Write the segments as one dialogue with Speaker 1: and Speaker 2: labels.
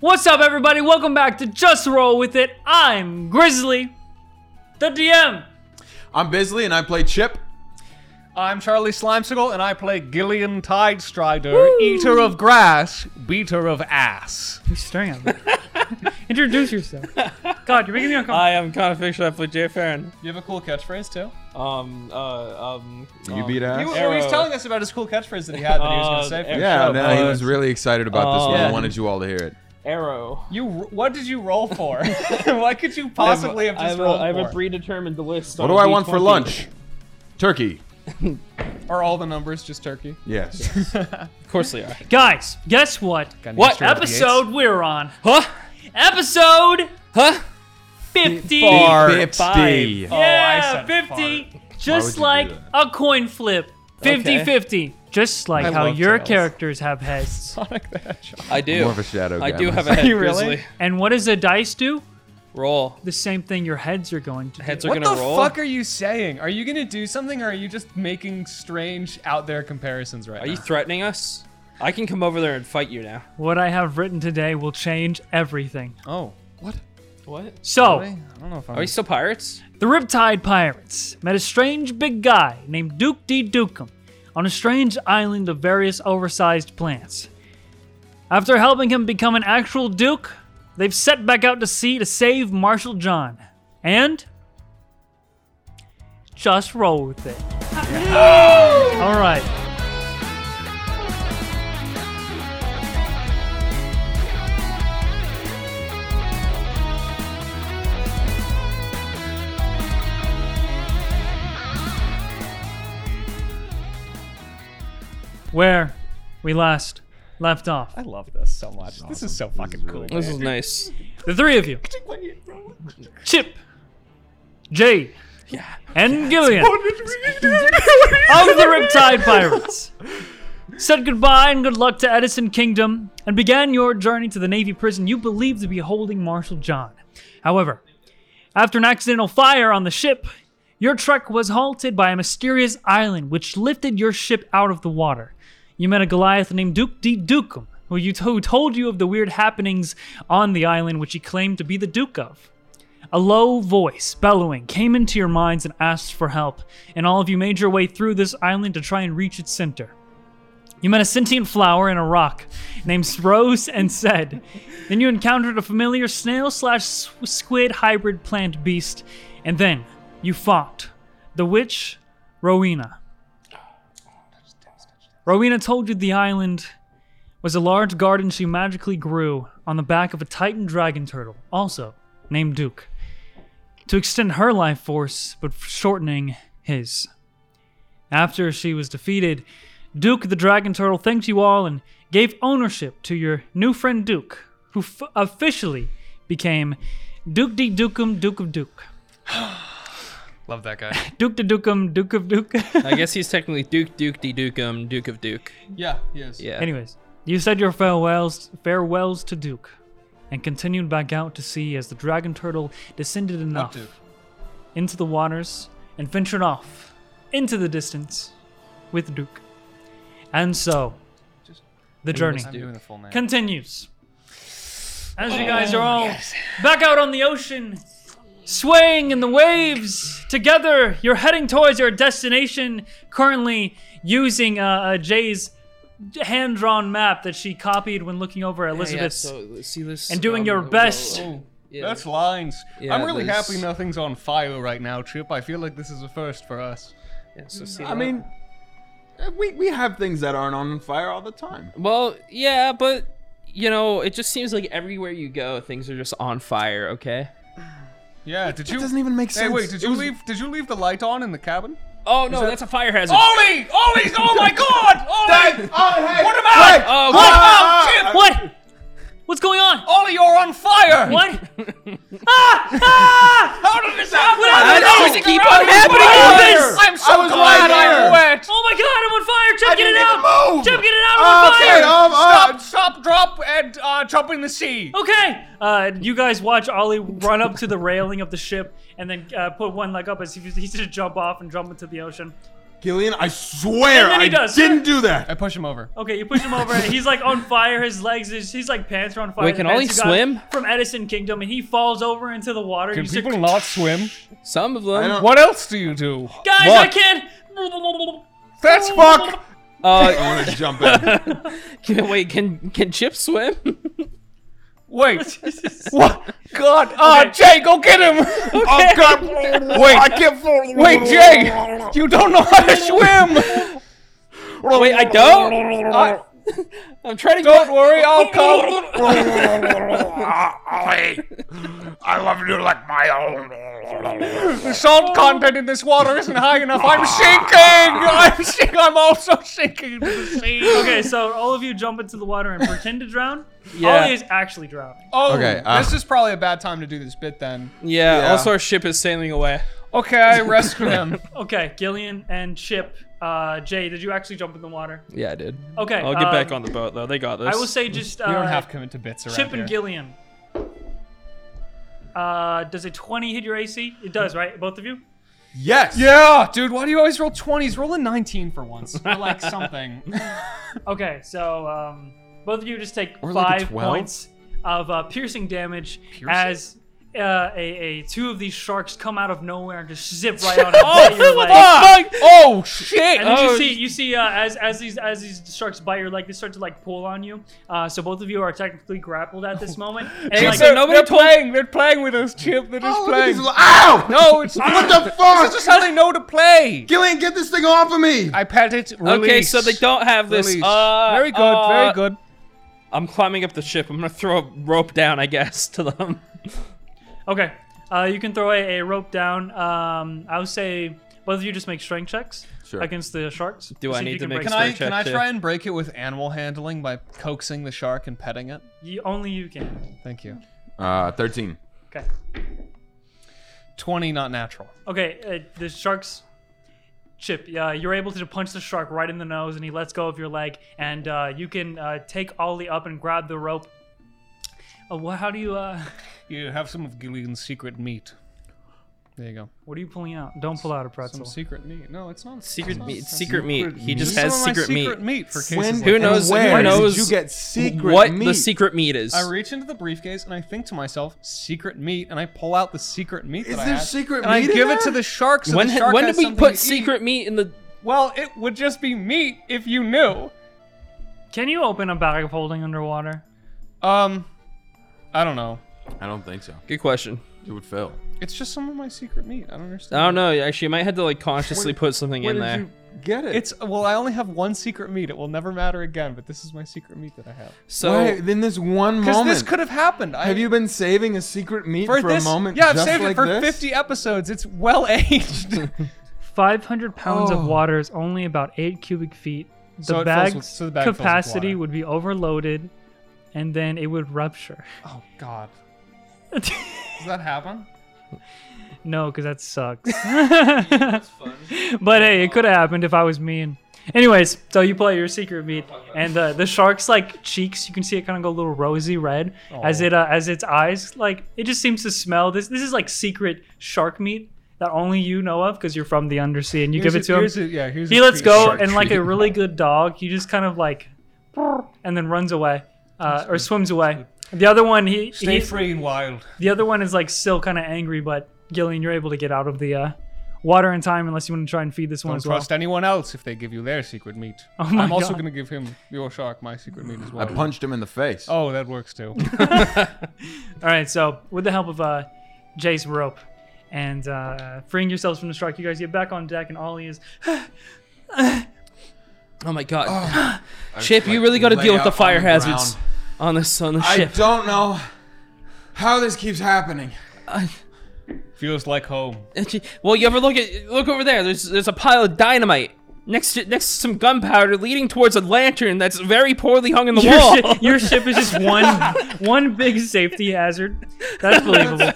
Speaker 1: What's up, everybody? Welcome back to Just Roll With It. I'm Grizzly, the DM.
Speaker 2: I'm Bisley and I play Chip.
Speaker 3: I'm Charlie Slimesicle, and I play Gillian Tidestrider, eater of grass, beater of ass.
Speaker 1: You're staring at me. Introduce yourself. God, you're making me uncomfortable.
Speaker 4: I am kind of fiction. I play Jay Farron.
Speaker 3: You have a cool catchphrase too.
Speaker 4: Um, uh, um,
Speaker 2: You
Speaker 4: um,
Speaker 2: beat ass.
Speaker 3: He, he
Speaker 4: Arrow.
Speaker 3: was telling us about his cool catchphrase that he had that he was going to
Speaker 4: Uh,
Speaker 3: say. For
Speaker 4: Arrow.
Speaker 2: yeah,
Speaker 4: sure,
Speaker 2: no, he
Speaker 4: but-
Speaker 2: was really excited about this one.
Speaker 4: Yeah.
Speaker 2: I wanted you all to hear it.
Speaker 4: Arrow.
Speaker 3: You, You, what did you roll for? what could you possibly have
Speaker 4: I
Speaker 3: just
Speaker 4: have, a,
Speaker 3: rolled
Speaker 4: I have
Speaker 3: for?
Speaker 4: a predetermined list.
Speaker 2: What do
Speaker 4: on
Speaker 2: I want for
Speaker 4: D20.
Speaker 2: lunch? Turkey.
Speaker 3: Are all the numbers just turkey?
Speaker 2: Yes.
Speaker 4: Of course they are.
Speaker 1: Uh, Guys, guess what?
Speaker 3: an
Speaker 1: What
Speaker 3: extra of the eights.
Speaker 1: episode we're on?
Speaker 4: Huh?
Speaker 1: Episode
Speaker 4: Huh?
Speaker 1: 50.
Speaker 3: Far.
Speaker 2: Fifty.
Speaker 3: Oh, I
Speaker 1: Yeah,
Speaker 3: said
Speaker 1: 50.
Speaker 2: would
Speaker 1: Just
Speaker 2: you
Speaker 1: like
Speaker 2: do that?
Speaker 1: a coin flip. 50
Speaker 4: Okay.
Speaker 1: 50. Just like
Speaker 3: I
Speaker 1: how
Speaker 3: love
Speaker 1: your
Speaker 3: tails.
Speaker 1: characters have heads.
Speaker 3: Sonic the Hedgehog.
Speaker 4: I do.
Speaker 2: More of a shadow
Speaker 4: I
Speaker 2: guy
Speaker 4: do have a
Speaker 2: myself.
Speaker 4: head.
Speaker 3: You really?
Speaker 4: Grizzly.
Speaker 1: And what does a dice do?
Speaker 4: Roll.
Speaker 1: The same thing your heads are going to do.
Speaker 4: Heads are
Speaker 3: What
Speaker 4: gonna
Speaker 3: the
Speaker 4: roll.
Speaker 3: fuck are you saying? Are you going to do something, or are you just making strange, out there comparisons right
Speaker 4: Are
Speaker 3: now?
Speaker 4: you threatening us? I can come over there and fight you now.
Speaker 1: What I have written today will change everything.
Speaker 3: oh, what?
Speaker 4: What?
Speaker 1: So,
Speaker 3: Really? I don't know if I'm.
Speaker 4: Are we still pirates?
Speaker 1: the Riptide Pirates met a strange big guy named Duke D. Dukem on a strange island of various oversized plants. After helping him become an actual duke, they've set back out to sea to save Marshal John. And just roll with it. All right. Where we last left off.
Speaker 3: I love this so much. This is so fucking cool.
Speaker 4: This is nice.
Speaker 1: The three of you. Chip, Jay, and Gillian of the Riptide Pirates said goodbye and good luck to Edison Kingdom and began your journey to the Navy prison you believe to be holding Marshal John. However, after an accidental fire on the ship, your trek was halted by a mysterious island which lifted your ship out of the water. You met a Goliath named Duke D. Dukem, who, you who told you of the weird happenings on the island which he claimed to be the Duke of. A low voice, bellowing, came into your minds and asked for help, and all of you made your way through this island to try and reach its center. You met a sentient flower and a rock named Rose and said. Then you encountered a familiar snail slash sw- squid hybrid plant beast, and then you fought the witch Rowena. Rowena told you the island was a large garden she magically grew on the back of a titan dragon turtle, also named Duke, to extend her life force but shortening his. After she was defeated, Duke the Dragon Turtle thanked you all and gave ownership to your new friend Duke, who f- officially became Duke de Dukum, Duke of Duke.
Speaker 3: Love that guy.
Speaker 1: Duke de Dukum, Duke of Duke.
Speaker 4: I guess he's technically Duke, Duke, D. Dukem, Duke of Duke.
Speaker 3: yeah, he is.
Speaker 4: Yeah.
Speaker 1: Anyways, you said your farewells farewells to Duke, and continued back out to sea as the dragon turtle descended enough
Speaker 3: Duke.
Speaker 1: into the waters and ventured off into the distance with Duke. And so, the journey
Speaker 3: I'm doing the full name.
Speaker 1: continues. As you guys are all back out on the ocean, swaying in the waves together, you're heading towards your destination. Currently, using uh, uh, Jay's hand-drawn map that she copied when looking over Elizabeth's,
Speaker 4: uh, see this um, oh,
Speaker 1: and doing your best.
Speaker 4: yeah.
Speaker 3: That's lines.
Speaker 4: Yeah,
Speaker 3: I'm really
Speaker 4: there's-
Speaker 3: happy nothing's on fire right now, Chip. I feel like this is a first for us.
Speaker 4: Yeah, so see
Speaker 2: I
Speaker 4: that.
Speaker 2: mean, uh, we, we have things that aren't on fire all the time.
Speaker 4: well, yeah, but you know, it just seems like everywhere you go, things are just on fire. Okay.
Speaker 3: Yeah, did you
Speaker 2: It doesn't even make sense.
Speaker 3: Hey wait, did
Speaker 2: It
Speaker 3: you
Speaker 2: was-
Speaker 3: leave did you leave the light on in the cabin?
Speaker 4: Oh no, that's a fire hazard.
Speaker 3: Ollie! Ollie's oh my god! Ollie!
Speaker 2: Oh, hey!
Speaker 3: What about
Speaker 2: Hey! Ah,
Speaker 4: Oh, God.
Speaker 2: ah,
Speaker 3: Chip!
Speaker 2: ah,
Speaker 1: what? What's going on?
Speaker 3: Ollie, you're on fire!
Speaker 1: What? ah! Ah!
Speaker 3: How did this happen?
Speaker 4: How does it keep on happening?
Speaker 1: Fire!
Speaker 3: I'm so
Speaker 2: I was
Speaker 3: glad
Speaker 2: right
Speaker 3: I'm
Speaker 2: here.
Speaker 3: wet!
Speaker 1: Oh my God! I'm on fire! Jump, get
Speaker 2: didn't
Speaker 1: it
Speaker 2: make a
Speaker 1: out!
Speaker 2: move.
Speaker 1: Jump, get it out! I'm on
Speaker 2: Okay,
Speaker 1: fire!
Speaker 2: um,
Speaker 3: Stop,
Speaker 2: uh,
Speaker 3: stop, drop, and uh, jump in the sea!
Speaker 1: Okay. Uh, you guys watch Ollie run up to the railing of the ship and then uh, put one leg up as if he's to jump off and jump into the ocean.
Speaker 2: Gillian, I swear
Speaker 1: And then he
Speaker 2: I
Speaker 1: does,
Speaker 2: didn't
Speaker 1: sir.
Speaker 2: do
Speaker 3: I
Speaker 2: that.
Speaker 3: push him over.
Speaker 1: Okay, you push him over, and he's like on fire. His legs is he's like pants are on fire.
Speaker 4: Wait,
Speaker 1: The
Speaker 4: can all
Speaker 1: pants
Speaker 4: he
Speaker 1: you got
Speaker 4: swim?
Speaker 1: From Edison Kingdom, and he falls over into the water.
Speaker 3: Can
Speaker 1: you just-
Speaker 3: people not swim?
Speaker 4: Some of
Speaker 2: I
Speaker 4: them.
Speaker 2: don't-
Speaker 3: What else do you do?
Speaker 1: Guys, I
Speaker 4: Look.
Speaker 1: can't.
Speaker 3: That's fuck.
Speaker 4: Uh,
Speaker 2: I want to jump in.
Speaker 4: can, wait, can can Chip swim?
Speaker 3: Wait. What? God. Ah,
Speaker 1: Okay.
Speaker 3: Jay, go get him.
Speaker 2: Oh God!
Speaker 3: Wait.
Speaker 2: I can't.
Speaker 3: Wait, Jay. You don't know how to swim.
Speaker 4: wait, I don't.
Speaker 3: I,
Speaker 4: I'm trying to
Speaker 3: don't worry, I'll come.
Speaker 2: Ah, I love you like my own.
Speaker 3: The salt content in this water isn't high enough. I'm sinking. I'm sinking. I'm also sinking into the sea.
Speaker 1: Okay, so all of you jump into the water and pretend to drown.
Speaker 4: Yeah.
Speaker 1: Ollie is actually drowning.
Speaker 3: Oh,
Speaker 2: Okay, uh,
Speaker 3: this is probably a bad time to do this bit then.
Speaker 4: Yeah,
Speaker 2: Yeah.
Speaker 4: Also, our ship is sailing away.
Speaker 3: Okay, I rescue him.
Speaker 1: Okay, Gillian and Chip. Uh, Jay, did you actually jump in the water?
Speaker 4: Yeah, I did.
Speaker 1: Okay,
Speaker 4: I'll get back
Speaker 1: um,
Speaker 4: on the boat though. They got this.
Speaker 1: I will say just uh,
Speaker 3: We don't have to commit to bits around
Speaker 1: Chip and
Speaker 3: here.
Speaker 1: Gillian. Uh, does a 20 hit your AC? It does, right? Both of you?
Speaker 2: Yes.
Speaker 3: Yeah, dude, why do you always roll 20s? Roll a 19 for once. Or like something.
Speaker 1: Okay, so um, both of you just take
Speaker 2: Or like a
Speaker 1: five
Speaker 2: 12?
Speaker 1: points of uh, piercing damage as uh, a, a two of these sharks come out of nowhere and just zip right on oh, your leg.
Speaker 3: Fuck! Oh, shit!
Speaker 1: And then
Speaker 4: Oh,
Speaker 1: you see, you see, uh, as as these as these sharks bite your leg, they start to like pull on you. Uh, so both of you are technically grappled at
Speaker 2: Oh,
Speaker 1: this moment. And like,
Speaker 4: so
Speaker 3: they're,
Speaker 4: nobody
Speaker 3: they're
Speaker 4: told-
Speaker 3: playing. They're playing with us, Chip. They're just
Speaker 2: Oh, look at
Speaker 3: playing.
Speaker 2: these li- Ow!
Speaker 3: No, it's
Speaker 2: What the
Speaker 3: This
Speaker 2: fuck?
Speaker 3: is how they know to play.
Speaker 2: Gillian, get this thing off of me!
Speaker 3: I pat it. Release.
Speaker 4: Okay, so they don't have this.
Speaker 3: Release.
Speaker 4: Uh,
Speaker 3: very good.
Speaker 4: uh,
Speaker 3: very good.
Speaker 4: I'm climbing up the ship. I'm gonna throw a rope down, I guess, to them.
Speaker 1: okay, uh, you can throw a, a rope down. Um, I would say both of you just make strength checks
Speaker 2: Sure.
Speaker 1: against the sharks.
Speaker 4: Do
Speaker 1: See
Speaker 4: I
Speaker 1: if
Speaker 4: need
Speaker 1: you
Speaker 4: to
Speaker 1: can
Speaker 4: make
Speaker 1: break
Speaker 3: Can
Speaker 1: it.
Speaker 4: Sorry,
Speaker 3: I
Speaker 4: check,
Speaker 3: can I
Speaker 4: check.
Speaker 3: try and break it with animal handling by coaxing the shark and petting it?
Speaker 1: You, only you can.
Speaker 3: Thank you.
Speaker 2: Uh, 13.
Speaker 1: Okay.
Speaker 3: 20 not natural.
Speaker 1: Okay, uh, the shark's chip. Uh, you're able to punch the shark right in the nose, and he lets go of your leg. And uh, you can uh, take Ollie up and grab the rope. Uh, wha how do you? Uh,
Speaker 3: You have some of Gillian's secret meat. There you go.
Speaker 1: what are you pulling out? Don't pull out a pretzel.
Speaker 3: Some secret meat. No, it's not
Speaker 4: Secret
Speaker 3: it's not-
Speaker 4: meat.
Speaker 3: it's
Speaker 4: Secret meat. He just
Speaker 3: some
Speaker 4: has
Speaker 3: of my
Speaker 4: secret meat.
Speaker 3: meat for cases
Speaker 2: When
Speaker 3: like
Speaker 4: Who
Speaker 3: that.
Speaker 4: knows-
Speaker 2: and
Speaker 4: who
Speaker 2: where
Speaker 4: knows
Speaker 2: did you get secret
Speaker 4: what
Speaker 2: meat?
Speaker 4: the secret meat is?
Speaker 3: I reach into the briefcase and I think to myself, secret meat, and I pull out the secret meat.
Speaker 2: Is
Speaker 3: that I
Speaker 2: there
Speaker 3: had,
Speaker 2: secret meat
Speaker 3: and I
Speaker 2: in
Speaker 3: give it to
Speaker 2: there?
Speaker 3: the shark. So
Speaker 4: when
Speaker 3: the shark
Speaker 4: when
Speaker 3: has
Speaker 4: did we
Speaker 3: something
Speaker 4: put
Speaker 3: to eat.
Speaker 4: secret meat in the?
Speaker 3: Well, it would just be meat if you knew.
Speaker 1: Can you open a bag of holding underwater?
Speaker 3: Um, I don't know.
Speaker 2: I don't think so.
Speaker 4: Good question.
Speaker 2: It would fail.
Speaker 3: It's just some of my secret meat. I don't understand.
Speaker 4: I don't know. Actually, I might have to like consciously put something
Speaker 2: Where
Speaker 4: in
Speaker 2: did
Speaker 4: there.
Speaker 2: you get it?
Speaker 3: It's well, I only have one secret meat. It will never matter again. But this is my secret meat that I have.
Speaker 4: So
Speaker 2: Why- then this one
Speaker 3: Because
Speaker 2: moment.
Speaker 3: this could have happened. I,
Speaker 2: have you been saving a secret meat for,
Speaker 3: for,
Speaker 2: a
Speaker 3: this?
Speaker 2: moment?
Speaker 3: yeah, I've
Speaker 2: just
Speaker 3: saved
Speaker 2: like
Speaker 3: it for
Speaker 2: this?
Speaker 3: 50 episodes. It's well aged.
Speaker 1: 500 pounds
Speaker 2: Oh.
Speaker 1: of water is only about 8 cubic feet. The
Speaker 3: So it fills
Speaker 1: bag's
Speaker 3: with- so the bag fills with
Speaker 1: capacity
Speaker 3: water.
Speaker 1: would be overloaded and then it would rupture.
Speaker 3: oh God, does that happen?
Speaker 1: no, because that sucks. But hey, it could have happened if I was mean. Anyways, so you play your secret meat, and uh, the the shark's like cheeks, you can see it kind of go a little rosy red as
Speaker 3: Aw.
Speaker 1: it uh, as its eyes like it just seems to smell this. This is like secret shark meat that only you know of because you're from the undersea, and you
Speaker 3: Here's
Speaker 1: give
Speaker 3: a-
Speaker 1: it to him.
Speaker 3: here's a- yeah, here's
Speaker 1: he
Speaker 3: a
Speaker 1: lets
Speaker 3: treat.
Speaker 1: go,
Speaker 3: Shark
Speaker 1: and like
Speaker 3: treat.
Speaker 1: a really good dog, he just kind of like and then runs away uh, or swims away. The other one, he,
Speaker 3: Stay
Speaker 1: he-
Speaker 3: free and wild.
Speaker 1: the other one is like still kind of angry, but Gillian, you're able to get out of the uh, water in time unless you want to try and feed this one
Speaker 3: Don't
Speaker 1: as well.
Speaker 3: trust anyone else if they give you their secret meat.
Speaker 1: Oh my
Speaker 3: I'm also
Speaker 1: God.
Speaker 3: going to give him your shark my secret meat as
Speaker 2: I
Speaker 3: well.
Speaker 2: punched him in the face.
Speaker 3: oh, that works too.
Speaker 1: All right, so with the help of uh, Jay's rope and uh, freeing yourselves from the shark, you guys get back on deck, and Ollie is.
Speaker 4: oh my god, Chip, you really got to
Speaker 2: Oh. lay
Speaker 4: deal with
Speaker 2: out
Speaker 4: the fire
Speaker 2: on the
Speaker 4: hazards
Speaker 2: ground.
Speaker 4: on this on the
Speaker 2: I
Speaker 4: ship.
Speaker 2: don't know how this keeps happening.
Speaker 3: Feels like home.
Speaker 4: Well, you ever look at look over there? There's there's a pile of dynamite next to next to some gunpowder leading towards a lantern that's very poorly hung in the
Speaker 1: Your,
Speaker 4: wall.
Speaker 1: shi- your ship is just one one big safety hazard. That's believable.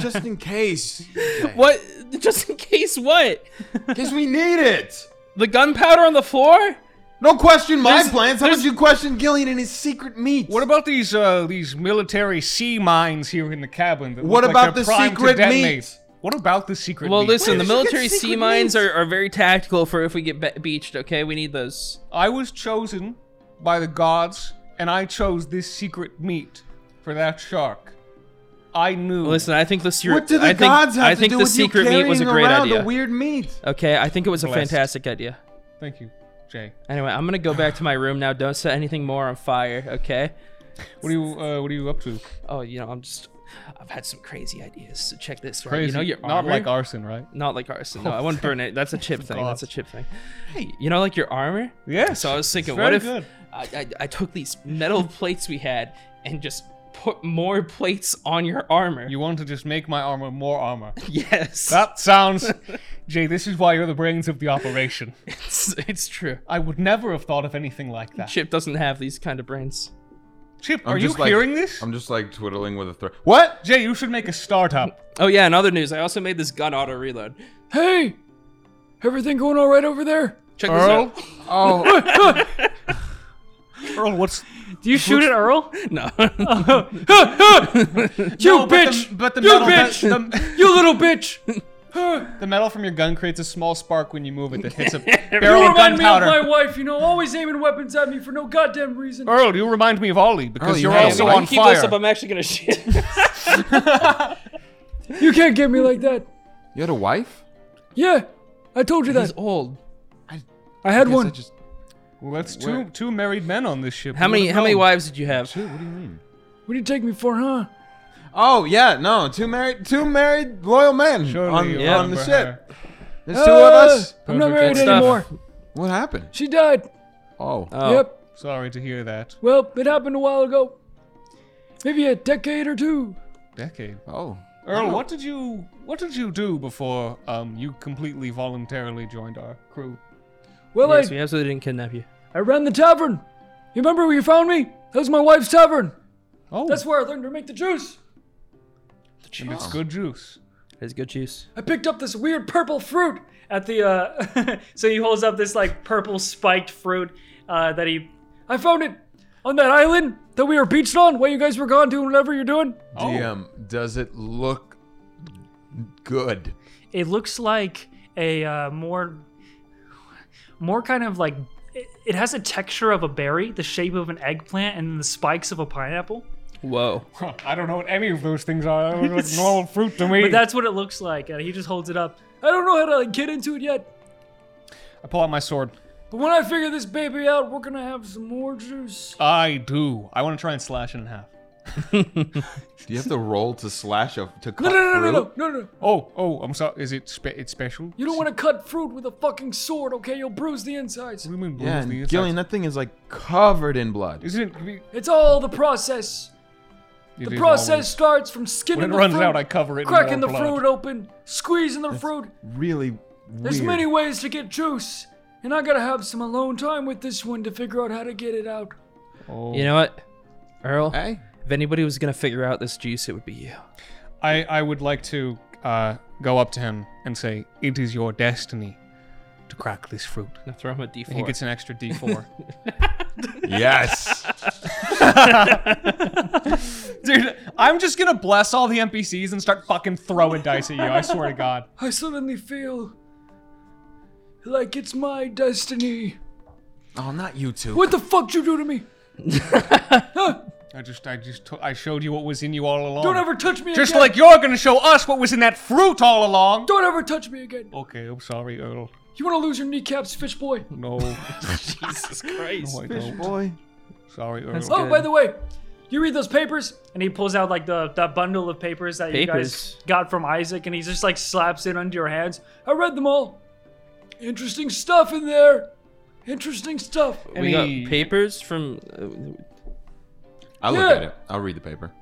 Speaker 2: Just in case.
Speaker 4: what? Just in case what?
Speaker 2: In case we need it.
Speaker 4: The gunpowder on the floor?
Speaker 2: No question my
Speaker 4: There's-
Speaker 2: plans. How much you question Gillian and his secret meat?
Speaker 3: What about these uh, these military sea mines here in the cabin? That
Speaker 2: What
Speaker 3: look
Speaker 2: about
Speaker 3: like they're
Speaker 2: the
Speaker 3: primed to
Speaker 2: secret
Speaker 3: detonate?
Speaker 2: meat?
Speaker 3: What about the secret?
Speaker 4: Well,
Speaker 3: beach?
Speaker 4: listen, the
Speaker 2: did you get
Speaker 4: military
Speaker 2: secret
Speaker 4: sea mines
Speaker 2: meats?
Speaker 4: are, are very tactical for if we get be- beached, okay? We need those.
Speaker 3: I was chosen by the gods, and I chose this secret meat for that shark. I knew.
Speaker 4: Listen, I think the secret.
Speaker 2: What do the
Speaker 4: I think,
Speaker 2: gods have
Speaker 4: I
Speaker 2: to
Speaker 4: think
Speaker 2: do
Speaker 4: the
Speaker 2: with
Speaker 4: secret
Speaker 2: you
Speaker 4: meat was a
Speaker 2: carrying
Speaker 4: great
Speaker 2: around
Speaker 4: idea.
Speaker 2: The weird meat.
Speaker 4: okay, I think it was a
Speaker 3: Blessed.
Speaker 4: fantastic idea.
Speaker 3: Thank you, Jay.
Speaker 4: Anyway, I'm gonna go back to my room now. Don't set anything more on fire, okay?
Speaker 3: What are you? Uh, what are you up to?
Speaker 4: Oh, you know, I'm just. I've had some crazy ideas. So check this. Right?
Speaker 3: Crazy.
Speaker 4: You know, your
Speaker 3: not
Speaker 4: armor-
Speaker 3: like arson, right?
Speaker 4: Not like arson. No, I wouldn't burn it. That's a chip thing. That's a
Speaker 3: God.
Speaker 4: chip thing. Hey, you know, like your armor.
Speaker 3: Yeah.
Speaker 4: So I was thinking,
Speaker 3: very
Speaker 4: what if I,
Speaker 3: good.
Speaker 4: I, I took these metal plates we had and just put more plates on your armor?
Speaker 3: you want to just make my armor more armor.
Speaker 4: yes,
Speaker 3: That sounds. Jay, this is why you're the brains of the operation.
Speaker 4: it's, it's true.
Speaker 3: I would never have thought of anything like that. Chip,
Speaker 4: Chip doesn't have these kind of brains.
Speaker 2: I'm
Speaker 3: are you
Speaker 2: just like-
Speaker 3: hearing this?
Speaker 2: I'm just like twiddling with a thread. What?
Speaker 3: Jay, you should make a startup.
Speaker 4: Oh yeah, in other news, I also made this gun auto reload.
Speaker 5: Hey, everything going all right over there?
Speaker 4: Check this
Speaker 3: Earl,
Speaker 4: out.
Speaker 2: Oh,
Speaker 3: Earl, what's
Speaker 5: Do you shoot at Earl?
Speaker 4: No,
Speaker 5: You
Speaker 3: No, but
Speaker 5: bitch!
Speaker 3: The, but the
Speaker 5: You
Speaker 3: metal,
Speaker 5: bitch!
Speaker 3: The, the-
Speaker 5: you little bitch!
Speaker 3: the metal from your gun creates a small spark when you move it that hits a
Speaker 5: You
Speaker 3: barrel of
Speaker 5: remind me of my
Speaker 3: gunpowder.
Speaker 5: wife, you know, always aiming weapons at me for no goddamn reason.
Speaker 3: Earl, you remind me of Ollie because
Speaker 2: Earl, you
Speaker 3: you're
Speaker 2: have
Speaker 3: also
Speaker 2: one.
Speaker 3: on
Speaker 4: keep
Speaker 3: fire.
Speaker 4: this up. I'm actually gonna shit.
Speaker 5: You can't get me like that.
Speaker 2: you had a wife?
Speaker 5: Yeah, I told you that.
Speaker 4: He's old.
Speaker 5: I had
Speaker 2: Guess I
Speaker 5: one.
Speaker 2: just-
Speaker 3: well, that's two two married men on this ship.
Speaker 4: How
Speaker 3: You
Speaker 4: many
Speaker 3: would've
Speaker 4: how many
Speaker 3: known.
Speaker 4: wives did you have?
Speaker 5: What do you take me for, huh?
Speaker 2: Oh yeah, no, two married, two married loyal men
Speaker 3: Surely
Speaker 2: on,
Speaker 3: you
Speaker 2: on the
Speaker 3: remember
Speaker 2: ship.
Speaker 3: her.
Speaker 2: There's two of us.
Speaker 5: Uh, I'm not
Speaker 3: Perfect
Speaker 5: married
Speaker 4: stuff.
Speaker 5: anymore.
Speaker 2: What happened?
Speaker 5: She died. Uh,
Speaker 2: Oh,
Speaker 4: Oh.
Speaker 5: Yep.
Speaker 3: Sorry to hear that.
Speaker 5: Well, it happened a while ago. Maybe a decade or two.
Speaker 3: Decade.
Speaker 2: oh.
Speaker 3: Earl, what did you what did you do before um you completely voluntarily joined our crew?
Speaker 5: Well,
Speaker 4: Yes,
Speaker 5: I,
Speaker 4: we absolutely didn't kidnap you.
Speaker 5: I ran the tavern. You remember where you found me? That was my wife's tavern.
Speaker 3: Oh,
Speaker 5: That's where I learned to make the juice.
Speaker 3: and
Speaker 2: Oh.
Speaker 3: it's good juice.
Speaker 4: It's good juice.
Speaker 5: I picked up this weird purple fruit at the. uh So he holds up this like purple spiked fruit uh that he. I found it on that island that we were beached on while you guys were gone doing whatever you're doing.
Speaker 2: DM,
Speaker 5: Oh.
Speaker 2: does it look good?
Speaker 1: it looks like a uh, more more kind of like it, it has a texture of a berry the shape of an eggplant and the spikes of a pineapple
Speaker 4: Whoa.
Speaker 3: Huh, I don't know what any of those things are. That was like normal fruit to me.
Speaker 1: but that's what it looks like and he just holds it up
Speaker 5: I don't know how to like, get into it yet.
Speaker 3: I pull out my sword.
Speaker 5: But when I figure this baby out, we're gonna have some more juice.
Speaker 3: I do. I want to try and slash it in half.
Speaker 2: Do you have to roll to slash a to cut
Speaker 5: No, no, no, no,
Speaker 2: through?
Speaker 5: no, no, no.
Speaker 3: Oh, oh, I'm sorry. Is it spe- it's special?
Speaker 5: You don't want to cut fruit with a fucking sword, okay? You'll bruise the insides.
Speaker 3: What do you
Speaker 2: Yeah,
Speaker 3: mean? bruise the
Speaker 2: and
Speaker 3: insides?
Speaker 2: Gillian, that thing is like covered in blood.
Speaker 3: Isn't it? it
Speaker 5: It's all the
Speaker 3: is
Speaker 5: process. The
Speaker 3: always-
Speaker 5: process starts from skinning
Speaker 3: When it
Speaker 5: the
Speaker 3: runs
Speaker 5: fruit,
Speaker 3: out, I cover it. in
Speaker 5: cracking the
Speaker 3: more blood.
Speaker 5: fruit open, squeezing the fruit.
Speaker 2: really weird.
Speaker 5: There's many ways to get juice, and I gotta have some alone time with this one to figure out how to get it out.
Speaker 3: Oh.
Speaker 4: You know what, Earl?
Speaker 2: Hey,
Speaker 4: If anybody was gonna figure out this juice, it would be you.
Speaker 3: I I would like to uh, go up to him and say, "It is your destiny to crack this fruit."
Speaker 4: Now throw him a
Speaker 3: And he
Speaker 4: D4.
Speaker 3: gets an extra D4.
Speaker 2: yes.
Speaker 3: Dude, I'm just gonna bless all the NPCs and start fucking throwing dice at you. I swear to God.
Speaker 5: I suddenly feel like it's my destiny.
Speaker 2: oh, not you two.
Speaker 5: What the fuck you do to me?
Speaker 3: I just, I just, t- I showed you what was in you all along.
Speaker 5: Don't ever touch me
Speaker 3: Oh. just
Speaker 5: again.
Speaker 3: like you're gonna show us what was in that fruit all along.
Speaker 5: Don't ever touch me again.
Speaker 3: Okay, I'm sorry, Earl.
Speaker 5: You wanna lose your kneecaps, fish boy?
Speaker 3: No, no,
Speaker 4: Jesus Christ.
Speaker 3: I
Speaker 2: Fish
Speaker 3: don't.
Speaker 2: boy.
Speaker 3: Sorry, Earl.
Speaker 4: That's
Speaker 5: Oh,
Speaker 4: Good.
Speaker 5: by the way, you read those papers? And he pulls out like the that bundle of papers that you guys
Speaker 4: Papers?
Speaker 5: got from Isaac, and he just like slaps it under your hands. I read them all. Interesting stuff in there. Interesting stuff.
Speaker 4: We
Speaker 3: Any-
Speaker 4: got papers from.
Speaker 2: I'll look
Speaker 5: Yeah.
Speaker 2: at it. I'll read the paper.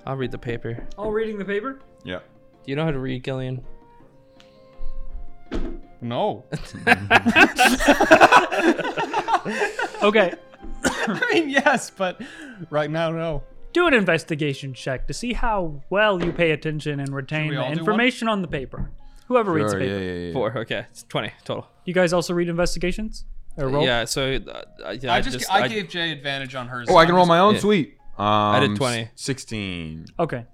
Speaker 4: Uh, I'll read the paper.
Speaker 5: All reading the paper.
Speaker 2: Yeah.
Speaker 4: Do you know how to read, Gillian?
Speaker 3: No.
Speaker 1: okay
Speaker 3: I mean, yes, but right now, no.
Speaker 1: do an investigation check to see how well you pay attention and retain
Speaker 3: we
Speaker 1: the
Speaker 3: all do one?
Speaker 1: information on the paper whoever reads the
Speaker 2: Sure,
Speaker 1: paper
Speaker 2: yeah, yeah, yeah.
Speaker 4: Four. Okay, it's twenty total.
Speaker 1: you guys also read investigations or roll
Speaker 4: Yeah. So uh, I, I, Oh,
Speaker 3: I just,
Speaker 4: just,
Speaker 3: I, gave Jay advantage on hers.
Speaker 2: Oh, I can roll my own
Speaker 4: Yeah.
Speaker 2: sweet. Um, I
Speaker 4: did 20.
Speaker 2: 16.
Speaker 1: okay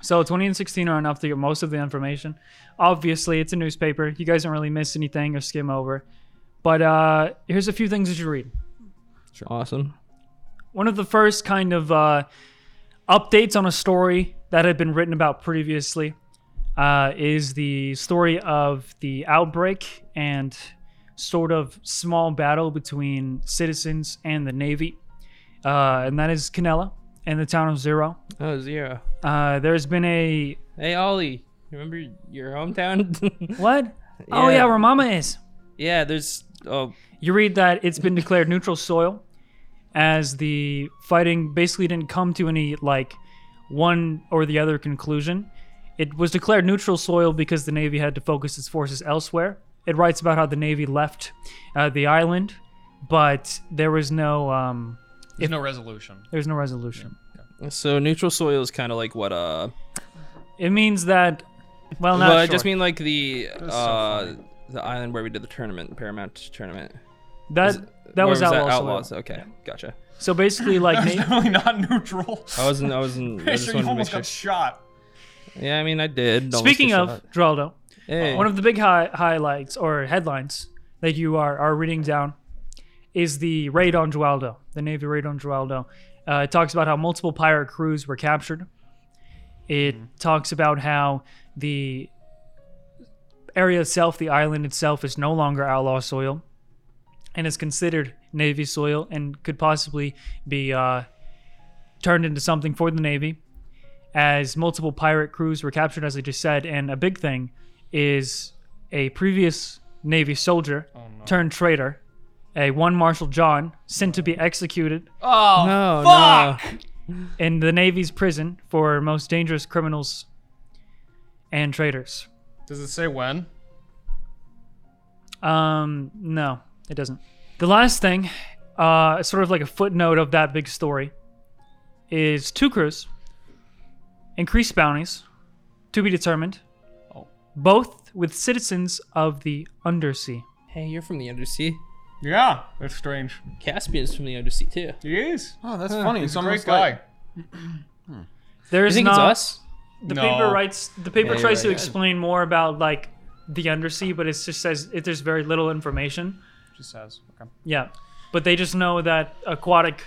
Speaker 1: So 20 and 16 are enough to get most of the information. Obviously, it's a newspaper. You guys don't really miss anything or skim over. But uh, here's a few things that you read.
Speaker 4: Awesome.
Speaker 1: One of the first kind of uh, updates on a story that had been written about previously uh, is the story of the outbreak and sort of small battle between citizens and the Navy. Uh, and that is Canela and the town of Zero.
Speaker 4: Oh, zero.
Speaker 1: Uh, there's been a
Speaker 4: Hey, Ollie, remember your hometown?
Speaker 1: What? Oh
Speaker 4: Yeah.
Speaker 1: yeah, where Mama is.
Speaker 4: yeah, there's. Oh,
Speaker 1: You read that it's been declared neutral soil, as the fighting basically didn't come to any like one or the other conclusion. It was declared neutral soil because the Navy had to focus its forces elsewhere. It writes about how the Navy left uh, the island, but there was no um,
Speaker 3: There's no resolution.
Speaker 1: there was no resolution.
Speaker 4: so neutral soil is kind of like what uh.
Speaker 1: It means that well, not
Speaker 4: well, I
Speaker 1: sure.
Speaker 4: just mean like the
Speaker 3: is so
Speaker 4: uh the island where we did the tournament, Paramount tournament.
Speaker 1: that that
Speaker 4: Where
Speaker 1: was, outlaw soil.
Speaker 4: Outlaws. Okay, gotcha.
Speaker 1: So basically, like
Speaker 3: That's
Speaker 1: Na-
Speaker 3: definitely not neutral.
Speaker 4: I wasn't. I wasn't. I just
Speaker 3: Picture you
Speaker 4: wanted to make
Speaker 3: almost
Speaker 4: sure.
Speaker 3: got shot.
Speaker 4: Yeah, I mean, I did. almost
Speaker 1: speaking
Speaker 4: get
Speaker 1: of
Speaker 4: shot.
Speaker 1: Geraldo,
Speaker 4: hey,
Speaker 1: One of the big hi- highlights or headlines that you are, are reading down is the raid on Geraldo, the Navy raid on Geraldo. Uh, it talks about how multiple pirate crews were captured. It talks about how the area itself, the island itself, is no longer outlaw soil and is considered Navy soil and could possibly be uh, turned into something for the Navy as multiple pirate crews were captured, as I just said. And a big thing is a previous Navy soldier
Speaker 3: Oh,
Speaker 1: turned traitor, a one Marshal John, sent to be executed
Speaker 3: Oh,
Speaker 4: no,
Speaker 3: fuck!
Speaker 1: in the Navy's prison for most dangerous criminals and traitors.
Speaker 3: Does it say when?
Speaker 1: Um, no, it doesn't. The last thing, uh, sort of like a footnote of that big story, is two crews, increased bounties, to be determined.
Speaker 3: Oh.
Speaker 1: Both with citizens of the undersea.
Speaker 4: Hey, you're from the undersea.
Speaker 3: Yeah, that's strange.
Speaker 4: Caspian's from the undersea too.
Speaker 3: He is.
Speaker 2: Oh, that's funny. It's
Speaker 3: He's a great
Speaker 2: almost
Speaker 3: guy.
Speaker 2: like-
Speaker 1: There
Speaker 4: You
Speaker 1: is
Speaker 4: think it's
Speaker 1: not
Speaker 4: us?
Speaker 1: the
Speaker 3: No.
Speaker 1: paper writes the paper
Speaker 4: Yeah,
Speaker 1: tries
Speaker 4: you're
Speaker 1: to
Speaker 4: right.
Speaker 1: explain more about like the undersea, but it just says it, there's very little information.
Speaker 3: Just says. Okay.
Speaker 1: Yeah, but they just know that aquatic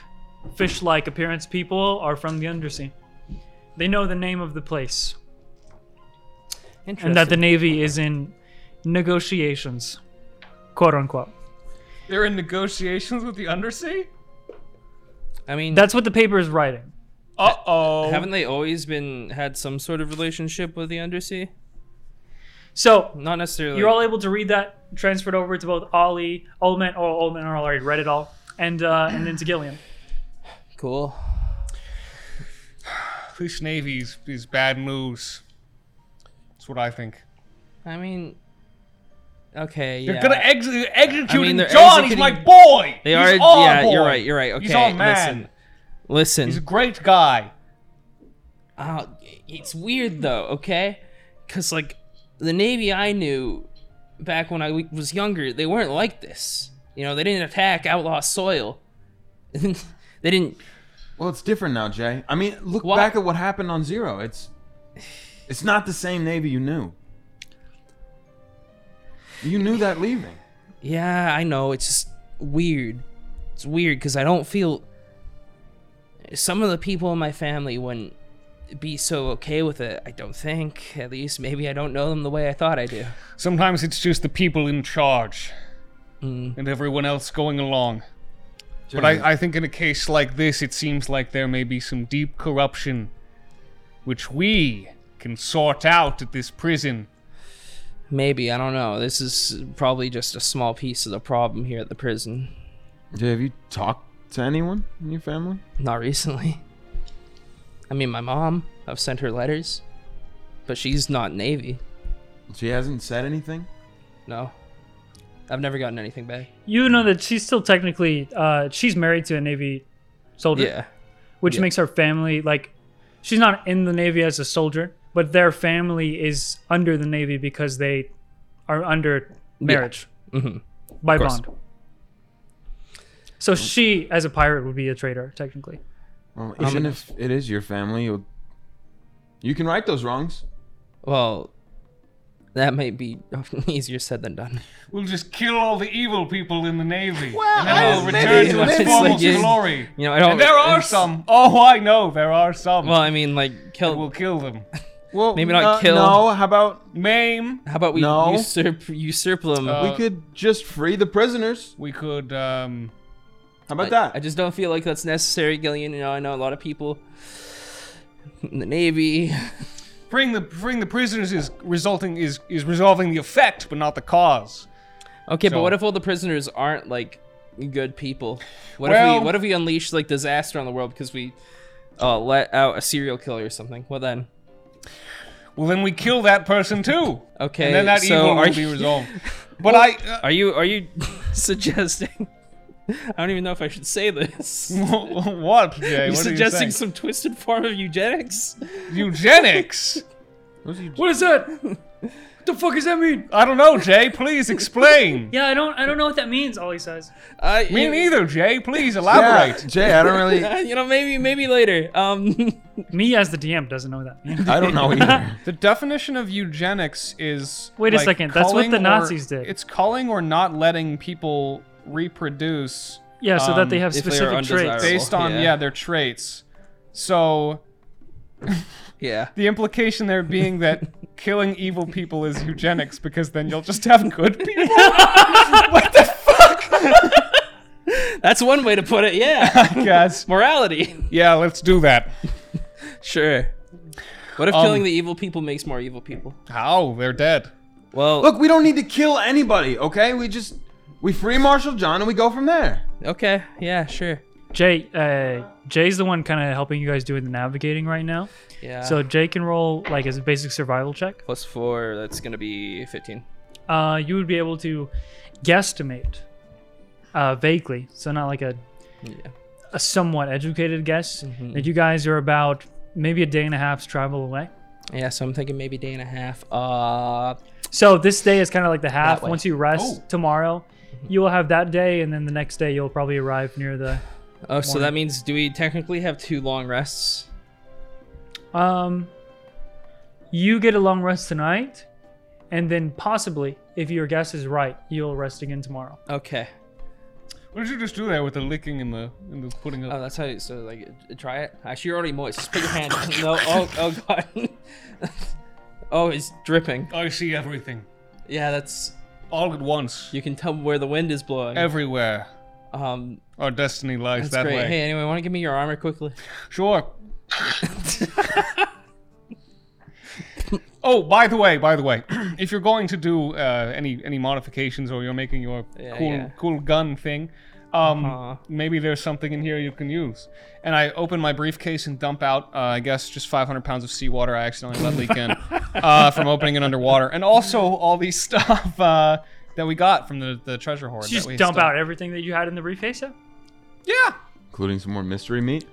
Speaker 1: fish-like appearance people are from the undersea. They know the name of the place
Speaker 4: Interesting.
Speaker 1: and that the navy is in negotiations, quote unquote.
Speaker 3: They're in negotiations with the undersea.
Speaker 4: I mean,
Speaker 1: That's what the paper is writing.
Speaker 3: Uh oh.
Speaker 4: haven't they always been had some sort of relationship with the undersea?
Speaker 1: So
Speaker 4: Not necessarily.
Speaker 1: you're all able to read that transferred over to both Ollie, Oldman, or Oldman already read it all, and uh, and then to Gillian.
Speaker 4: cool.
Speaker 3: This navy's is bad news. That's what I think.
Speaker 4: I mean, okay.
Speaker 3: They're
Speaker 4: yeah.
Speaker 3: gonna exit
Speaker 4: I mean,
Speaker 3: executing
Speaker 4: they're
Speaker 3: John. He's my
Speaker 4: executing-
Speaker 3: boy.
Speaker 4: They
Speaker 3: he's
Speaker 4: are.
Speaker 3: Our
Speaker 4: yeah,
Speaker 3: boy.
Speaker 4: you're right. You're right. Okay.
Speaker 3: He's our man.
Speaker 4: Listen.
Speaker 3: He's a
Speaker 4: listen.
Speaker 3: great guy.
Speaker 4: Uh, it's weird though. Okay, because like the Navy I knew back when I w- was younger, they weren't like this. You know, they didn't attack outlaw soil. they didn't.
Speaker 2: Well, it's different now, Jay. I mean, look
Speaker 4: Why-
Speaker 2: back at what happened on Zero. It's it's not the same Navy you knew. You knew that leaving.
Speaker 4: Yeah, I know. It's just weird. It's weird because I don't feel. Some of the people in my family wouldn't be so okay with it. I don't think. At least, maybe I don't know them the way I thought I do.
Speaker 3: Sometimes it's just the people in charge
Speaker 4: Mm.
Speaker 3: and everyone else going along. But I, I think in a case like this, it seems like there may be some deep corruption, which we can sort out at this prison.
Speaker 4: Maybe I don't know. This is probably just a small piece of the problem here at the prison.
Speaker 2: Jay, have you talked to anyone in your family?
Speaker 4: Not recently. I mean, my mom, I've sent her letters, but she's not Navy.
Speaker 2: She hasn't said anything.
Speaker 4: No. I've never gotten anything back.
Speaker 1: You know that she's still technically uh, she's married to a Navy soldier.
Speaker 4: Yeah.
Speaker 1: which
Speaker 4: Yeah.
Speaker 1: makes her family like she's not in the navy as a soldier but their family is under the navy because they are under marriage
Speaker 4: Mhm.
Speaker 1: by
Speaker 4: course.
Speaker 1: bond so she as a pirate would be a traitor technically
Speaker 2: Well, even
Speaker 4: gonna-
Speaker 2: if it is your family, you'll You can right those wrongs.
Speaker 4: Well, that may be easier said than done.
Speaker 3: We'll just kill all the evil people in the Navy.
Speaker 2: Well,
Speaker 3: and then
Speaker 2: I
Speaker 3: we'll
Speaker 2: was
Speaker 3: return
Speaker 2: maybe-
Speaker 3: to its
Speaker 2: maybe-
Speaker 3: former
Speaker 4: It's like,
Speaker 3: glory.
Speaker 4: You know, I don't.
Speaker 3: And there are
Speaker 4: it's-
Speaker 3: some. Oh, I know there are some.
Speaker 4: Well, I mean, like, kill.
Speaker 3: And we'll kill them.
Speaker 2: Well,
Speaker 4: Maybe not kill.
Speaker 2: No, how about
Speaker 3: Maim.
Speaker 4: how about we
Speaker 2: no.
Speaker 4: usurp usurp them?
Speaker 3: Uh,
Speaker 2: we could just free the prisoners?
Speaker 3: We could. Um,
Speaker 2: How
Speaker 4: I,
Speaker 2: about that?
Speaker 4: I just don't feel like that's necessary, Gillian. You know, I know a lot of people in the Navy.
Speaker 3: freeing the freeing the prisoners is resulting is is resolving the effect, but not the cause.
Speaker 4: Okay,
Speaker 3: So-
Speaker 4: but what if all the prisoners aren't like good people? What if
Speaker 3: Well-
Speaker 4: we what if we unleash like disaster on the world because we uh, let out a serial killer or something? Well then,
Speaker 3: Well, then we kill that person too.
Speaker 4: okay.
Speaker 3: and then that
Speaker 4: so
Speaker 3: evil
Speaker 4: are
Speaker 3: will be
Speaker 4: you,
Speaker 3: resolved. But I. Uh,
Speaker 4: Are you are you suggesting? I don't even know if I should say this.
Speaker 3: uh, what, Jay?
Speaker 4: You're
Speaker 3: what
Speaker 4: suggesting
Speaker 3: are you saying?
Speaker 4: some twisted form of eugenics?
Speaker 3: eugenics?
Speaker 1: What is that? what the fuck does that mean?
Speaker 3: I don't know, Jay. Please explain.
Speaker 1: Yeah, I don't I don't know what that means, Ollie says.
Speaker 4: I
Speaker 3: Me neither, Jay. Please
Speaker 2: yeah,
Speaker 3: elaborate.
Speaker 2: Jay, I don't really.
Speaker 4: uh, you know, maybe maybe later. Um,
Speaker 1: Me as the DM doesn't know what that means.
Speaker 2: I don't know either.
Speaker 3: The definition of eugenics is
Speaker 1: Wait a
Speaker 3: like,
Speaker 1: second, that's what
Speaker 3: calling
Speaker 1: the
Speaker 3: or-
Speaker 1: Nazis did.
Speaker 3: It's calling or not letting people reproduce
Speaker 1: Yeah, so that they
Speaker 3: Um,
Speaker 1: have
Speaker 4: if they are
Speaker 1: specific traits.
Speaker 4: undesirable.
Speaker 3: based on
Speaker 4: yeah.
Speaker 3: yeah. their traits. So
Speaker 4: yeah.
Speaker 3: the implication there being that killing evil people is eugenics because then you'll just have good people. what the fuck?
Speaker 4: That's one way to put it. Yeah,
Speaker 3: Guys,
Speaker 4: morality.
Speaker 3: yeah, let's do that.
Speaker 4: Sure. What if
Speaker 3: Um,
Speaker 4: killing the evil people makes more evil people?
Speaker 3: How? They're dead.
Speaker 4: Well,
Speaker 2: Look, we don't need to kill anybody, okay? We just we free Marshal John and we go from there.
Speaker 4: okay, yeah, sure.
Speaker 1: Jay, uh, Jay's the one kind of helping you guys doing the navigating right now.
Speaker 4: Yeah.
Speaker 1: So Jay can roll like as a basic survival check.
Speaker 4: plus four, that's gonna be fifteen.
Speaker 1: Uh, you would be able to guesstimate uh, vaguely, so not like a,
Speaker 4: Yeah. Mm-hmm.
Speaker 1: a somewhat educated guess, that you guys are about maybe a day and a half's travel away.
Speaker 4: Yeah, so I'm thinking maybe day and a half. Uh,
Speaker 1: So this day is kind of like the half.
Speaker 4: way. Oh. Mm-hmm.
Speaker 1: Once you rest tomorrow, you will have that day, and then the next day you'll probably arrive near the.
Speaker 4: oh, so that means do we technically have two long rests?
Speaker 1: Um, you get a long rest tonight, and then possibly, if your guess is right, you'll rest again tomorrow.
Speaker 4: Okay.
Speaker 3: What did you just do there with the licking and the and the putting
Speaker 4: Oh,
Speaker 3: up?
Speaker 4: that's how. You, so like, uh, try it. Actually, you're already moist. Just put your hand. no. Oh, oh god. oh, it's dripping.
Speaker 3: I see everything
Speaker 4: Yeah, that's.
Speaker 3: all at once,
Speaker 4: You can tell where the wind is blowing.
Speaker 3: everywhere.
Speaker 4: um,
Speaker 3: Our destiny lies
Speaker 4: that's
Speaker 3: that
Speaker 4: great.
Speaker 3: way.
Speaker 4: Hey, anyone want to give me your armor quickly?
Speaker 3: Sure. oh, by the way, by the way, if you're going to do uh, any any modifications or you're making your
Speaker 4: Yeah,
Speaker 3: cool
Speaker 4: yeah.
Speaker 3: cool gun thing, um,
Speaker 4: Uh-huh.
Speaker 3: maybe there's something in here you can use. And I open my briefcase and dump out, uh, I guess, just 500 pounds of seawater I accidentally let leak in uh, from opening it underwater, and also all these stuff uh, that we got from the, the treasure hoard.
Speaker 1: You
Speaker 3: that
Speaker 1: just
Speaker 3: we
Speaker 1: dump
Speaker 3: stole.
Speaker 1: out everything that you had in the briefcase. yeah?
Speaker 3: Yeah.
Speaker 2: Including some more mystery meat.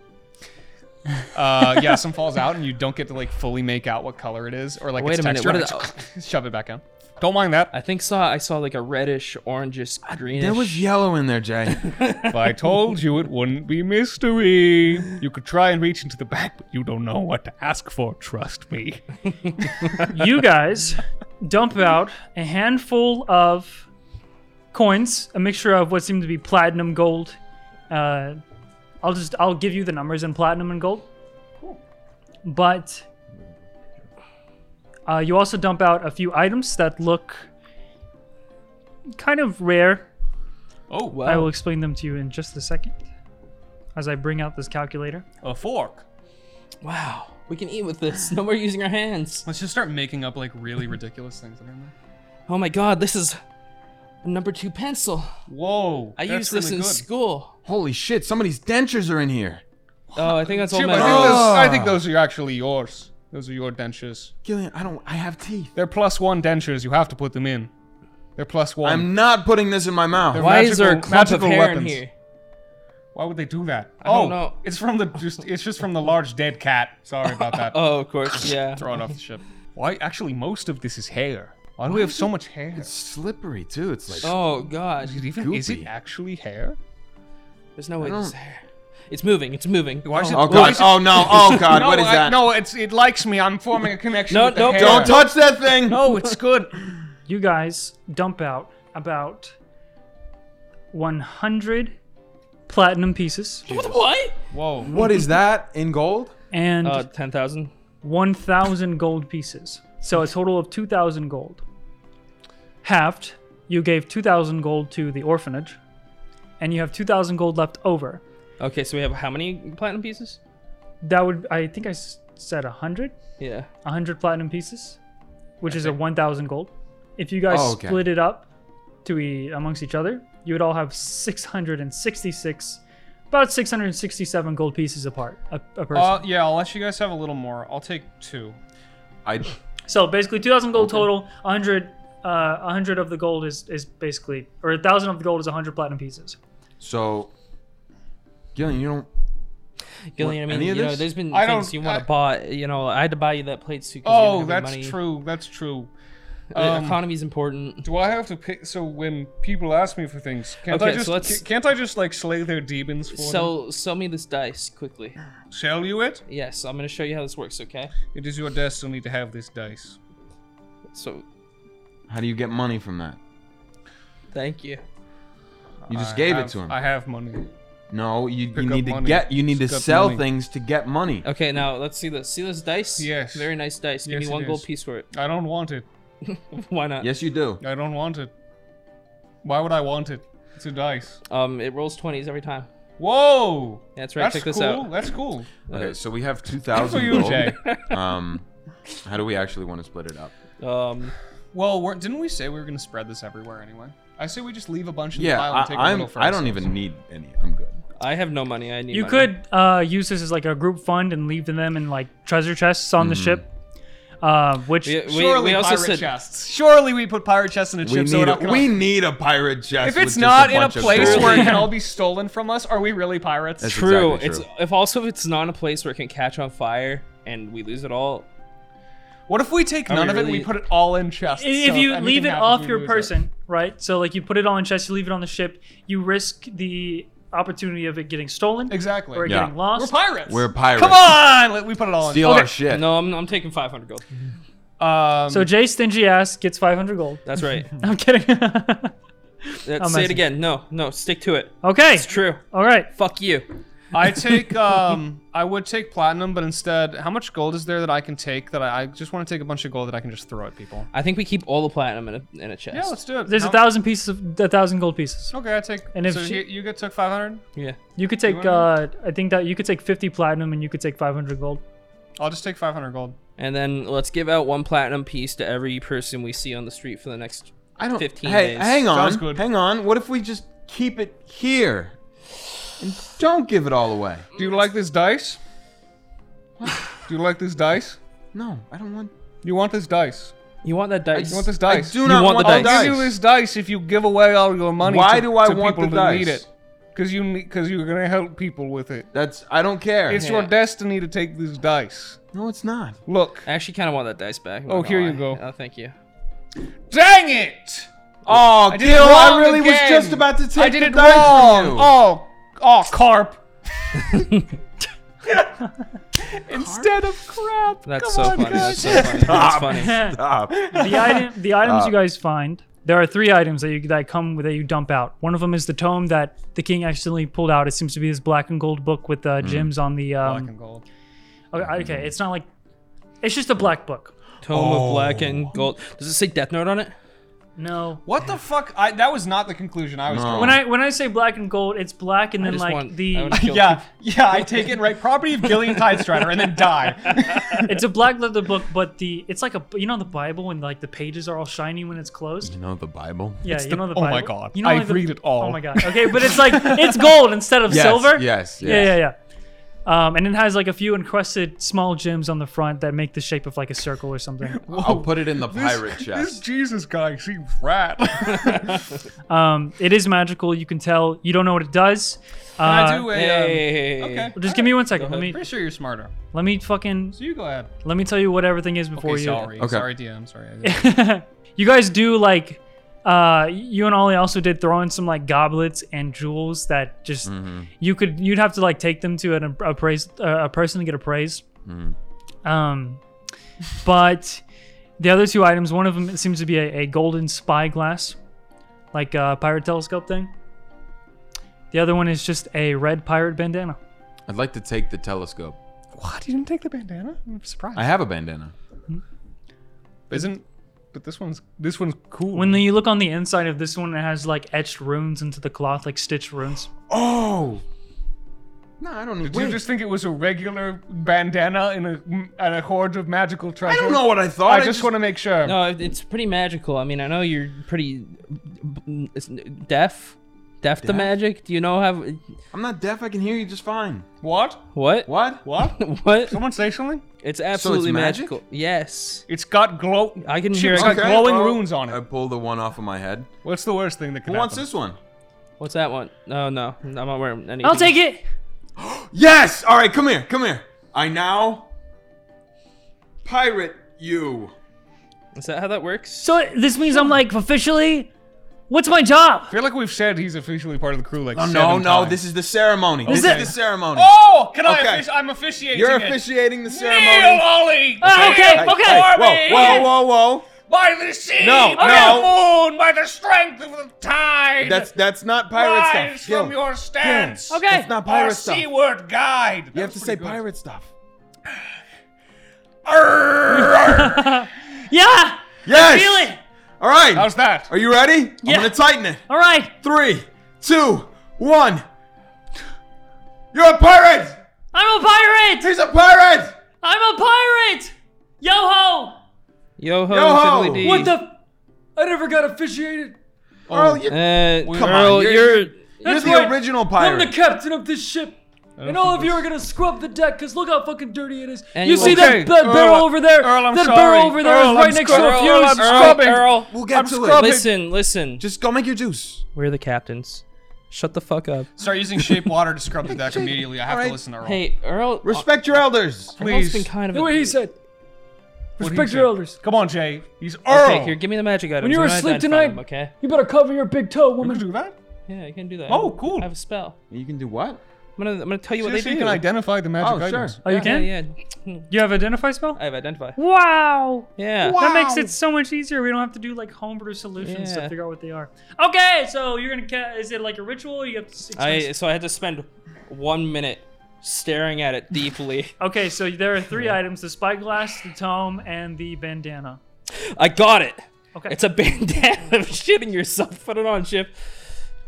Speaker 3: Uh, yeah, some falls out, and you don't get to like fully make out what color it is, or like
Speaker 4: Wait
Speaker 3: its
Speaker 4: a minute,
Speaker 3: texture.
Speaker 4: what are
Speaker 3: Shove it back in. Don't mind that.
Speaker 4: I think saw I saw like a reddish, orangish, greenish.
Speaker 2: There was yellow in there, Jay.
Speaker 3: If I told you, it wouldn't be mystery. You could try and reach into the back, but you don't know what to ask for. Trust me.
Speaker 1: you guys dump out a handful of coins, a mixture of what seemed to be platinum, gold. Uh, I'll just I'll give you the numbers in platinum and gold. But uh, you also dump out a few items that look kind of rare.
Speaker 4: Oh wow.
Speaker 1: I will explain them to you in just a second as I bring out this calculator.
Speaker 3: A fork.
Speaker 4: Wow. We can eat with this. No more using our hands.
Speaker 3: Let's just start making up like really ridiculous things.
Speaker 4: Oh my god, this is a number two pencil.
Speaker 3: Whoa!
Speaker 4: I
Speaker 3: that's
Speaker 4: used this
Speaker 3: really
Speaker 4: in
Speaker 3: good.
Speaker 4: school.
Speaker 2: Holy shit, somebody's dentures are in here.
Speaker 4: Oh, I think that's all
Speaker 3: Jim,
Speaker 4: my
Speaker 3: I think, those, I
Speaker 2: Ah.
Speaker 3: think those are actually yours. Those are your dentures.
Speaker 2: Gillian, I don't I have teeth.
Speaker 3: They're plus one dentures. You have to put them in. They're plus one.
Speaker 2: I'm not putting this in my mouth.
Speaker 4: Why is there a
Speaker 3: magical-
Speaker 4: clump of
Speaker 3: magical
Speaker 4: hair in
Speaker 3: weapons.
Speaker 4: here?
Speaker 3: Why would they do that?
Speaker 4: I don't know.
Speaker 3: It's from the just it's just from the large dead cat. Sorry about that.
Speaker 4: Oh, of course, yeah.
Speaker 3: Throw it off the ship. Why actually most of this is hair. Why do we have so much hair?
Speaker 2: It's slippery too. It's like
Speaker 4: Oh god,
Speaker 3: Is it even is it
Speaker 2: goopy.
Speaker 3: actually hair?
Speaker 4: there's no way
Speaker 2: I
Speaker 4: this
Speaker 2: don't-
Speaker 4: is hair. It's moving. It's moving.
Speaker 3: Why is it-
Speaker 2: Oh
Speaker 3: why
Speaker 2: god!
Speaker 3: is it-
Speaker 2: Oh no! Oh god!
Speaker 3: no,
Speaker 2: what is
Speaker 3: I-
Speaker 2: that?
Speaker 3: No, it's it likes me. I'm forming a connection.
Speaker 4: No,
Speaker 3: with the
Speaker 4: nope.
Speaker 3: hair.
Speaker 2: Don't touch that thing.
Speaker 3: No, it's good.
Speaker 1: You guys dump out about 100 platinum pieces
Speaker 4: What?
Speaker 3: Whoa.
Speaker 2: What is that in gold?
Speaker 1: and
Speaker 4: Uh, ten thousand.
Speaker 1: 1,000 gold pieces. So a total of 2,000 gold. Halved, you gave 2,000 gold to the orphanage, and you have 2,000 gold left over.
Speaker 4: Okay, so we have how many platinum pieces?
Speaker 1: That would, I think I s- said 100?
Speaker 4: Yeah.
Speaker 1: 100 platinum pieces, which is a 1,000 gold. If you guys
Speaker 2: Oh, okay.
Speaker 1: split it up to e- amongst each other, you would all have 666, about 667 gold pieces apart, a, a person.
Speaker 3: Uh, yeah, I'll let you guys have a little more. I'll take two.
Speaker 2: I.
Speaker 1: so basically, 2,000 gold total. 100, uh, 100 of the gold is is basically, or 1,000 of the gold is 100 platinum pieces.
Speaker 2: So, Gillian, you don't.
Speaker 4: Gillian, I mean,
Speaker 2: any
Speaker 4: you
Speaker 2: of
Speaker 4: know,
Speaker 2: this?
Speaker 4: there's been
Speaker 3: I
Speaker 4: things
Speaker 3: don't-
Speaker 4: you want
Speaker 3: I-
Speaker 4: to buy. You know, I had to buy you that plate suit. 'cause you
Speaker 3: Oh,
Speaker 4: didn't have any
Speaker 3: that's
Speaker 4: money.
Speaker 3: true. That's true.
Speaker 4: The
Speaker 3: Um,
Speaker 4: economy's important.
Speaker 3: Do I have to pick? So when people ask me for things, can't I
Speaker 4: Okay,
Speaker 3: just
Speaker 4: so let's-
Speaker 3: ca- can't I just like slay their demons for them?
Speaker 4: Sell, sell me this dice quickly.
Speaker 3: Sell you it?
Speaker 4: Yes, I'm gonna show you how this works. Okay.
Speaker 3: It is your destiny to have this dice.
Speaker 4: So,
Speaker 2: How do you get money from that?
Speaker 4: thank you.
Speaker 2: You just
Speaker 3: I
Speaker 2: gave
Speaker 3: have-
Speaker 2: it to him.
Speaker 3: I have money.
Speaker 2: no, you, you
Speaker 3: Pick up
Speaker 2: need to
Speaker 3: money.
Speaker 2: get. You need
Speaker 3: Pick
Speaker 2: to
Speaker 3: up
Speaker 2: sell
Speaker 3: money.
Speaker 2: things to get money.
Speaker 4: Okay, now let's see this. See this dice?
Speaker 3: Yes.
Speaker 4: Very nice dice. Give
Speaker 3: Yes,
Speaker 4: me
Speaker 3: it
Speaker 4: one gold
Speaker 3: is.
Speaker 4: piece for it.
Speaker 3: I don't want it.
Speaker 4: Why not?
Speaker 2: Yes, you do.
Speaker 3: I don't want it. Why would I want it? It's a dice.
Speaker 4: Um, it rolls twenties every time.
Speaker 3: Whoa.
Speaker 4: That's right.
Speaker 3: That's
Speaker 4: Check
Speaker 3: cool.
Speaker 4: this out.
Speaker 3: That's cool.
Speaker 2: Okay, so we have two
Speaker 3: Good for
Speaker 2: thousand
Speaker 3: you,
Speaker 2: gold.
Speaker 3: Jay.
Speaker 2: Um, how do we actually want to split it up?
Speaker 4: Um,
Speaker 3: Well, we're, didn't we say we were going to spread this everywhere anyway? I say we just leave a bunch in the
Speaker 2: Yeah,
Speaker 3: pile and take a
Speaker 2: I, I'm.
Speaker 3: little for
Speaker 2: I don't
Speaker 3: ourselves.
Speaker 2: even need any. I'm good.
Speaker 4: I have no money. I need.
Speaker 1: You
Speaker 4: money.
Speaker 1: could uh, use this as like a group fund and leave them in like treasure chests on the
Speaker 2: Mm-hmm.
Speaker 1: ship, uh, which
Speaker 4: We, we,
Speaker 3: Surely
Speaker 4: we also
Speaker 3: pirate
Speaker 4: said
Speaker 3: chests. Surely we put pirate chests in a
Speaker 2: We
Speaker 3: ship.
Speaker 2: need.
Speaker 3: so we're
Speaker 2: A,
Speaker 3: not gonna-
Speaker 2: we need a pirate chest.
Speaker 3: If
Speaker 2: with
Speaker 3: it's
Speaker 2: just
Speaker 3: not
Speaker 2: a
Speaker 3: in a
Speaker 2: bunch of
Speaker 3: place
Speaker 2: gold.
Speaker 3: where it can all be stolen from us, are we really pirates?
Speaker 2: That's
Speaker 4: True.
Speaker 2: exactly
Speaker 4: It's if also if it's not a place where it can catch on fire and we lose it all.
Speaker 3: What if we take
Speaker 4: Are
Speaker 3: none
Speaker 4: we
Speaker 3: of it and we
Speaker 4: really-
Speaker 3: put it all in chests?
Speaker 1: if
Speaker 3: so
Speaker 1: you
Speaker 3: anything
Speaker 1: leave it
Speaker 3: happens,
Speaker 1: off
Speaker 3: we
Speaker 1: your
Speaker 3: lose it?
Speaker 1: person, right? So like you put it on chest, you leave it on the ship, you risk the opportunity of it getting stolen
Speaker 3: Exactly.
Speaker 1: or it
Speaker 2: Yeah.
Speaker 1: getting
Speaker 3: We're
Speaker 1: lost.
Speaker 3: pirates.
Speaker 2: We're pirates.
Speaker 3: Come on! let- We put it all
Speaker 2: Steal
Speaker 1: Okay.
Speaker 2: our shit.
Speaker 4: No, I'm, I'm taking 500 gold.
Speaker 3: in. Um,
Speaker 1: so Jay Stingy Ass gets 500 gold.
Speaker 4: That's right.
Speaker 1: I'm kidding.
Speaker 4: That-
Speaker 1: I'm
Speaker 4: say
Speaker 1: messing.
Speaker 4: it again. No, no, stick to it.
Speaker 1: okay.
Speaker 4: It's true.
Speaker 1: All right.
Speaker 4: Fuck you.
Speaker 3: I take um I would take platinum, but instead, how much gold is there that I can take that I, I just want to take a bunch of gold that I can just throw at people?
Speaker 4: I think we keep all the platinum in a, in a chest.
Speaker 3: Yeah, let's do it.
Speaker 1: There's a
Speaker 3: How-
Speaker 1: thousand pieces of a thousand gold pieces.
Speaker 3: Okay, I take.
Speaker 1: And
Speaker 3: And
Speaker 1: if
Speaker 3: if so
Speaker 1: she-
Speaker 3: you, you get took five hundred,
Speaker 4: Yeah.
Speaker 1: You could take
Speaker 3: You
Speaker 1: uh I think that you could take 50 platinum and you could take 500 gold.
Speaker 3: I'll just take five hundred gold.
Speaker 4: And then let's give out one platinum piece to every person we see on the street for the next.
Speaker 2: I don't.
Speaker 4: 15
Speaker 2: hey,
Speaker 4: days.
Speaker 2: hang on.
Speaker 3: Sounds good.
Speaker 2: Hang on. What if we just keep it here and don't give it all away?
Speaker 3: Do you like this dice? do you like this dice?
Speaker 2: No, I don't want.
Speaker 3: You want this dice?
Speaker 4: You want that dice?
Speaker 3: You want this dice?
Speaker 2: I do not
Speaker 4: want the
Speaker 2: want
Speaker 4: dice.
Speaker 3: I'll give you this dice if you give away all your money.
Speaker 2: Why
Speaker 3: to-
Speaker 2: do I
Speaker 3: to
Speaker 2: want the
Speaker 3: people who
Speaker 2: dice?
Speaker 3: need it? Because you because you're gonna help people with it.
Speaker 2: That's. I don't care.
Speaker 3: It's your destiny to take these dice.
Speaker 2: no, it's not.
Speaker 3: Look.
Speaker 4: I actually kind of want that dice back. I'm
Speaker 3: Oh,
Speaker 4: not
Speaker 3: here
Speaker 4: gonna
Speaker 3: you
Speaker 4: lie.
Speaker 3: go.
Speaker 4: Oh, thank you.
Speaker 3: Dang it!
Speaker 2: Oh,
Speaker 3: did
Speaker 2: Gil,
Speaker 3: it
Speaker 2: I
Speaker 3: wrong
Speaker 2: really
Speaker 3: again.
Speaker 2: was just about to take
Speaker 3: I did
Speaker 2: the
Speaker 3: it
Speaker 2: dice
Speaker 3: wrong.
Speaker 2: from you.
Speaker 3: Oh, oh, carp. Instead of crap.
Speaker 4: That's
Speaker 3: Come
Speaker 4: so
Speaker 3: on,
Speaker 4: funny.
Speaker 3: guys.
Speaker 4: That's so funny. That's funny.
Speaker 2: Stop.
Speaker 1: The item the items you guys find, there are three items that you that come that you dump out. One of them is the tome that the king accidentally pulled out. It seems to be this black and gold book with uh, gems on the um,
Speaker 3: Black and gold.
Speaker 1: Okay, okay, it's not like it's just a black book.
Speaker 4: Tome of black
Speaker 1: Oh.
Speaker 4: and gold. Does it say Death Note on it?
Speaker 1: No.
Speaker 3: What the fuck? I, that was not the conclusion I
Speaker 2: No.
Speaker 3: was. drawing.
Speaker 1: When I when I say black and gold, it's black and then
Speaker 4: just
Speaker 1: like
Speaker 4: want- I
Speaker 1: the
Speaker 4: wanna kill-
Speaker 3: Yeah, yeah. I take it right. Property of Gillian Tidestrider, and then die.
Speaker 1: it's a black leather book, but the it's like a you know the Bible when like the pages are all shiny when it's closed.
Speaker 2: You know the Bible?
Speaker 1: Yeah, you
Speaker 3: the-
Speaker 1: know the
Speaker 3: oh
Speaker 1: Bible.
Speaker 3: my God,
Speaker 1: You know,
Speaker 3: I
Speaker 1: the-
Speaker 3: read it all.
Speaker 1: Oh my god. Okay, but it's like it's gold instead of
Speaker 2: Yes,
Speaker 1: silver.
Speaker 2: Yes. Yes.
Speaker 1: Yeah, yeah, yeah. Um, and it has like a few encrusted small gems on the front that make the shape of like a circle or something. Um,
Speaker 2: I'll put it in the pirate chest.
Speaker 3: Jesus guy seems rat.
Speaker 1: Um, it is magical. You can tell. You don't know what it does. Uh,
Speaker 3: I do a. Um,
Speaker 4: Hey.
Speaker 3: okay.
Speaker 1: Just give me one second. Let
Speaker 4: ahead.
Speaker 1: me
Speaker 3: Pretty sure you're smarter.
Speaker 1: let me fucking
Speaker 3: So you go ahead.
Speaker 1: let me tell you what everything is before
Speaker 3: Okay,
Speaker 1: you.
Speaker 3: sorry.
Speaker 2: Okay.
Speaker 3: Sorry, DM. Sorry.
Speaker 1: you guys do like Uh, you and Ollie also did throw in some like goblets and jewels that just
Speaker 3: Mm-hmm.
Speaker 1: you could you'd have to like take them to an appraised uh, a person to get appraised.
Speaker 3: Mm-hmm.
Speaker 1: Um, but the other two items, one of them seems to be a, a golden spyglass, like a pirate telescope thing. The other one is just a red pirate bandana.
Speaker 2: I'd like to take the telescope.
Speaker 3: What? You didn't take the bandana? I'm surprised.
Speaker 2: I have a bandana.
Speaker 3: Isn't? But this one's this one's cool.
Speaker 1: When you look on the inside of this one, it has like etched runes into the cloth, like stitched runes.
Speaker 2: Oh. No, I don't need.
Speaker 3: Do you just think it was a regular bandana in a in a horde of magical treasure?
Speaker 2: I don't know what I thought.
Speaker 3: I, just, want to make sure.
Speaker 4: No, it- it's pretty magical. I mean, I know you're pretty b- b- it's deaf, deaf to magic. Do you know how?
Speaker 2: I'm not deaf. I can hear you just fine.
Speaker 3: What?
Speaker 4: What?
Speaker 2: What?
Speaker 3: What?
Speaker 4: What?
Speaker 3: Someone say something?
Speaker 4: It's absolutely
Speaker 2: magic?
Speaker 4: magical. Yes.
Speaker 3: It's got glow.
Speaker 4: I can
Speaker 3: Shit,
Speaker 4: hear
Speaker 3: It's
Speaker 4: it.
Speaker 3: got
Speaker 2: Okay,
Speaker 3: glowing
Speaker 2: well,
Speaker 3: runes on
Speaker 2: I
Speaker 3: it.
Speaker 2: pulled the one off of my head.
Speaker 3: What's the worst thing that could
Speaker 2: Who wants
Speaker 3: happen?
Speaker 2: this one?
Speaker 4: What's that one? No, no, I'm not wearing any.
Speaker 1: I'll take it.
Speaker 2: Yes. All right, come here. Come here. I now pirate you.
Speaker 4: Is that how that works?
Speaker 1: So this means I'm like officially. What's my job?
Speaker 3: I feel like we've said he's officially part of the crew like
Speaker 2: Oh, no,
Speaker 3: seven
Speaker 2: no,
Speaker 3: times.
Speaker 2: this is the ceremony. This
Speaker 1: Okay.
Speaker 2: is the ceremony.
Speaker 3: Oh, can
Speaker 2: Okay.
Speaker 3: I? Offici- I'm officiating.
Speaker 2: You're
Speaker 3: it.
Speaker 2: officiating the ceremony.
Speaker 3: Kneel, Ollie.
Speaker 4: Ah,
Speaker 1: Oh, okay,
Speaker 2: Hey,
Speaker 3: Kneel
Speaker 1: okay.
Speaker 2: hey,
Speaker 3: before me.
Speaker 2: whoa, whoa, whoa, whoa.
Speaker 3: By the sea.
Speaker 2: No,
Speaker 3: by
Speaker 2: no.
Speaker 3: the moon. By the strength of the tide.
Speaker 2: That's that's not pirate
Speaker 3: rise
Speaker 2: stuff.
Speaker 3: from
Speaker 2: Gil,
Speaker 3: your stance.
Speaker 1: Okay.
Speaker 2: That's not
Speaker 3: Our
Speaker 2: pirate stuff. You
Speaker 3: seaward guide. That
Speaker 2: have
Speaker 3: was
Speaker 2: to say
Speaker 3: pretty good.
Speaker 2: pirate stuff.
Speaker 1: Yeah.
Speaker 2: Yes.
Speaker 1: Feel it.
Speaker 2: All right.
Speaker 3: How's that?
Speaker 2: Are you ready?
Speaker 1: Yeah.
Speaker 2: I'm gonna tighten it.
Speaker 1: All right.
Speaker 2: Three, two, one. You're a pirate.
Speaker 1: I'm a pirate.
Speaker 2: He's a pirate.
Speaker 1: I'm a pirate. Yo ho.
Speaker 4: Yo ho,
Speaker 2: Yo-ho!
Speaker 4: fiddly dee.
Speaker 1: What the? f- I never got officiated.
Speaker 2: Earl, you-
Speaker 4: Uh,
Speaker 2: Come
Speaker 4: Earl,
Speaker 2: on,
Speaker 4: you're,
Speaker 2: you're- you're
Speaker 1: That's
Speaker 2: the
Speaker 1: right.
Speaker 2: original
Speaker 1: I'm
Speaker 2: pirate.
Speaker 1: the captain of this ship. And all of
Speaker 3: think
Speaker 1: you are gonna scrub the deck, cause look how fucking dirty it is.
Speaker 4: And
Speaker 1: you
Speaker 4: you-
Speaker 1: see
Speaker 3: Okay,
Speaker 1: that, that
Speaker 3: Earl,
Speaker 1: barrel over there?
Speaker 3: Earl, I'm
Speaker 1: that
Speaker 3: sorry.
Speaker 1: barrel over there is
Speaker 3: Earl,
Speaker 1: right
Speaker 3: I'm
Speaker 1: next
Speaker 3: sorry.
Speaker 1: to a
Speaker 3: Earl,
Speaker 1: fuse.
Speaker 3: I'm Scrubbing.
Speaker 4: Earl,
Speaker 2: We'll get
Speaker 3: I'm
Speaker 2: to
Speaker 3: scrubbing.
Speaker 2: it.
Speaker 4: listen, listen.
Speaker 2: Just go make your juice.
Speaker 4: We're the captains. Shut the fuck up.
Speaker 3: Start using shape water to scrub the deck immediately. I have
Speaker 2: Alright.
Speaker 3: to listen to Earl.
Speaker 4: Hey, Earl.
Speaker 2: Respect your elders.
Speaker 4: Earl's
Speaker 3: please.
Speaker 4: been kind of.
Speaker 1: Look
Speaker 4: a-
Speaker 1: what he said.
Speaker 3: What'd he
Speaker 1: Respect
Speaker 3: say?
Speaker 1: your elders.
Speaker 3: Come on, Jay. He's Earl.
Speaker 4: Okay, here, give me the magic item.
Speaker 1: When you're asleep tonight,
Speaker 4: okay?
Speaker 1: you better cover your big toe,
Speaker 3: You can
Speaker 1: woman.
Speaker 3: do that.
Speaker 4: Yeah, I can do that.
Speaker 3: Oh, cool.
Speaker 4: I have a spell.
Speaker 2: You can do what?
Speaker 4: I'm gonna, I'm gonna tell you what
Speaker 3: See
Speaker 4: they
Speaker 3: if you
Speaker 4: do.
Speaker 3: can identify the magic
Speaker 2: Oh, sure.
Speaker 3: items.
Speaker 1: Oh, you
Speaker 4: yeah,
Speaker 1: can?
Speaker 4: yeah, yeah.
Speaker 1: You have identify spell?
Speaker 4: I have identify.
Speaker 1: Wow.
Speaker 4: Yeah.
Speaker 1: That makes it so much easier. We don't have to do like homebrew solutions
Speaker 4: Yeah.
Speaker 1: to figure out what they are. Okay, so you're gonna ca- is it like a ritual? You have to. six
Speaker 4: I
Speaker 1: times-
Speaker 4: so I had to spend one minute staring at it deeply.
Speaker 1: Okay, so there are three items: the spyglass, the tome, and the bandana.
Speaker 4: I got it.
Speaker 1: Okay.
Speaker 4: It's a bandana of shitting yourself. Put it on, Chip.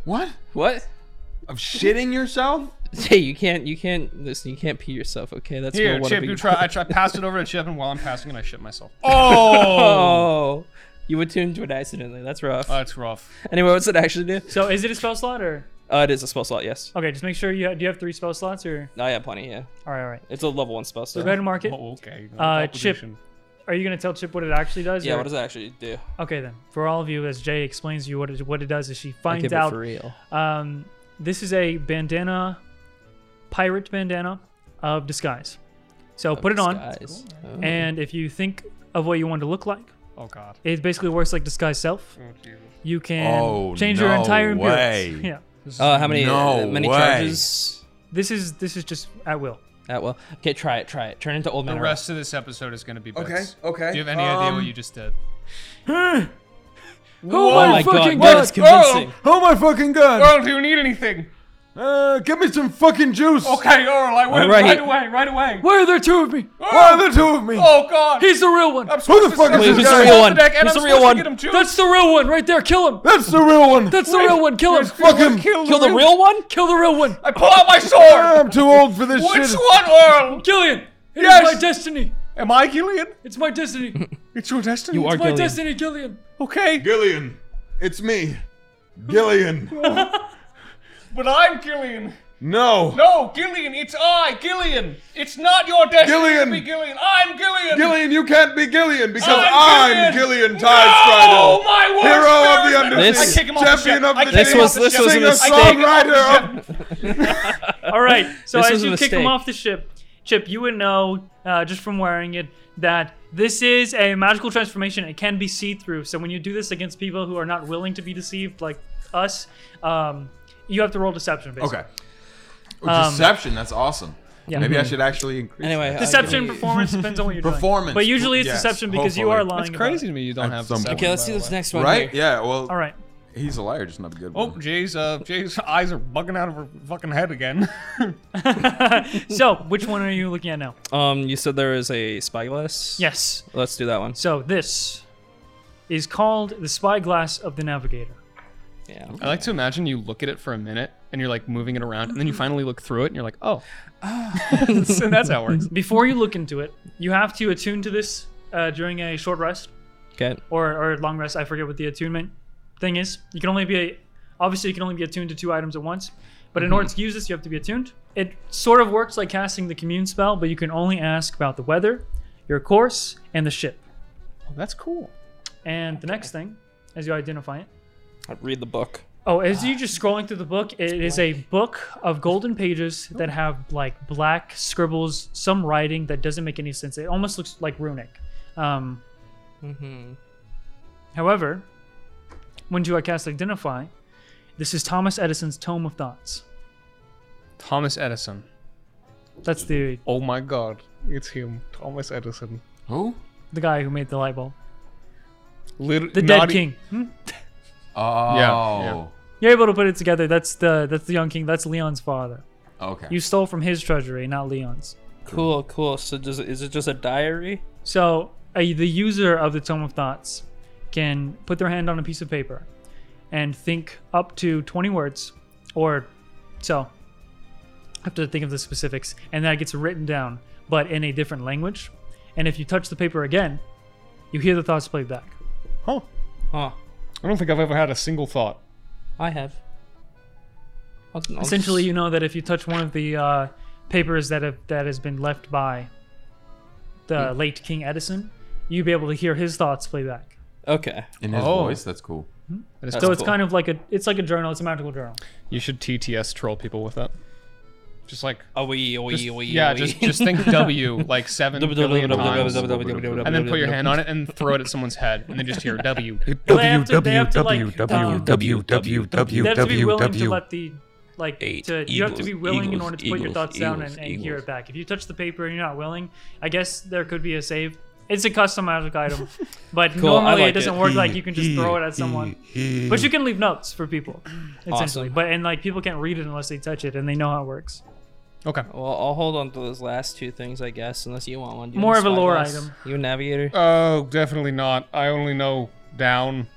Speaker 2: What?
Speaker 4: What?
Speaker 2: Of shitting yourself?
Speaker 4: Hey, you can't, you can't listen. You can't pee yourself. Okay, that's
Speaker 3: Here,
Speaker 4: what a
Speaker 3: Chip,
Speaker 4: big
Speaker 3: you try. I, try, I passed it over to Chip, and while I'm passing it, I shit myself. Oh,
Speaker 4: Oh, you attuned to it accidentally. That's rough.
Speaker 3: that's rough.
Speaker 4: anyway, what's it actually do?
Speaker 1: So is it a spell slot or?
Speaker 4: Uh, it is a spell slot. Yes.
Speaker 1: Okay, just make sure you have, do you have three spell slots or?
Speaker 4: No, I have plenty. Yeah,
Speaker 1: All right, all right.
Speaker 4: it's a level one spell.
Speaker 1: So
Speaker 4: So
Speaker 1: go ahead and mark it.
Speaker 3: Oh, okay.
Speaker 1: Uh, Chip. Are you gonna tell Chip what it actually does?
Speaker 4: yeah,
Speaker 1: or-
Speaker 4: what does it actually do?
Speaker 1: Okay then, for all of you, as Jay explains to you what it, what it does, is she
Speaker 4: I give
Speaker 1: finds
Speaker 4: it
Speaker 1: out
Speaker 4: for real.
Speaker 1: Um, this is a bandana, pirate bandana of disguise. So put it on,
Speaker 4: Disguise. Oh.
Speaker 1: and if you think of what you want to look like,
Speaker 3: Oh God.
Speaker 1: it basically works like disguise self.
Speaker 3: Oh, Jesus.
Speaker 1: You can
Speaker 2: Oh,
Speaker 1: change your
Speaker 2: no
Speaker 1: entire appearance.
Speaker 2: way.
Speaker 1: Yeah,
Speaker 4: Uh, how many?
Speaker 2: No
Speaker 4: uh, many
Speaker 2: way.
Speaker 4: charges?
Speaker 1: this is this is just at will.
Speaker 4: At well, okay, try it. Try it. Turn into old man.
Speaker 3: The
Speaker 4: Earl.
Speaker 3: rest of this episode is going to be
Speaker 2: Okay,
Speaker 3: bits.
Speaker 2: okay.
Speaker 3: Do you have any idea what
Speaker 2: Um,
Speaker 3: you just did?
Speaker 4: Oh my god,
Speaker 1: fucking
Speaker 4: that is
Speaker 1: God.
Speaker 4: convincing.
Speaker 2: Oh my fucking god!
Speaker 3: Earl, do you need anything?
Speaker 2: Uh, give me some fucking juice.
Speaker 3: Okay, Earl, I will.
Speaker 4: right.
Speaker 3: Right. away, right away.
Speaker 1: Why are there two of me?
Speaker 2: Why are the two of me?
Speaker 3: Oh God.
Speaker 1: He's the real one.
Speaker 3: I'm supposed
Speaker 2: the fuck
Speaker 3: to
Speaker 2: is
Speaker 3: stop
Speaker 2: this
Speaker 3: the
Speaker 2: guy?
Speaker 3: guy
Speaker 2: He's the
Speaker 3: off
Speaker 4: real
Speaker 3: the deck,
Speaker 4: one.
Speaker 3: and
Speaker 4: He's
Speaker 3: I'm
Speaker 4: the real
Speaker 3: supposed to
Speaker 4: one.
Speaker 3: get him juice?
Speaker 1: That's the real one right there. Kill him.
Speaker 2: That's the real one.
Speaker 1: That's the real one. Kill him.
Speaker 2: fucking.
Speaker 3: Kill
Speaker 4: Kill the real one?
Speaker 1: Kill the real one.
Speaker 3: I pull out my sword.
Speaker 2: I'm too old for this
Speaker 3: Which
Speaker 2: shit.
Speaker 3: one, Earl?
Speaker 1: Killian, it is
Speaker 3: Yes.
Speaker 1: my destiny.
Speaker 3: Am I Gillian?
Speaker 1: It's my destiny.
Speaker 3: It's your destiny.
Speaker 4: You are
Speaker 1: my
Speaker 4: Gillian.
Speaker 1: destiny, Killian.
Speaker 3: okay,
Speaker 2: Gillian, it's me, Gillian.
Speaker 3: but I'm Gillian.
Speaker 2: No.
Speaker 3: No, Gillian, it's I, Gillian. It's not your destiny
Speaker 2: Gillian.
Speaker 3: to be Gillian. I'm Gillian.
Speaker 2: Gillian, you can't be Gillian because
Speaker 3: I'm
Speaker 2: I'm Gillian,
Speaker 3: Gillian.
Speaker 2: Tidestrider.
Speaker 3: Oh, my word!
Speaker 2: Hero of the
Speaker 4: This-
Speaker 2: Undersea,
Speaker 4: I kick
Speaker 3: him off the
Speaker 2: champion
Speaker 3: ship.
Speaker 2: of
Speaker 3: I
Speaker 2: the
Speaker 3: kick him
Speaker 4: This was-
Speaker 2: sea,
Speaker 4: this was a
Speaker 2: singer,
Speaker 4: mistake.
Speaker 2: songwriter of
Speaker 1: All right. So
Speaker 4: This
Speaker 1: as
Speaker 4: was a
Speaker 1: you kick him
Speaker 4: mistake.
Speaker 1: off the ship, Chip, you would know uh, just from wearing it that this is a magical transformation. It can be see through. So when you do this against people who are not willing to be deceived, like us, um, you have to roll deception. Basically.
Speaker 2: Okay. Oh, deception. That's awesome.
Speaker 1: yeah.
Speaker 2: Maybe I should actually increase.
Speaker 4: Anyway, uh,
Speaker 2: that.
Speaker 4: I'll
Speaker 1: Deception,
Speaker 4: give you-
Speaker 1: performance depends on what you're doing.
Speaker 2: Performance,
Speaker 1: But usually it's
Speaker 2: yes,
Speaker 1: deception because you are
Speaker 2: hopefully.
Speaker 1: lying.
Speaker 6: It's
Speaker 1: about it.
Speaker 6: crazy to me you don't
Speaker 2: At
Speaker 6: have
Speaker 2: some
Speaker 6: deception,
Speaker 2: point.
Speaker 4: Okay, let's
Speaker 6: by
Speaker 4: do
Speaker 6: the
Speaker 4: this
Speaker 6: way.
Speaker 4: next one.
Speaker 2: right?
Speaker 4: here.
Speaker 2: Yeah. Well,
Speaker 1: All right.
Speaker 2: he's a liar. Just not a good
Speaker 3: Oh,
Speaker 2: one.
Speaker 3: Jay's uh, Jay's eyes are bugging out of her fucking head again.
Speaker 1: so which one are you looking at now?
Speaker 4: Um, you said there is a spyglass.
Speaker 1: Yes.
Speaker 4: Let's do that one.
Speaker 1: So this is called the spyglass of the navigator.
Speaker 4: Yeah.
Speaker 6: I like to imagine you look at it for a minute and you're like moving it around, and then you finally look through it and you're like, oh. so that's how it works.
Speaker 1: Before you look into it, you have to attune to this uh, during a short rest
Speaker 4: Okay.
Speaker 1: or, or long rest. I forget what the attunement thing is. You can only be a, obviously you can only be attuned to two items at once. But in
Speaker 2: Mm-hmm.
Speaker 1: order to use this, you have to be attuned. It sort of works like casting the commune spell, but you can only ask about the weather, your course, and the ship.
Speaker 6: Oh, that's cool.
Speaker 1: And the next thing, as you identify it,
Speaker 4: I read the book.
Speaker 1: Oh, as you just scrolling through the book, it is a book of golden pages that have like black scribbles, some writing that doesn't make any sense. It almost looks like runic. Um,
Speaker 4: Mm-hmm.
Speaker 1: however, when do I cast identify? This is Thomas Edison's Tome of Thoughts.
Speaker 3: Thomas Edison.
Speaker 1: That's the
Speaker 3: Oh my God, it's him, Thomas Edison.
Speaker 2: Who?
Speaker 1: the guy who made the light bulb,
Speaker 3: Lit-
Speaker 1: the
Speaker 3: not
Speaker 1: Dead
Speaker 3: e-
Speaker 1: King. Hmm?
Speaker 2: Oh.
Speaker 3: Yeah,
Speaker 1: You're able to put it together. That's the that's the young king. That's Leon's father.
Speaker 2: Okay.
Speaker 1: You stole from his treasury, not Leon's.
Speaker 4: Cool, cool. So does it, is it just a diary?
Speaker 1: So a, the user of the Tome of Thoughts can put their hand on a piece of paper and think up to 20 words or so. I have to think of the specifics. And that gets written down, but in a different language. And if you touch the paper again, you hear the thoughts played back.
Speaker 3: Huh.
Speaker 4: Oh,
Speaker 3: I don't think I've ever had a single thought.
Speaker 4: I have. I'll- I'll
Speaker 1: Essentially, you know that if you touch one of the uh, papers that have that has been left by the late King Edison, you'd be able to hear his thoughts play back.
Speaker 4: just- okay.
Speaker 2: In his
Speaker 3: Oh.
Speaker 2: voice. That's cool.
Speaker 6: That is
Speaker 4: That's
Speaker 1: So
Speaker 6: cool.
Speaker 1: it's
Speaker 4: cool.
Speaker 1: kind of like a it's like a journal. It's a magical journal.
Speaker 6: You should TTS troll people with that.
Speaker 3: Just like
Speaker 4: Oh, we, oh, we,
Speaker 3: just-
Speaker 4: oh, we,
Speaker 3: yeah,
Speaker 4: oh, we.
Speaker 6: just just think W like seven billion times, and then put your hand on it and throw it at someone's head, and then just hear W.
Speaker 1: They have to- they have to, like, um, They have to be willing to let the like
Speaker 4: Eight.
Speaker 1: to you have to be
Speaker 4: Eagles,
Speaker 1: willing in
Speaker 4: eagles,
Speaker 1: order to put your
Speaker 4: eagles,
Speaker 1: thoughts down and,
Speaker 4: eagles,
Speaker 1: and hear
Speaker 4: eagles.
Speaker 1: it back. If you touch the paper and you're not willing, I guess there could be a save. It's a custom magic item, but
Speaker 4: Cool, I
Speaker 1: normally it
Speaker 4: like
Speaker 1: doesn't
Speaker 4: it.
Speaker 1: work like you can just throw it at someone. But you can leave notes for people, essentially.
Speaker 4: Awesome.
Speaker 1: But and like people can't read it unless they touch it and they know how it works.
Speaker 3: okay.
Speaker 4: Well, I'll hold on to those last two things, I guess, unless you want one. Do you
Speaker 1: More
Speaker 4: want
Speaker 1: of a lore
Speaker 4: spyglass?
Speaker 1: item.
Speaker 4: You a navigator?
Speaker 3: Oh, definitely not. I only know down.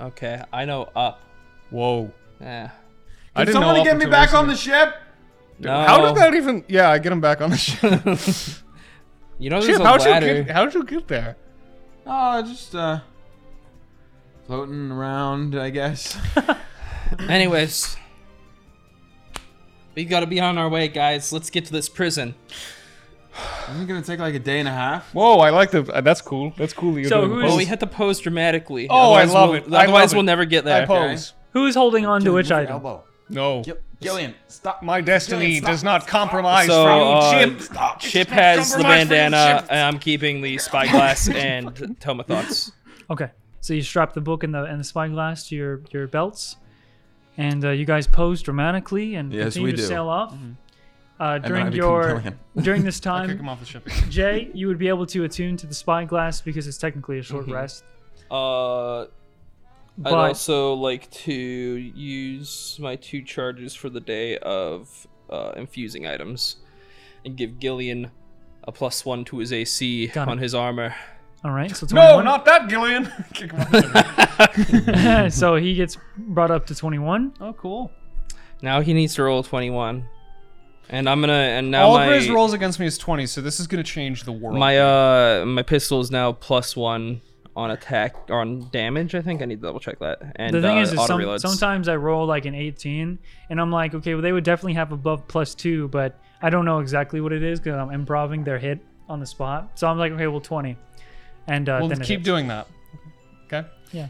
Speaker 4: Okay, I know up. Eh,
Speaker 3: Whoa.
Speaker 4: Yeah.
Speaker 3: I
Speaker 2: Did
Speaker 3: didn't know
Speaker 2: somebody
Speaker 3: up
Speaker 2: get me
Speaker 3: until
Speaker 2: back on
Speaker 3: recently.
Speaker 2: the ship?
Speaker 4: No.
Speaker 3: How did that even? Yeah, I get him back on the ship.
Speaker 4: You know, there's
Speaker 3: Chip,
Speaker 4: a
Speaker 3: how'd you
Speaker 4: ladder.
Speaker 3: get? How'd you get there?
Speaker 2: Oh, just uh, floating around, I guess.
Speaker 4: Anyways, we gotta be on our way, guys. Let's get to this prison.
Speaker 2: Isn't it gonna take like a day and a half?
Speaker 3: Whoa, I like the. Uh, that's cool. That's cool. that You're
Speaker 1: So
Speaker 3: doing
Speaker 1: who
Speaker 3: both.
Speaker 4: Well,
Speaker 1: is-
Speaker 4: we had to pose dramatically.
Speaker 3: Oh, I
Speaker 4: otherwise
Speaker 3: love
Speaker 4: we'll-
Speaker 3: it. I love
Speaker 4: Otherwise,
Speaker 3: it.
Speaker 4: we'll never get
Speaker 3: I
Speaker 4: there.
Speaker 3: pose.
Speaker 1: Who is holding on to
Speaker 2: Dude,
Speaker 1: which
Speaker 2: move your
Speaker 1: item?
Speaker 2: Elbow.
Speaker 3: No.
Speaker 2: Gil- Gillian, stop.
Speaker 3: My destiny
Speaker 2: Gillian, stop.
Speaker 3: does not compromise
Speaker 4: So,
Speaker 3: from
Speaker 4: uh,
Speaker 3: Chip.
Speaker 4: Chip has the bandana, and I'm keeping the spyglass and Tome of Thoughts.
Speaker 1: Okay, so you strap the book and the and the spyglass to your your belts, and uh, you guys pose dramatically and
Speaker 2: Yes,
Speaker 1: continue
Speaker 2: we
Speaker 1: to
Speaker 2: do.
Speaker 1: sail off.
Speaker 3: Mm-hmm.
Speaker 1: Uh,
Speaker 2: then I
Speaker 1: during
Speaker 2: become
Speaker 1: your
Speaker 2: Gillian.
Speaker 1: during this
Speaker 3: Kick
Speaker 1: time,
Speaker 3: him off the ship.
Speaker 1: Jay, you would be able to attune to the spyglass because it's technically a
Speaker 3: Mm-hmm.
Speaker 1: short rest.
Speaker 4: Uh, I'd
Speaker 1: But
Speaker 4: also like to use my two charges for the day of uh, infusing items, and give Gillian a plus one to his AC
Speaker 1: Got it.
Speaker 4: on his armor.
Speaker 1: all right, so
Speaker 3: No,
Speaker 1: 21.
Speaker 3: not that, Gillian. Kick him off the ship.
Speaker 1: so he gets brought up to 21.
Speaker 6: Oh, cool.
Speaker 4: Now he needs to roll twenty-one, and I'm gonna. And now
Speaker 3: All
Speaker 4: my
Speaker 3: of his rolls against me is 20, so this is going to change the world.
Speaker 4: my uh my pistol is now plus one on attack on damage. I think I need to double check that. And
Speaker 1: The thing
Speaker 4: uh,
Speaker 1: is, is
Speaker 4: auto
Speaker 1: some,
Speaker 4: reloads.
Speaker 1: sometimes I roll like an 18, and I'm like, okay, well, they would definitely have above plus two, but I don't know exactly what it is because I'm improving their hit on the spot. So I'm like, okay, well, 20. And uh,
Speaker 3: we'll
Speaker 1: then it
Speaker 3: keep
Speaker 1: hits.
Speaker 3: doing that. Okay?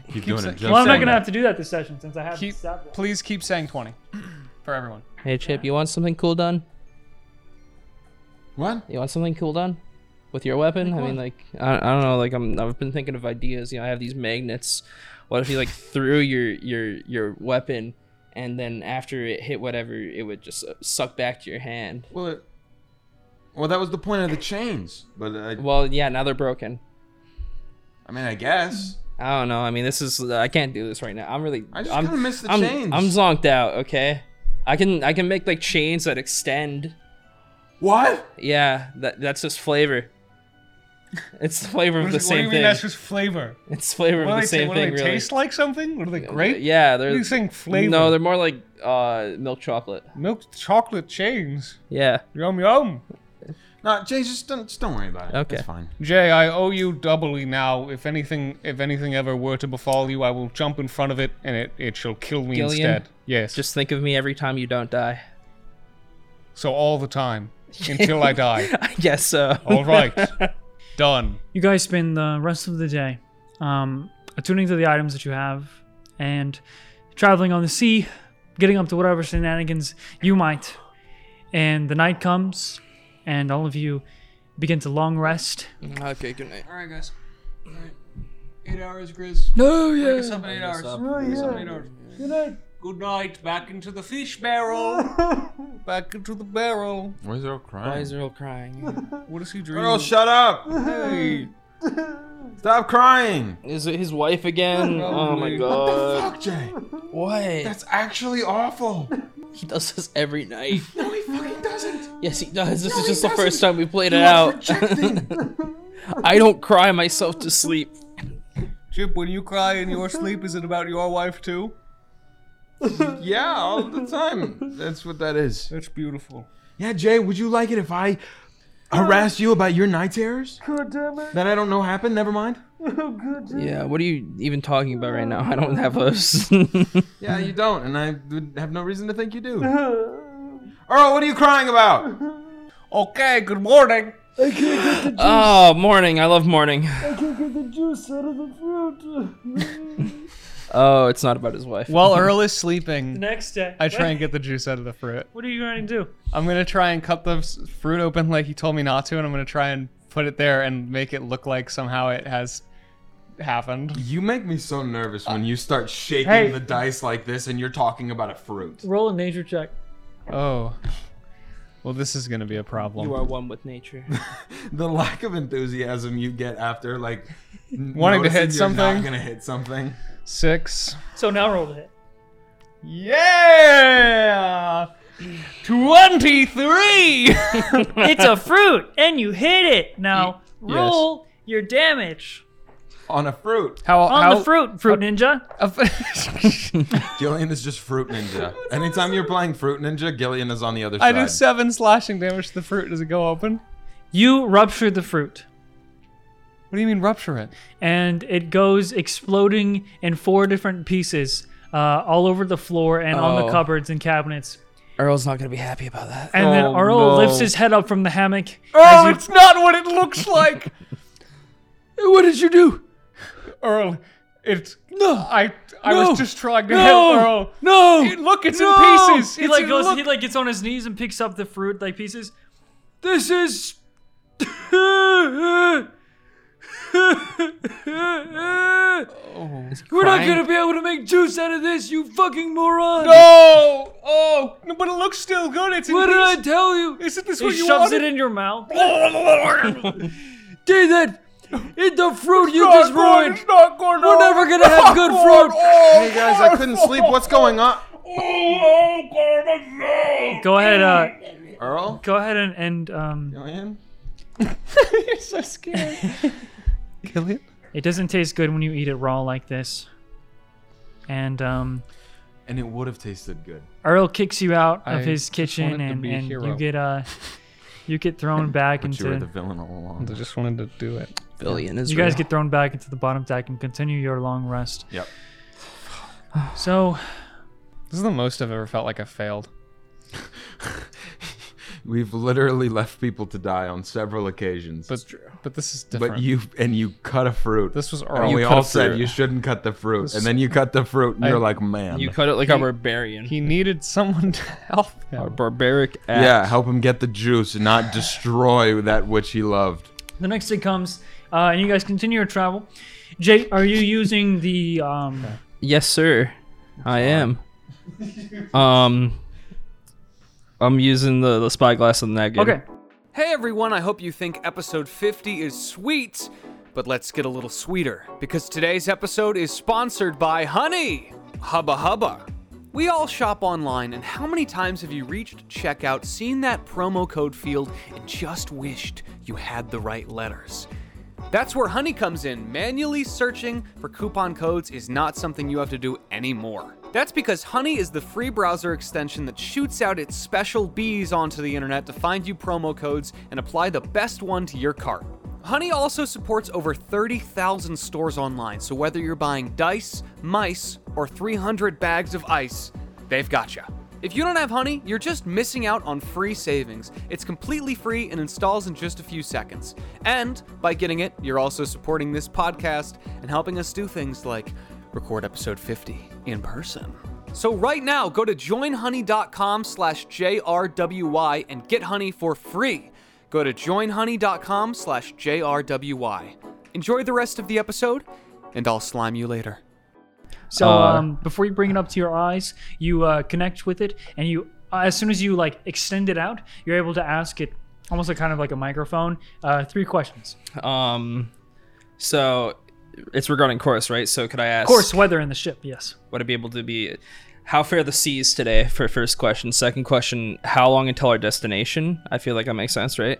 Speaker 2: Keep doing it.
Speaker 3: saying-
Speaker 2: just
Speaker 1: Well, I'm not going
Speaker 2: saying
Speaker 1: to
Speaker 2: that.
Speaker 1: have to do that this session since I have
Speaker 3: Keep,
Speaker 1: stopped it.
Speaker 3: please keep saying 20 for everyone.
Speaker 4: hey Chip, you want something cool done?
Speaker 2: What?
Speaker 4: You want something cool done with your weapon? I mean, like I, I don't know. Like I'm, I've been thinking of ideas. You know, I have these magnets. What if you like threw your your your weapon, and then after it hit whatever, it would just uh, suck back to your hand.
Speaker 2: Well, it, well, that was the point of the chains. But I,
Speaker 4: Well, yeah, now they're broken.
Speaker 2: I mean, I guess
Speaker 4: I don't know. I mean, this is I can't do this right now. I'm really
Speaker 2: I just
Speaker 4: I'm,
Speaker 2: kind of missed the
Speaker 4: I'm,
Speaker 2: chains.
Speaker 4: I'm zonked out. Okay, I can I can make like chains that extend.
Speaker 2: what?
Speaker 4: Yeah, that that's just flavor. It's the flavor of the
Speaker 3: what do you
Speaker 4: same
Speaker 3: mean
Speaker 4: thing.
Speaker 3: that's just flavor?
Speaker 4: It's flavor
Speaker 3: What do
Speaker 4: of
Speaker 3: they,
Speaker 4: the
Speaker 3: say,
Speaker 4: same
Speaker 3: what do
Speaker 4: thing,
Speaker 3: they
Speaker 4: really.
Speaker 3: taste like something? What are they, grape?
Speaker 4: Yeah,
Speaker 3: What
Speaker 4: they're
Speaker 3: are you saying flavor?
Speaker 4: no, they're more like uh, milk chocolate.
Speaker 3: milk chocolate chains.
Speaker 4: Yeah.
Speaker 3: Yum yum.
Speaker 2: No, Jay, just don't, just don't worry about it.
Speaker 4: Okay.
Speaker 2: it's fine.
Speaker 3: Jay, I owe you doubly now. If anything, if anything ever were to befall you, I will jump in front of it, and it, it shall kill me
Speaker 4: Gillian,
Speaker 3: instead. Yes,
Speaker 4: Just think of me every time you don't die.
Speaker 3: so all the time until I die.
Speaker 4: I guess so.
Speaker 3: All right, done.
Speaker 1: You guys spend the rest of the day um, attuning to the items that you have and traveling on the sea, getting up to whatever shenanigans you might. And the night comes, and all of you begin to long rest.
Speaker 4: okay, good night.
Speaker 6: All right, guys. All right. Eight hours, Grizz. No, yeah. Wake us up in eight hours. Wake us up in eight hours. Good night. Good night. Back into the fish barrel. Back into the barrel.
Speaker 2: Why is there all
Speaker 4: Why
Speaker 2: crying?
Speaker 4: is Earl crying?
Speaker 3: What is he drinking?
Speaker 2: Girl, shut up!
Speaker 3: Hey,
Speaker 2: Stop crying!
Speaker 4: Is it his wife again? Oh my
Speaker 3: Probably.
Speaker 4: god.
Speaker 2: Fuck, Jay.
Speaker 4: What?
Speaker 2: That's actually awful.
Speaker 4: He does this every night.
Speaker 2: No, he fucking doesn't.
Speaker 4: Yes, he does. This
Speaker 2: No,
Speaker 4: is
Speaker 2: he
Speaker 4: just the
Speaker 2: doesn't.
Speaker 4: first time we played
Speaker 2: You
Speaker 4: it
Speaker 2: are
Speaker 4: out.
Speaker 2: projecting.
Speaker 4: I don't cry myself to sleep.
Speaker 3: Chip, when you cry in your sleep, is it about your wife too?
Speaker 2: yeah, all the time. That's what that is.
Speaker 3: That's beautiful.
Speaker 2: Yeah, Jay, would you like it if I harassed you about your night terrors? God damn it. That I don't know happened? Never mind.
Speaker 4: Yeah, what are you even talking about right now? I don't have a.
Speaker 2: Yeah, you don't, and I would have no reason to think you do. Earl, what are you crying about?
Speaker 3: Okay, good morning.
Speaker 4: oh, morning. I love morning. Oh, it's not about his wife.
Speaker 6: While Earl is sleeping,
Speaker 1: Next day.
Speaker 6: I try and get the juice out of the fruit.
Speaker 1: What are you going to do?
Speaker 6: I'm gonna try and cut the s- fruit open like he told me not to, and I'm gonna try and put it there and make it look like somehow it has happened.
Speaker 2: You make me so nervous when you start shaking the dice like this and you're talking about a fruit.
Speaker 1: Roll a nature check.
Speaker 6: Oh. Well, this is gonna be a problem.
Speaker 4: You are one with nature.
Speaker 2: The lack of enthusiasm you get after, like,
Speaker 6: Wanting to
Speaker 2: noticing
Speaker 6: hit
Speaker 2: you're not
Speaker 6: something?
Speaker 2: gonna hit something.
Speaker 6: Six.
Speaker 1: So now roll the hit.
Speaker 6: Yeah! 23!
Speaker 1: It's a fruit, and you hit it. Now
Speaker 6: yes.
Speaker 1: roll your damage
Speaker 2: On a fruit.
Speaker 6: how,
Speaker 1: on
Speaker 6: how,
Speaker 1: the fruit, fruit ninja.
Speaker 2: Gillian is just Fruit Ninja. Anytime you're playing Fruit Ninja, Gillian is on the other
Speaker 6: I
Speaker 2: side.
Speaker 6: do seven slashing damage to the fruit. Does it go open?
Speaker 1: You ruptured the fruit.
Speaker 6: What do you mean rupture it?
Speaker 1: and it goes exploding in four different pieces uh, all over the floor and on the
Speaker 4: Oh.
Speaker 1: cupboards and cabinets.
Speaker 4: Earl's not gonna be happy about that.
Speaker 1: And then
Speaker 6: Oh,
Speaker 1: Earl
Speaker 6: no.
Speaker 1: lifts his head up from the hammock.
Speaker 6: Oh,
Speaker 1: as you-
Speaker 6: it's not what it looks like. what did you do? Earl,
Speaker 3: It's
Speaker 6: no.
Speaker 3: I. I was just trying to
Speaker 6: No.
Speaker 3: help Earl.
Speaker 6: no.
Speaker 3: It- look, it's
Speaker 6: No.
Speaker 3: in pieces.
Speaker 1: he
Speaker 3: It's
Speaker 1: like
Speaker 3: in-
Speaker 1: goes.
Speaker 3: look.
Speaker 1: He like gets on his knees and picks up the fruit like pieces.
Speaker 6: this is Oh.
Speaker 4: We're not gonna
Speaker 6: be able to make juice out of this, you fucking moron.
Speaker 3: Oh, oh, no, but it looks still good. It's in
Speaker 6: What did I
Speaker 3: pieces.
Speaker 6: tell you?
Speaker 3: Isn't this
Speaker 1: He
Speaker 3: what you
Speaker 1: shoves it
Speaker 3: wanted?
Speaker 1: in your mouth.
Speaker 6: Did that? Eat the fruit you
Speaker 3: Not
Speaker 6: just
Speaker 3: good,
Speaker 6: ruined.
Speaker 3: it's not good,
Speaker 6: We're
Speaker 3: oh,
Speaker 6: never gonna have good
Speaker 3: oh,
Speaker 6: fruit.
Speaker 3: oh,
Speaker 2: Hey guys, I couldn't sleep. What's going on?
Speaker 3: Oh, God, I'm so-
Speaker 1: Go ahead. Uh,
Speaker 2: Earl?
Speaker 1: go ahead and, and um,
Speaker 2: Gillian?
Speaker 6: You're so scared. Killian?
Speaker 1: it doesn't taste good when you eat it raw like this. And um,
Speaker 2: And it would have tasted good.
Speaker 1: Earl kicks you out
Speaker 6: I
Speaker 1: of his kitchen,
Speaker 6: wanted to
Speaker 1: and,
Speaker 6: be a
Speaker 1: and
Speaker 6: hero.
Speaker 1: you get uh, you get thrown back
Speaker 2: But you were the
Speaker 1: into
Speaker 2: villain all along.
Speaker 6: I just wanted to do it.
Speaker 4: Billion is
Speaker 1: you guys get thrown back into the bottom deck and continue your long rest.
Speaker 2: Yep.
Speaker 1: So
Speaker 6: This is the most I've ever felt like I failed.
Speaker 2: We've literally left people to die on several occasions.
Speaker 3: But, but this is different.
Speaker 2: But you and you cut a fruit.
Speaker 3: This was
Speaker 2: and
Speaker 3: Earl.
Speaker 2: we
Speaker 3: You cut
Speaker 2: all
Speaker 3: a
Speaker 2: said
Speaker 3: fruit.
Speaker 2: you shouldn't cut the fruit, and then you cut the fruit, and
Speaker 3: I-
Speaker 2: you're like, man,
Speaker 4: You cut it like a barbarian.
Speaker 3: He needed someone to help
Speaker 7: Our
Speaker 3: him.
Speaker 7: barbaric act.
Speaker 2: yeah, help him get the juice and not destroy that which he loved.
Speaker 1: The next day comes, uh, and you guys continue your travel. Jay, are you using the um,
Speaker 4: Yes, sir. I am. um, I'm using the, the spyglass of the Nagin.
Speaker 1: Okay.
Speaker 8: Hey everyone, I hope you think episode 50 is sweet, but let's get a little sweeter because today's episode is sponsored by Honey! Hubba Hubba. We all shop online, and how many times have you reached checkout, seen that promo code field, and just wished you had the right letters? That's where Honey comes in. Manually searching for coupon codes is not something you have to do anymore. That's because Honey is the free browser extension that shoots out its special bees onto the internet to find you promo codes and apply the best one to your cart. Honey also supports over 30,000 stores online, so whether you're buying dice, mice, or 300 bags of ice, they've got you. If you don't have Honey, you're just missing out on free savings. It's completely free and installs in just a few seconds. And by getting it, you're also supporting this podcast and helping us do things like record episode 50 in person. So right now, go to joinhoney.com slash JRWY and get Honey for free. Go to joinhoney.com slash JRWY. Enjoy the rest of the episode, and I'll slime you later.
Speaker 1: So
Speaker 4: Uh,
Speaker 1: um, before you bring it up to your eyes, you uh, connect with it, and you uh, as soon as you like extend it out, you're able to ask it almost like kind of like a microphone uh, three questions.
Speaker 4: Um, so it's regarding course, right? So could I ask?
Speaker 1: Of course, weather in the ship. Yes.
Speaker 4: Would I be able to be? How fair the seas today? For first question. Second question. How long until our destination? I feel like that makes sense, right?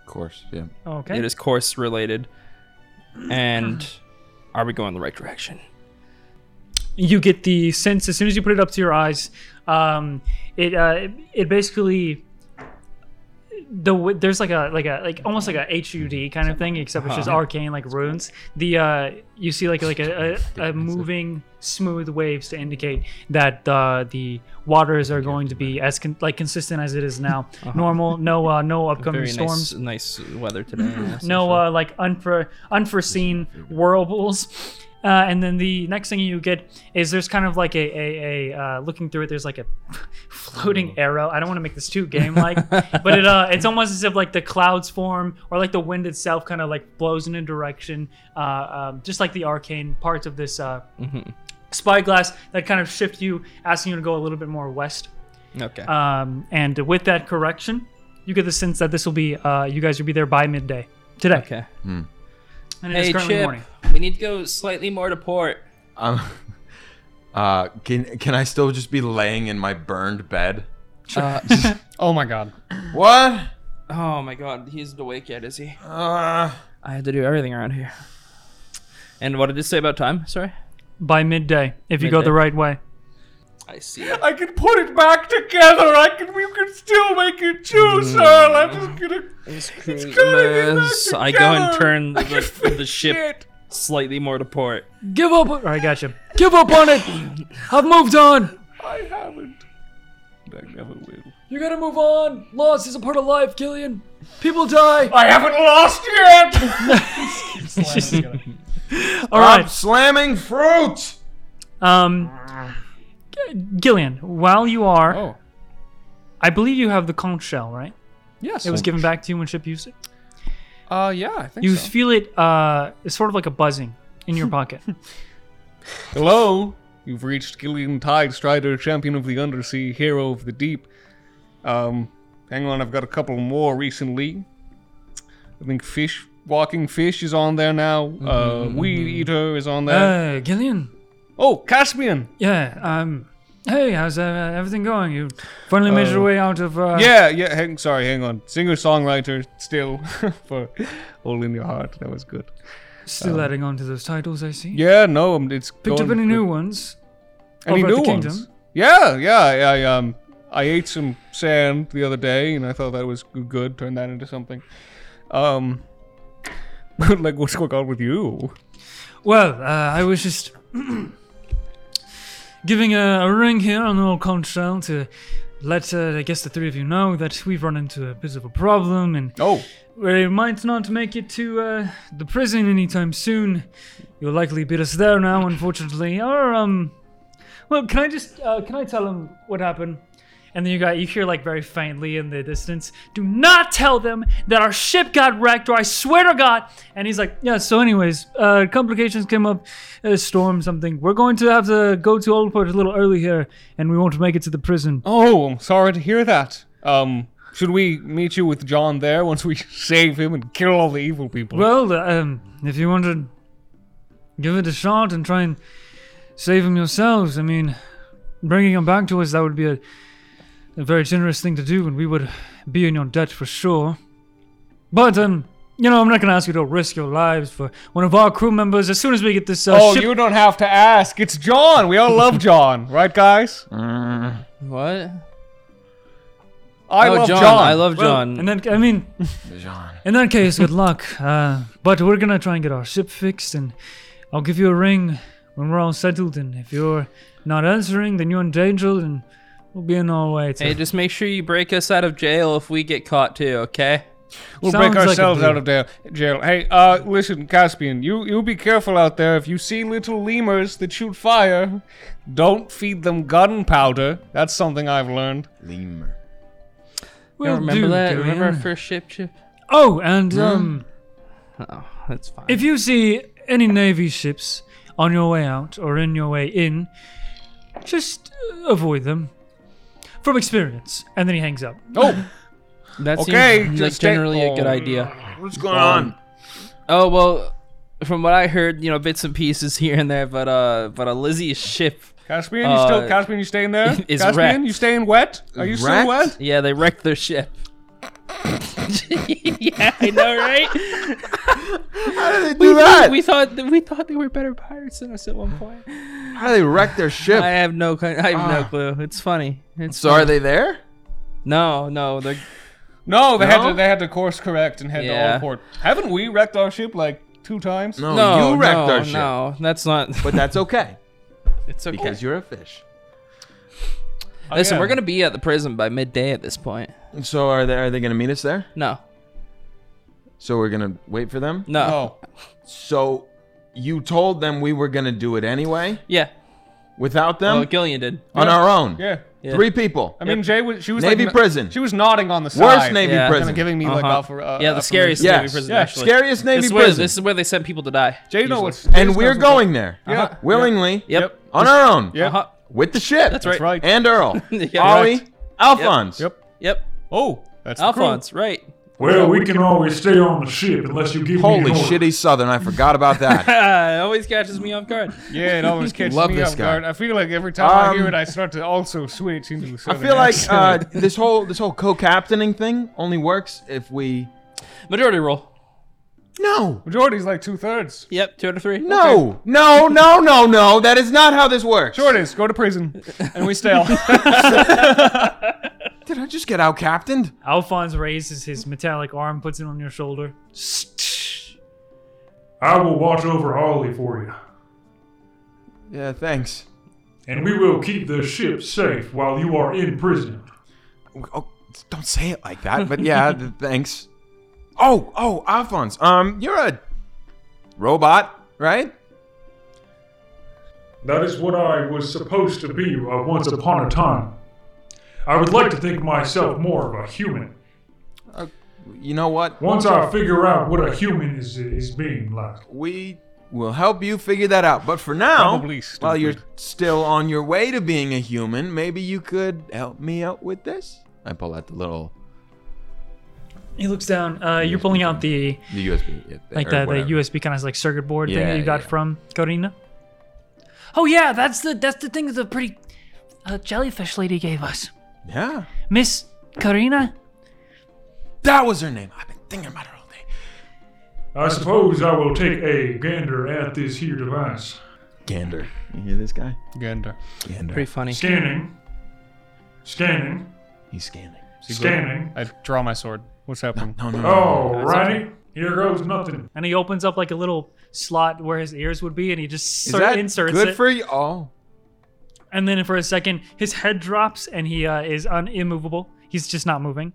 Speaker 2: Of course, yeah.
Speaker 1: Okay.
Speaker 4: It is course related. And are we going the right direction?
Speaker 1: you get the sense as soon as you put it up to your eyes um it uh it basically the w- there's like a like a like almost like a hud kind of thing except it's
Speaker 4: Uh-huh.
Speaker 1: just arcane like runes the uh you see like like a, a, a moving smooth waves to indicate that uh, the waters are going to be as con- like consistent as it is now normal no uh, no upcoming
Speaker 4: Uh-huh. Very
Speaker 1: storms
Speaker 4: nice, nice weather today. yes,
Speaker 1: no
Speaker 4: I'm
Speaker 1: uh, like unfor- unforeseen whirlpools. Uh, and then the next thing you get is there's kind of like a, a, a uh, looking through it. There's like a floating arrow. I don't want to make this too game like, but it uh, it's almost as if like the clouds form or like the wind itself kind of like blows in a direction, uh, um, just like the arcane parts of this uh, spyglass that kind of shift you, asking you to go a little bit more west.
Speaker 4: sure. Okay.
Speaker 1: Um, and with that correction, you get the sense that this will be uh, you guys will be there by midday today.
Speaker 4: okay.
Speaker 1: And it is
Speaker 4: Hey
Speaker 1: currently
Speaker 4: Chip,
Speaker 1: morning.
Speaker 4: we need to go slightly more to port.
Speaker 2: Um, uh, can can I still just be laying in my burned bed?
Speaker 3: Oh my god.
Speaker 2: What?
Speaker 4: Oh my god, he isn't awake yet, is he?
Speaker 2: Uh,
Speaker 4: I had to do everything around here. And what did it say about time? Sorry?
Speaker 1: By midday, if you go
Speaker 4: Midday.
Speaker 1: the right way.
Speaker 4: I see.
Speaker 6: I can put it back together. I can. We can still make it
Speaker 4: Mm.
Speaker 6: juice, Earl. I'm just gonna.
Speaker 4: Christmas. I go and turn the, the ship slightly more to port.
Speaker 1: Give up! All right, gotcha. Give up on it. I've moved on.
Speaker 6: I haven't. I never will.
Speaker 1: You gotta move on. Loss is a part of life, Gillian. People die.
Speaker 6: I haven't lost yet.
Speaker 1: All
Speaker 2: I'm
Speaker 1: right,
Speaker 2: slamming fruit.
Speaker 1: um, G- Gillian. While you are,
Speaker 3: Oh.
Speaker 1: I believe you have the conch shell, right?
Speaker 3: Yes.
Speaker 1: It was given back to you when Chip used it.
Speaker 3: Uh, yeah, I think
Speaker 1: You
Speaker 3: so.
Speaker 1: feel it. Uh, it's sort of like a buzzing in your pocket.
Speaker 3: Hello. You've reached Gillian Tide, Strider, champion of the undersea, hero of the deep. Um, hang on, I've got a couple more recently. I think fish, walking fish is on there now. uh, weed eater is on there.
Speaker 1: Mm-hmm, uh, Gillian.
Speaker 3: oh, Caspian.
Speaker 1: Yeah. Um. Hey, how's uh, everything going? You finally made your way out of. Uh,
Speaker 3: Yeah, yeah. Hang, sorry, hang on. Singer songwriter still for "All in Your Heart." That was good.
Speaker 1: Still adding on to those titles, I see.
Speaker 3: Yeah, no, um, it's
Speaker 1: Picked up
Speaker 3: going
Speaker 1: any
Speaker 3: good.
Speaker 1: new ones?
Speaker 3: Any
Speaker 1: over at
Speaker 3: new
Speaker 1: the
Speaker 3: ones?
Speaker 1: kingdom?
Speaker 3: Yeah, yeah. I, I um, I ate some sand the other day, and I thought that was g- good. Turned that into something. Um, but like, what's going on with you?
Speaker 1: Well, uh, I was just giving a, a ring here on the old conch shell to let uh, I guess the three of you know that we've run into a bit of a problem and
Speaker 3: Oh,
Speaker 1: we might not make it to uh, the prison anytime soon. You'll likely beat us there now, unfortunately. Or um, well, can I just uh, can I tell them what happened? And then you got you hear like very faintly in the distance. Do not tell them that our ship got wrecked, or I swear to God. And he's like, yeah. So, anyways, uh, complications came up, a storm, something. We're going to have to go to Oldport a little early here, and we won't make it to the prison.
Speaker 3: oh, I'm sorry to hear that. Um, should we meet you with John there once we save him and kill all the evil people?
Speaker 1: Well, um, if you want to give it a shot and try and save him yourselves, I mean, bringing him back to us, that would be a, a very generous thing to do, and we would be in your debt for sure. But, um, you know, I'm not going to ask you to risk your lives for one of our crew members as soon as we get this uh,
Speaker 3: oh,
Speaker 1: ship.
Speaker 3: you don't have to ask. It's John. We all love John, right, guys?
Speaker 4: What?
Speaker 3: I
Speaker 4: oh,
Speaker 3: love
Speaker 4: John.
Speaker 3: John.
Speaker 4: I love
Speaker 1: Well,
Speaker 4: John.
Speaker 1: And then, I mean, in that case, good luck. Uh, but we're gonna try and get our ship fixed, and I'll give you a ring when we're all settled. And if you're not answering, then you're in danger, and we'll be in our way. To
Speaker 4: hey, just make sure you break us out of jail if we get caught too, okay?
Speaker 3: We'll
Speaker 1: Sounds
Speaker 3: break
Speaker 1: like a
Speaker 3: ourselves
Speaker 1: deal.
Speaker 3: out of jail. jail. Hey, uh, listen, Caspian, you you be careful out there. If you see little lemurs that shoot fire, don't feed them gunpowder. That's something I've learned.
Speaker 2: Lemur.
Speaker 1: we'll
Speaker 4: Y'all remember
Speaker 1: do,
Speaker 4: that?
Speaker 1: Gillian.
Speaker 4: Remember our first ship chip?
Speaker 1: Oh, and
Speaker 4: Hmm?
Speaker 1: um,
Speaker 4: Oh, that's fine.
Speaker 1: if you see any navy ships on your way out or in your way in, just uh, avoid them. From experience. And then he hangs up.
Speaker 3: Oh,
Speaker 4: That
Speaker 3: Okay,
Speaker 4: seems like
Speaker 3: just stay-
Speaker 4: generally a good
Speaker 3: Oh.
Speaker 4: idea.
Speaker 2: What's going on?
Speaker 4: Oh well, from what I heard, you know, bits and pieces here and there, but uh, but uh, Lizzie's ship,
Speaker 3: Caspian, you still
Speaker 4: Uh,
Speaker 3: Caspian? You staying there?
Speaker 4: is
Speaker 3: Caspian,
Speaker 4: wrecked.
Speaker 3: you staying wet? Are you still
Speaker 2: Wrecked?
Speaker 3: wet?
Speaker 4: yeah, they wrecked their ship. yeah, I know, right?
Speaker 2: How did they
Speaker 4: we,
Speaker 2: do that?
Speaker 4: we thought we thought they were better pirates than us at one point.
Speaker 2: How did they wreck their ship?
Speaker 4: I have no, kind- I have no
Speaker 2: Ah.
Speaker 4: clue. It's funny. It's
Speaker 2: so are they there?
Speaker 4: no, no, they're
Speaker 3: No, they had
Speaker 2: No?
Speaker 3: to they had to course correct and head
Speaker 4: Yeah.
Speaker 3: to Oldport. Haven't we wrecked our ship like two times?
Speaker 2: No,
Speaker 4: no,
Speaker 2: you wrecked
Speaker 4: no,
Speaker 2: our ship.
Speaker 4: no. That's not.
Speaker 2: But that's okay
Speaker 4: It's okay.
Speaker 2: because you're a fish.
Speaker 4: Listen,
Speaker 3: yeah.
Speaker 4: we're gonna be at the prison by midday at this point.
Speaker 2: So are they? Are they gonna meet us there?
Speaker 4: No,
Speaker 2: So we're gonna wait for them.
Speaker 4: no,
Speaker 3: Oh,
Speaker 2: So you told them we were gonna do it anyway
Speaker 4: yeah.
Speaker 2: without them
Speaker 4: Well, Gillian did.
Speaker 2: on our own.
Speaker 3: yeah.
Speaker 4: Yeah.
Speaker 2: Three people.
Speaker 3: I mean, Jay was she was
Speaker 2: Navy
Speaker 3: like,
Speaker 2: prison.
Speaker 3: She was nodding on the side.
Speaker 2: Worst Navy
Speaker 4: Yeah.
Speaker 3: Kind
Speaker 2: prison.
Speaker 3: of giving me like
Speaker 4: Uh-huh.
Speaker 3: offer. Uh,
Speaker 4: yeah, the
Speaker 3: affirmation.
Speaker 4: scariest
Speaker 2: Yes.
Speaker 4: Navy prison
Speaker 3: Yeah,
Speaker 4: actually.
Speaker 2: Scariest Navy
Speaker 4: this is Where,
Speaker 2: prison.
Speaker 4: this is where they send people to die.
Speaker 3: Jay knows what's.
Speaker 2: and we're
Speaker 3: Jay knows what's up.
Speaker 2: going there Uh-huh.
Speaker 3: Yeah.
Speaker 2: willingly
Speaker 4: Yep.
Speaker 2: on our own
Speaker 3: Yeah.
Speaker 4: Uh-huh.
Speaker 2: with the ship.
Speaker 4: That's
Speaker 3: That's right.
Speaker 2: And Earl,
Speaker 4: Yeah.
Speaker 2: Ollie, Alphonse.
Speaker 3: Yep.
Speaker 4: Yep.
Speaker 3: Oh, that's the crew.
Speaker 4: Alphonse, right.
Speaker 1: Well, we can always stay on the ship unless you give
Speaker 2: Holy shit, he's Southern. I forgot about that.
Speaker 4: Ah, it always catches me off guard.
Speaker 3: Yeah, it always catches
Speaker 2: Love
Speaker 3: me
Speaker 2: this
Speaker 3: off
Speaker 2: guy.
Speaker 3: guard. I feel like every time I hear
Speaker 2: Um,
Speaker 3: it, I start to also switch into the
Speaker 2: I
Speaker 3: southern
Speaker 2: feel like uh,
Speaker 3: accent.
Speaker 2: this whole this whole co-captaining thing only works if we.
Speaker 4: Majority roll.
Speaker 2: No,
Speaker 3: majority's like two thirds.
Speaker 4: Yep, two out of three.
Speaker 2: no, no, no, no, no. That is not how this works.
Speaker 3: Sure it is. Go to prison, and we stay.
Speaker 2: Did I just get out captained?
Speaker 1: Alphonse raises his metallic arm, puts it on your shoulder.
Speaker 7: I will watch over Ollie for you,
Speaker 2: Yeah, thanks.
Speaker 7: and we will keep the ship safe while you are in prison.
Speaker 2: Oh, don't say it like that. But yeah, th- thanks. Oh, oh, Alphonse. Um, you're a robot, right?
Speaker 7: That is what I was supposed to be uh, once upon a time. I would like to think myself more of a human.
Speaker 2: You know what?
Speaker 7: Once I figure out what a human is is being like.
Speaker 2: We will help you figure that out. But for now,
Speaker 3: Probably
Speaker 2: while you're
Speaker 3: stupid.
Speaker 2: still on your way to being a human, maybe you could help me out with this. I pull out the little
Speaker 1: He looks down. Uh, you're pulling out the
Speaker 2: the USB, yeah,
Speaker 1: like
Speaker 2: or
Speaker 1: the, the
Speaker 2: whatever.
Speaker 1: USB kind of like circuit board thing
Speaker 2: Yeah,
Speaker 1: that you got
Speaker 2: yeah.
Speaker 1: from Corina. Oh yeah, that's the that's the thing that the pretty uh, jellyfish lady gave us,
Speaker 2: Yeah,
Speaker 1: Miss Corina.
Speaker 2: that was her name. I've been thinking about her all day.
Speaker 7: I suppose I will take a gander at this here device.
Speaker 2: Gander. You hear this guy?
Speaker 3: Gander.
Speaker 2: Gander.
Speaker 4: Pretty funny.
Speaker 7: Scanning. Scanning.
Speaker 2: He's scanning.
Speaker 7: Scanning.
Speaker 3: I draw my sword. What's happening?
Speaker 2: No, no, no.
Speaker 7: Alrighty. Here goes nothing.
Speaker 1: And he opens up like a little slot where his ears would be, and he just
Speaker 2: Is
Speaker 1: sort
Speaker 2: that
Speaker 1: inserts
Speaker 2: good
Speaker 1: it.
Speaker 2: for you? Oh,
Speaker 1: And then for a second, his head drops and he uh, is un- immovable. He's just not moving,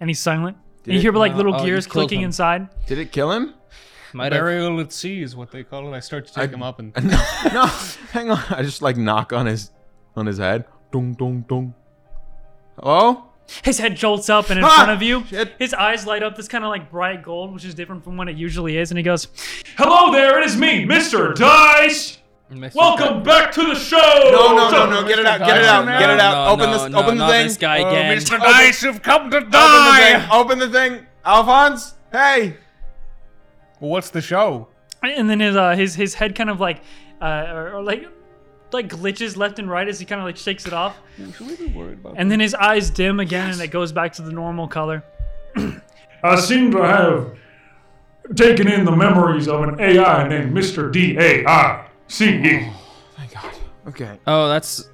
Speaker 1: and he's silent. and you hear like little
Speaker 4: Oh, you
Speaker 1: gears
Speaker 4: killed
Speaker 1: clicking
Speaker 4: him.
Speaker 1: inside.
Speaker 2: Did it kill him?
Speaker 4: Might have.
Speaker 3: Burial at sea is what they call it. I start to take him up and Oh,
Speaker 2: No, no. Hang on. I just like knock on his on his head. Dong dong dong. Hello?
Speaker 1: His head jolts up, and in
Speaker 2: Ah,
Speaker 1: front of you,
Speaker 2: shit.
Speaker 1: his eyes light up this kind of like bright gold, which is different from what it usually is. And he goes, "Hello there, it is me, Mister Dice.
Speaker 4: Mr.
Speaker 7: Welcome back to the show.
Speaker 2: No, no, no, no. Get it out. Get it out.
Speaker 4: No,
Speaker 2: Get it out.
Speaker 4: no,
Speaker 2: open
Speaker 4: no,
Speaker 2: this.
Speaker 4: no,
Speaker 2: open the
Speaker 4: not
Speaker 2: thing. Oh,
Speaker 4: this guy again.
Speaker 3: Mr. Dice, you've come to die.
Speaker 2: Open the thing. Open the thing. Alphonse. Hey.
Speaker 3: What's the show?
Speaker 1: And then his uh, his his head kind of like, uh, or, or like, like glitches left and right as he kind of like shakes it off. And then his eyes dim again, and it goes back to the normal color.
Speaker 7: I seem to have taken in the memories of an AI named Mr. D A I C E.
Speaker 2: Thank God. Okay.
Speaker 4: Oh, that's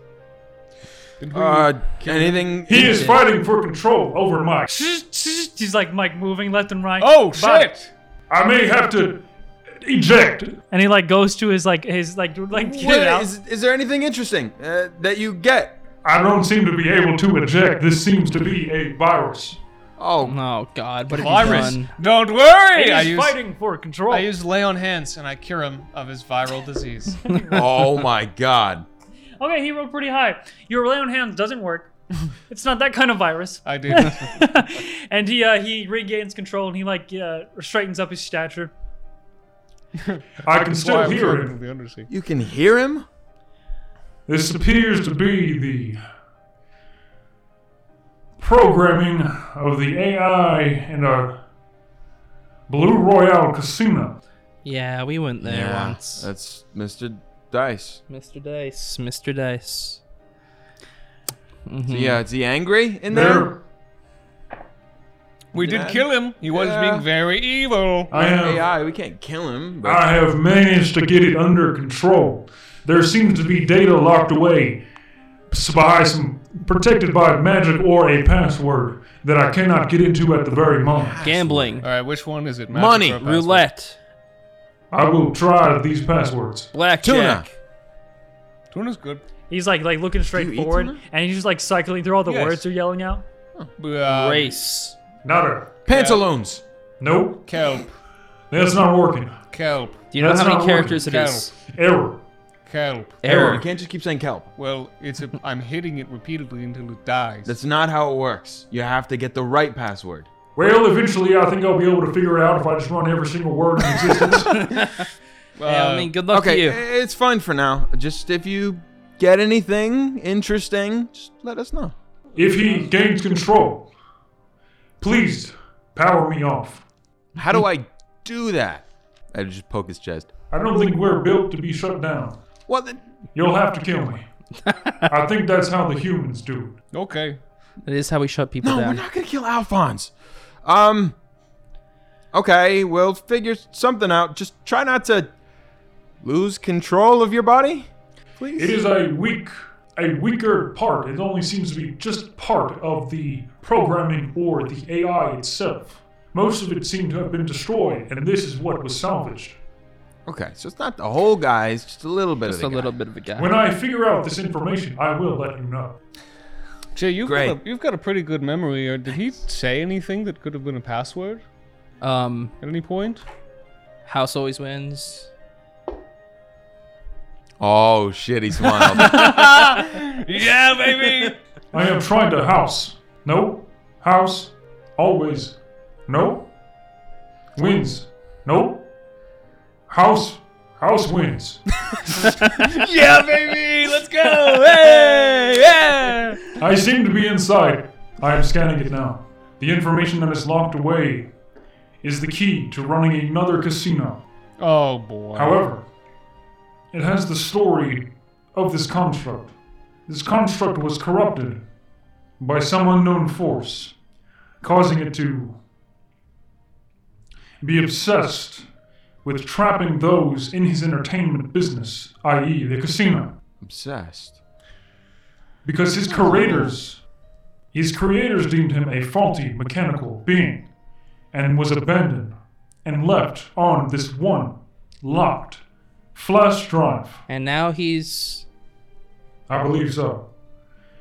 Speaker 2: Uh, anything?
Speaker 7: He is fighting for control over my.
Speaker 1: He's like Mike moving left and right.
Speaker 3: Oh shit!
Speaker 7: I may have to eject.
Speaker 1: And he like goes to his like his like like get it
Speaker 2: What,
Speaker 1: out.
Speaker 2: is, is there anything interesting uh, that you get?
Speaker 7: I don't seem to be able to eject. This seems to be a virus.
Speaker 2: Oh,
Speaker 4: oh god, what have you
Speaker 3: Virus.
Speaker 4: done?
Speaker 3: Don't worry. I
Speaker 1: He's
Speaker 3: use
Speaker 1: fighting for control.
Speaker 3: I use lay on hands and I cure him of his viral disease.
Speaker 2: oh my God.
Speaker 1: okay, he rolled pretty high. Your lay on hands doesn't work. it's not that kind of virus.
Speaker 3: I did.
Speaker 1: and he uh, he regains control and he like uh, straightens up his stature.
Speaker 7: I can
Speaker 3: Why
Speaker 7: still
Speaker 3: I'm
Speaker 7: hear
Speaker 3: cured
Speaker 7: him.
Speaker 3: of the undersea.
Speaker 2: You can hear him?
Speaker 7: This appears to be the programming of the AI in our Blue Royale casino.
Speaker 4: Yeah, we went there once.
Speaker 2: That's Mr. Dice.
Speaker 4: Mr. Dice, Mr. Dice.
Speaker 2: Is
Speaker 4: Hmm.
Speaker 2: he, uh, is he angry in there?
Speaker 7: There,
Speaker 3: We
Speaker 2: Yeah.
Speaker 3: did kill him. He was
Speaker 2: Yeah.
Speaker 3: being very evil.
Speaker 7: I have,
Speaker 2: AI. We can't kill him. But
Speaker 7: I have managed to get it under control. There seems to be data locked away by some protected by magic or a password that I cannot get into at the very moment.
Speaker 4: Gambling,
Speaker 3: All right, which one is it?
Speaker 2: Money.
Speaker 3: Master or password?
Speaker 4: roulette,
Speaker 7: I will try these passwords.
Speaker 4: blackjack.
Speaker 3: Tuna's good.
Speaker 1: He's like like looking straight
Speaker 2: you eat
Speaker 1: forward
Speaker 2: tuna?
Speaker 1: and he's just like cycling through all the
Speaker 3: Yes.
Speaker 1: words you're yelling out.
Speaker 3: Uh,
Speaker 4: Race.
Speaker 7: Nada.
Speaker 2: Pantaloons.
Speaker 7: Nope.
Speaker 3: Kelp.
Speaker 7: That's not working.
Speaker 3: Kelp.
Speaker 4: Do you know
Speaker 7: That's
Speaker 4: how many
Speaker 7: not working.
Speaker 4: characters it is?
Speaker 7: Error.
Speaker 3: Kelp.
Speaker 2: You
Speaker 4: Error.
Speaker 2: can't just keep saying kelp.
Speaker 3: Well, it's a. I'm hitting it repeatedly until it dies.
Speaker 2: That's not how it works. You have to get the right password.
Speaker 7: Well, eventually I think I'll be able to figure it out if I just run every single word in existence.
Speaker 4: yeah, I
Speaker 3: Uh,
Speaker 4: mean, good luck
Speaker 2: okay,
Speaker 4: to you.
Speaker 2: i- it's fine for now. Just if you get anything interesting, just let us know.
Speaker 7: if he gains control, please power me off.
Speaker 2: How
Speaker 4: Hmm.
Speaker 2: do I do that? I just poke his chest.
Speaker 7: I don't think we're built to be shut down.
Speaker 2: Well, then,
Speaker 7: You'll have to kill me. I think that's how the humans do it.
Speaker 3: okay.
Speaker 4: That is how we shut people
Speaker 2: no, we're
Speaker 4: down.
Speaker 2: not gonna kill Alphonse. Um. Okay, we'll figure something out. Just try not to lose control of your body, please.
Speaker 7: It is a weak, a weaker part. It only seems to be just part of the programming or the AI itself. Most of it seemed to have been destroyed, and this is what was salvaged.
Speaker 2: Okay, so it's not the whole guy; it's just a little bit
Speaker 4: Just a
Speaker 2: of the guy.
Speaker 4: little bit of a guy.
Speaker 7: When I figure out this information, I will let you know.
Speaker 3: Jay, you've
Speaker 2: Great.
Speaker 3: got a, you've got a pretty good memory. Or did he say anything that could have been a password
Speaker 4: Um,
Speaker 3: at any point?
Speaker 4: house always wins.
Speaker 2: Oh shit! He smiled.
Speaker 3: yeah, baby.
Speaker 7: I am trying to house. No. House. Always. No. Wins. No. House. House wins.
Speaker 3: yeah, baby. Let's go. Hey, yeah.
Speaker 7: I seem to be inside. I am scanning it now. The information that is locked away is the key to running another casino.
Speaker 3: Oh boy.
Speaker 7: However, it has the story of this construct. This construct was corrupted by some unknown force, causing it to be obsessed with trapping those in his entertainment business, i.e., the casino.
Speaker 2: Obsessed.
Speaker 7: Because his creators, his creators deemed him a faulty mechanical being, and was abandoned and left on this one locked flash drive.
Speaker 4: And now he's
Speaker 7: I believe so.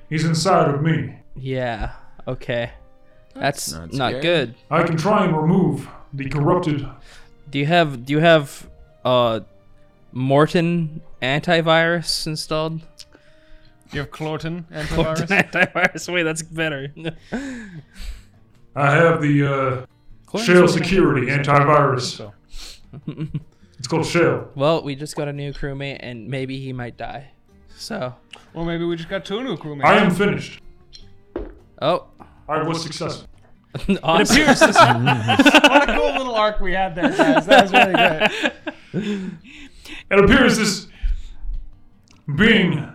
Speaker 7: He's inside of me.
Speaker 4: Yeah. Okay. That's,
Speaker 2: not
Speaker 4: not
Speaker 2: scary.
Speaker 4: good.
Speaker 7: I can try and remove the corrupted.
Speaker 4: Do you have do you have uh Morton antivirus installed?
Speaker 3: You have Clorton
Speaker 4: Morton
Speaker 3: antivirus?
Speaker 4: antivirus. Wait, that's better.
Speaker 7: I have the uh, Shell Security antivirus.
Speaker 3: So.
Speaker 7: It's called Shell.
Speaker 4: well, we just got a new crewmate and maybe he might die. So,
Speaker 3: Or maybe we just got two new crewmates.
Speaker 7: I am finished.
Speaker 4: oh,
Speaker 7: I was successful.
Speaker 4: awesome.
Speaker 3: what a cool little arc we had there, guys. That was really good.
Speaker 7: It appears this being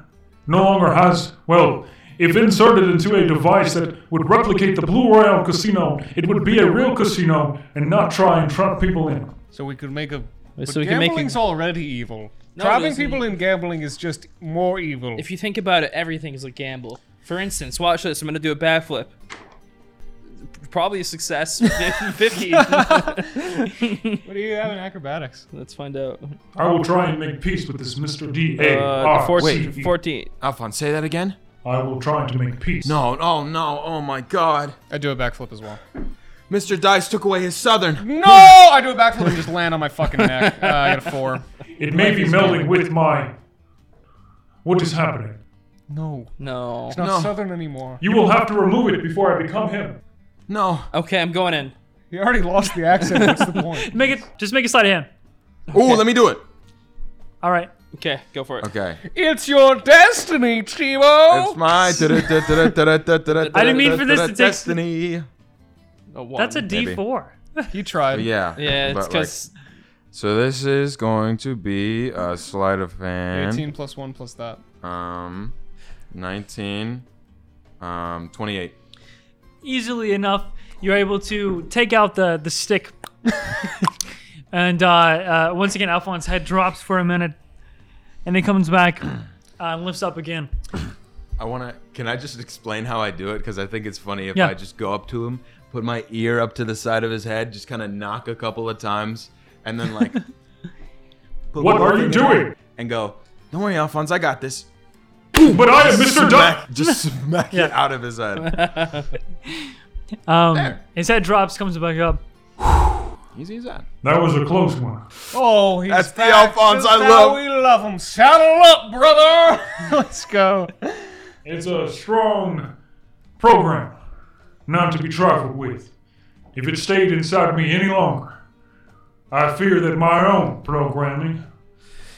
Speaker 7: no longer has, well, if inserted into a device that would replicate the Blue Royale casino, it would be a real casino and not try and trap people in.
Speaker 3: So we could make a. But
Speaker 4: so we can make a-
Speaker 3: gambling's already evil.
Speaker 4: No, it
Speaker 3: Trapping
Speaker 4: isn't.
Speaker 3: people in gambling is just more evil.
Speaker 4: if you think about it, everything is a gamble. For instance, watch this. I'm gonna do a backflip. Probably a success. Fif- Fifty.
Speaker 3: what do you have in acrobatics?
Speaker 4: Let's find out.
Speaker 7: I will try and make peace with this Mr. D A
Speaker 4: Uh,
Speaker 7: R. E.
Speaker 4: 14,
Speaker 7: C E.
Speaker 4: 14.
Speaker 2: Alphonse, say that again?
Speaker 7: I will try to make peace.
Speaker 2: No, oh no, oh my god.
Speaker 3: I do a backflip as well.
Speaker 2: Mr. Dice took away his southern.
Speaker 3: No! I do a backflip and just land on my fucking neck. Uh, I got a four.
Speaker 7: It may be melding with my. What is happening?
Speaker 3: No.
Speaker 4: No.
Speaker 3: It's not
Speaker 2: No.
Speaker 3: southern anymore.
Speaker 7: You will have to remove it before I become him.
Speaker 2: No.
Speaker 4: Okay, I'm going in.
Speaker 3: You already lost the accent. What's the point?
Speaker 1: Make it. Just make a sleight of hand.
Speaker 2: Ooh, let me do it.
Speaker 1: All right.
Speaker 4: Okay, go for it.
Speaker 2: Okay.
Speaker 3: It's your destiny, Chivo!
Speaker 2: It's my. I didn't
Speaker 1: mean for this to take-
Speaker 2: destiny.
Speaker 1: That's a
Speaker 2: Maybe.
Speaker 1: D4.
Speaker 3: You tried.
Speaker 2: Yeah.
Speaker 4: Yeah, it's
Speaker 2: but, like,
Speaker 4: because
Speaker 2: so this is going to be a sleight of hand.
Speaker 3: 18 plus 1 plus that.
Speaker 2: Um, 19. Um, 28.
Speaker 1: Easily enough, you're able to take out the the stick. and uh, uh, once again, Alphonse's head drops for a minute, and then comes back uh, and lifts up again.
Speaker 2: I want to. Can I just explain how I do it? Because I think it's funny if
Speaker 1: Yeah.
Speaker 2: I just go up to him, put my ear up to the side of his head, just kind of knock a couple of times, and then like. put
Speaker 7: What
Speaker 2: my
Speaker 7: are you
Speaker 2: finger
Speaker 7: doing?
Speaker 2: And go. Don't worry, Alphonse. I got this.
Speaker 7: But I am Mr. Duck.
Speaker 2: Smack- Just smack it out of his head.
Speaker 1: Um,
Speaker 2: There.
Speaker 1: his head drops, comes back up.
Speaker 2: Easy as that.
Speaker 7: That was a close one.
Speaker 3: Oh, he's
Speaker 2: That's the
Speaker 3: back.
Speaker 2: Alphonse
Speaker 3: Just
Speaker 2: I
Speaker 3: how
Speaker 2: love.
Speaker 3: We love him. Saddle up, brother. Let's go.
Speaker 7: It's a strong program, not to be trifled with. If it stayed inside me any longer, I fear that my own programming,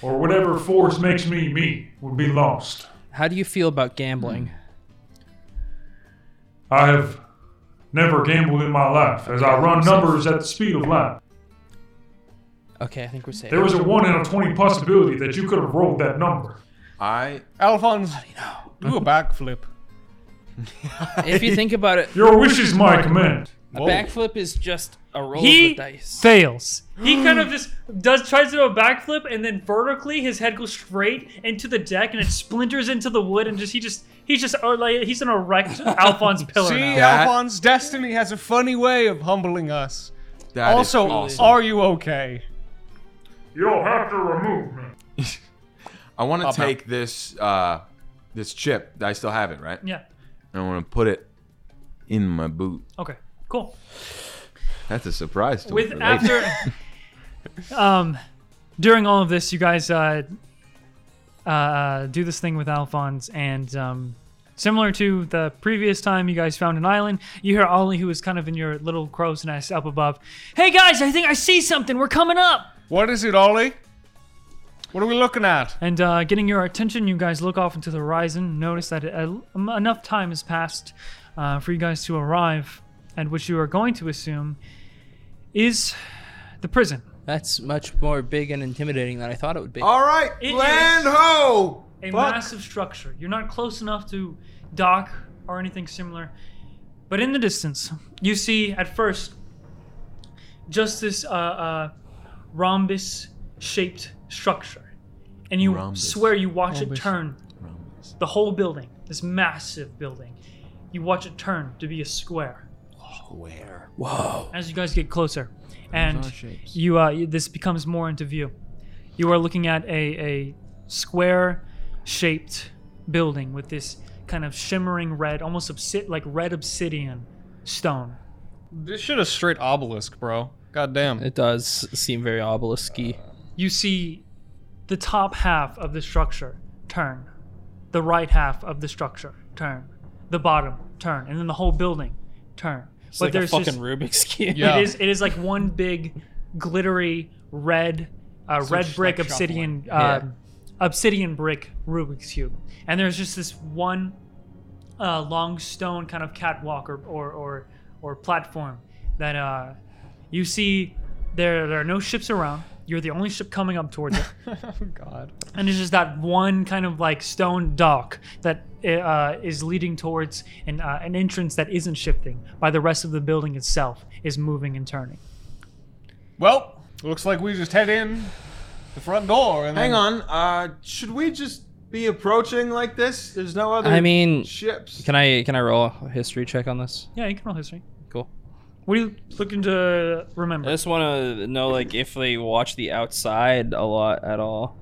Speaker 7: or whatever force makes me me, would be lost.
Speaker 4: how do you feel about gambling?
Speaker 7: I have never gambled in my life, as I run numbers at the speed of light.
Speaker 4: Okay, I think we're safe.
Speaker 7: There was a 1 out of 20 possibility that you could have rolled that number.
Speaker 2: I
Speaker 3: Alphonse, do a backflip.
Speaker 4: if you think about it,
Speaker 7: Your wish is my command.
Speaker 4: a backflip is just a roll of
Speaker 1: He
Speaker 4: the dice.
Speaker 1: fails. He kind of just does tries to do a backflip, and then vertically, his head goes straight into the deck, and it splinters into the wood, and just he just he's just uh, like he's an erect Alphonse pillar.
Speaker 3: See,
Speaker 1: now.
Speaker 2: That-
Speaker 3: Alphonse, destiny has a funny way of humbling us.
Speaker 2: that is
Speaker 3: also,
Speaker 2: awesome.
Speaker 3: are you okay?
Speaker 7: You'll have to remove me.
Speaker 2: I want to
Speaker 3: now.
Speaker 2: take this uh, this chip. I still have it, right?
Speaker 1: Yeah.
Speaker 2: And I want to put it in my boot.
Speaker 1: Okay. Cool.
Speaker 2: That's a surprise to
Speaker 1: With
Speaker 2: him.
Speaker 1: after, um, during all of this, you guys uh, uh, do this thing with Alphonse, and um, similar to the previous time you guys found an island, you hear Ollie, who is kind of in your little crow's nest up above. Hey guys, I think I see something. We're coming up.
Speaker 3: What is it, Ollie? What are we looking at?
Speaker 1: And uh, getting your attention, you guys look off into the horizon. Notice that uh, em- enough time has passed uh, for you guys to arrive at what you are going to assume is the prison.
Speaker 4: That's much more big and intimidating than I thought it would be.
Speaker 2: All right,
Speaker 1: It
Speaker 2: land
Speaker 1: is-
Speaker 2: ho!
Speaker 1: A
Speaker 2: Fuck.
Speaker 1: massive structure. You're not close enough to dock or anything similar. But in the distance, you see at first just this uh, uh, rhombus shaped structure. And you
Speaker 2: Rhombus.
Speaker 1: swear you watch it turn the whole building, this massive building. You watch it turn to be a square.
Speaker 2: Where?
Speaker 1: As you guys get closer, and you uh, you- this becomes more into view. You are looking at a, a square shaped building with this kind of shimmering red, almost obsid- like red obsidian stone.
Speaker 3: This shit is straight obelisk, bro. Goddamn.
Speaker 4: It does seem very obelisky.
Speaker 1: You see the top half of the structure turn, the right half of the structure turn, the bottom turn, and then the whole building turn.
Speaker 4: It's like a fucking Rubik's cube.
Speaker 3: Yeah.
Speaker 1: It is. It is like one big, glittery red, uh, red
Speaker 3: just
Speaker 1: brick
Speaker 3: like
Speaker 1: obsidian,
Speaker 4: Yeah.
Speaker 1: uh, obsidian brick Rubik's cube, and there's just this one, uh, long stone kind of catwalk or or or, or platform that uh, you see. There, there are no ships around. You're the only ship coming up towards it,
Speaker 3: Oh god.
Speaker 1: and it's just that one kind of like stone dock that uh, is leading towards an uh, an entrance that isn't shifting. By the rest of the building itself is moving and turning.
Speaker 3: Well, looks like we just head in the front door and
Speaker 2: Hang on.
Speaker 3: then-
Speaker 2: Uh, should we just be approaching like this? There's no other.
Speaker 4: I mean,
Speaker 2: ships.
Speaker 4: Can I can I roll a history check on this?
Speaker 1: Yeah, you can roll history.
Speaker 4: Cool.
Speaker 1: What are you looking to remember?
Speaker 4: I just want to know like if they watch the outside a lot at all,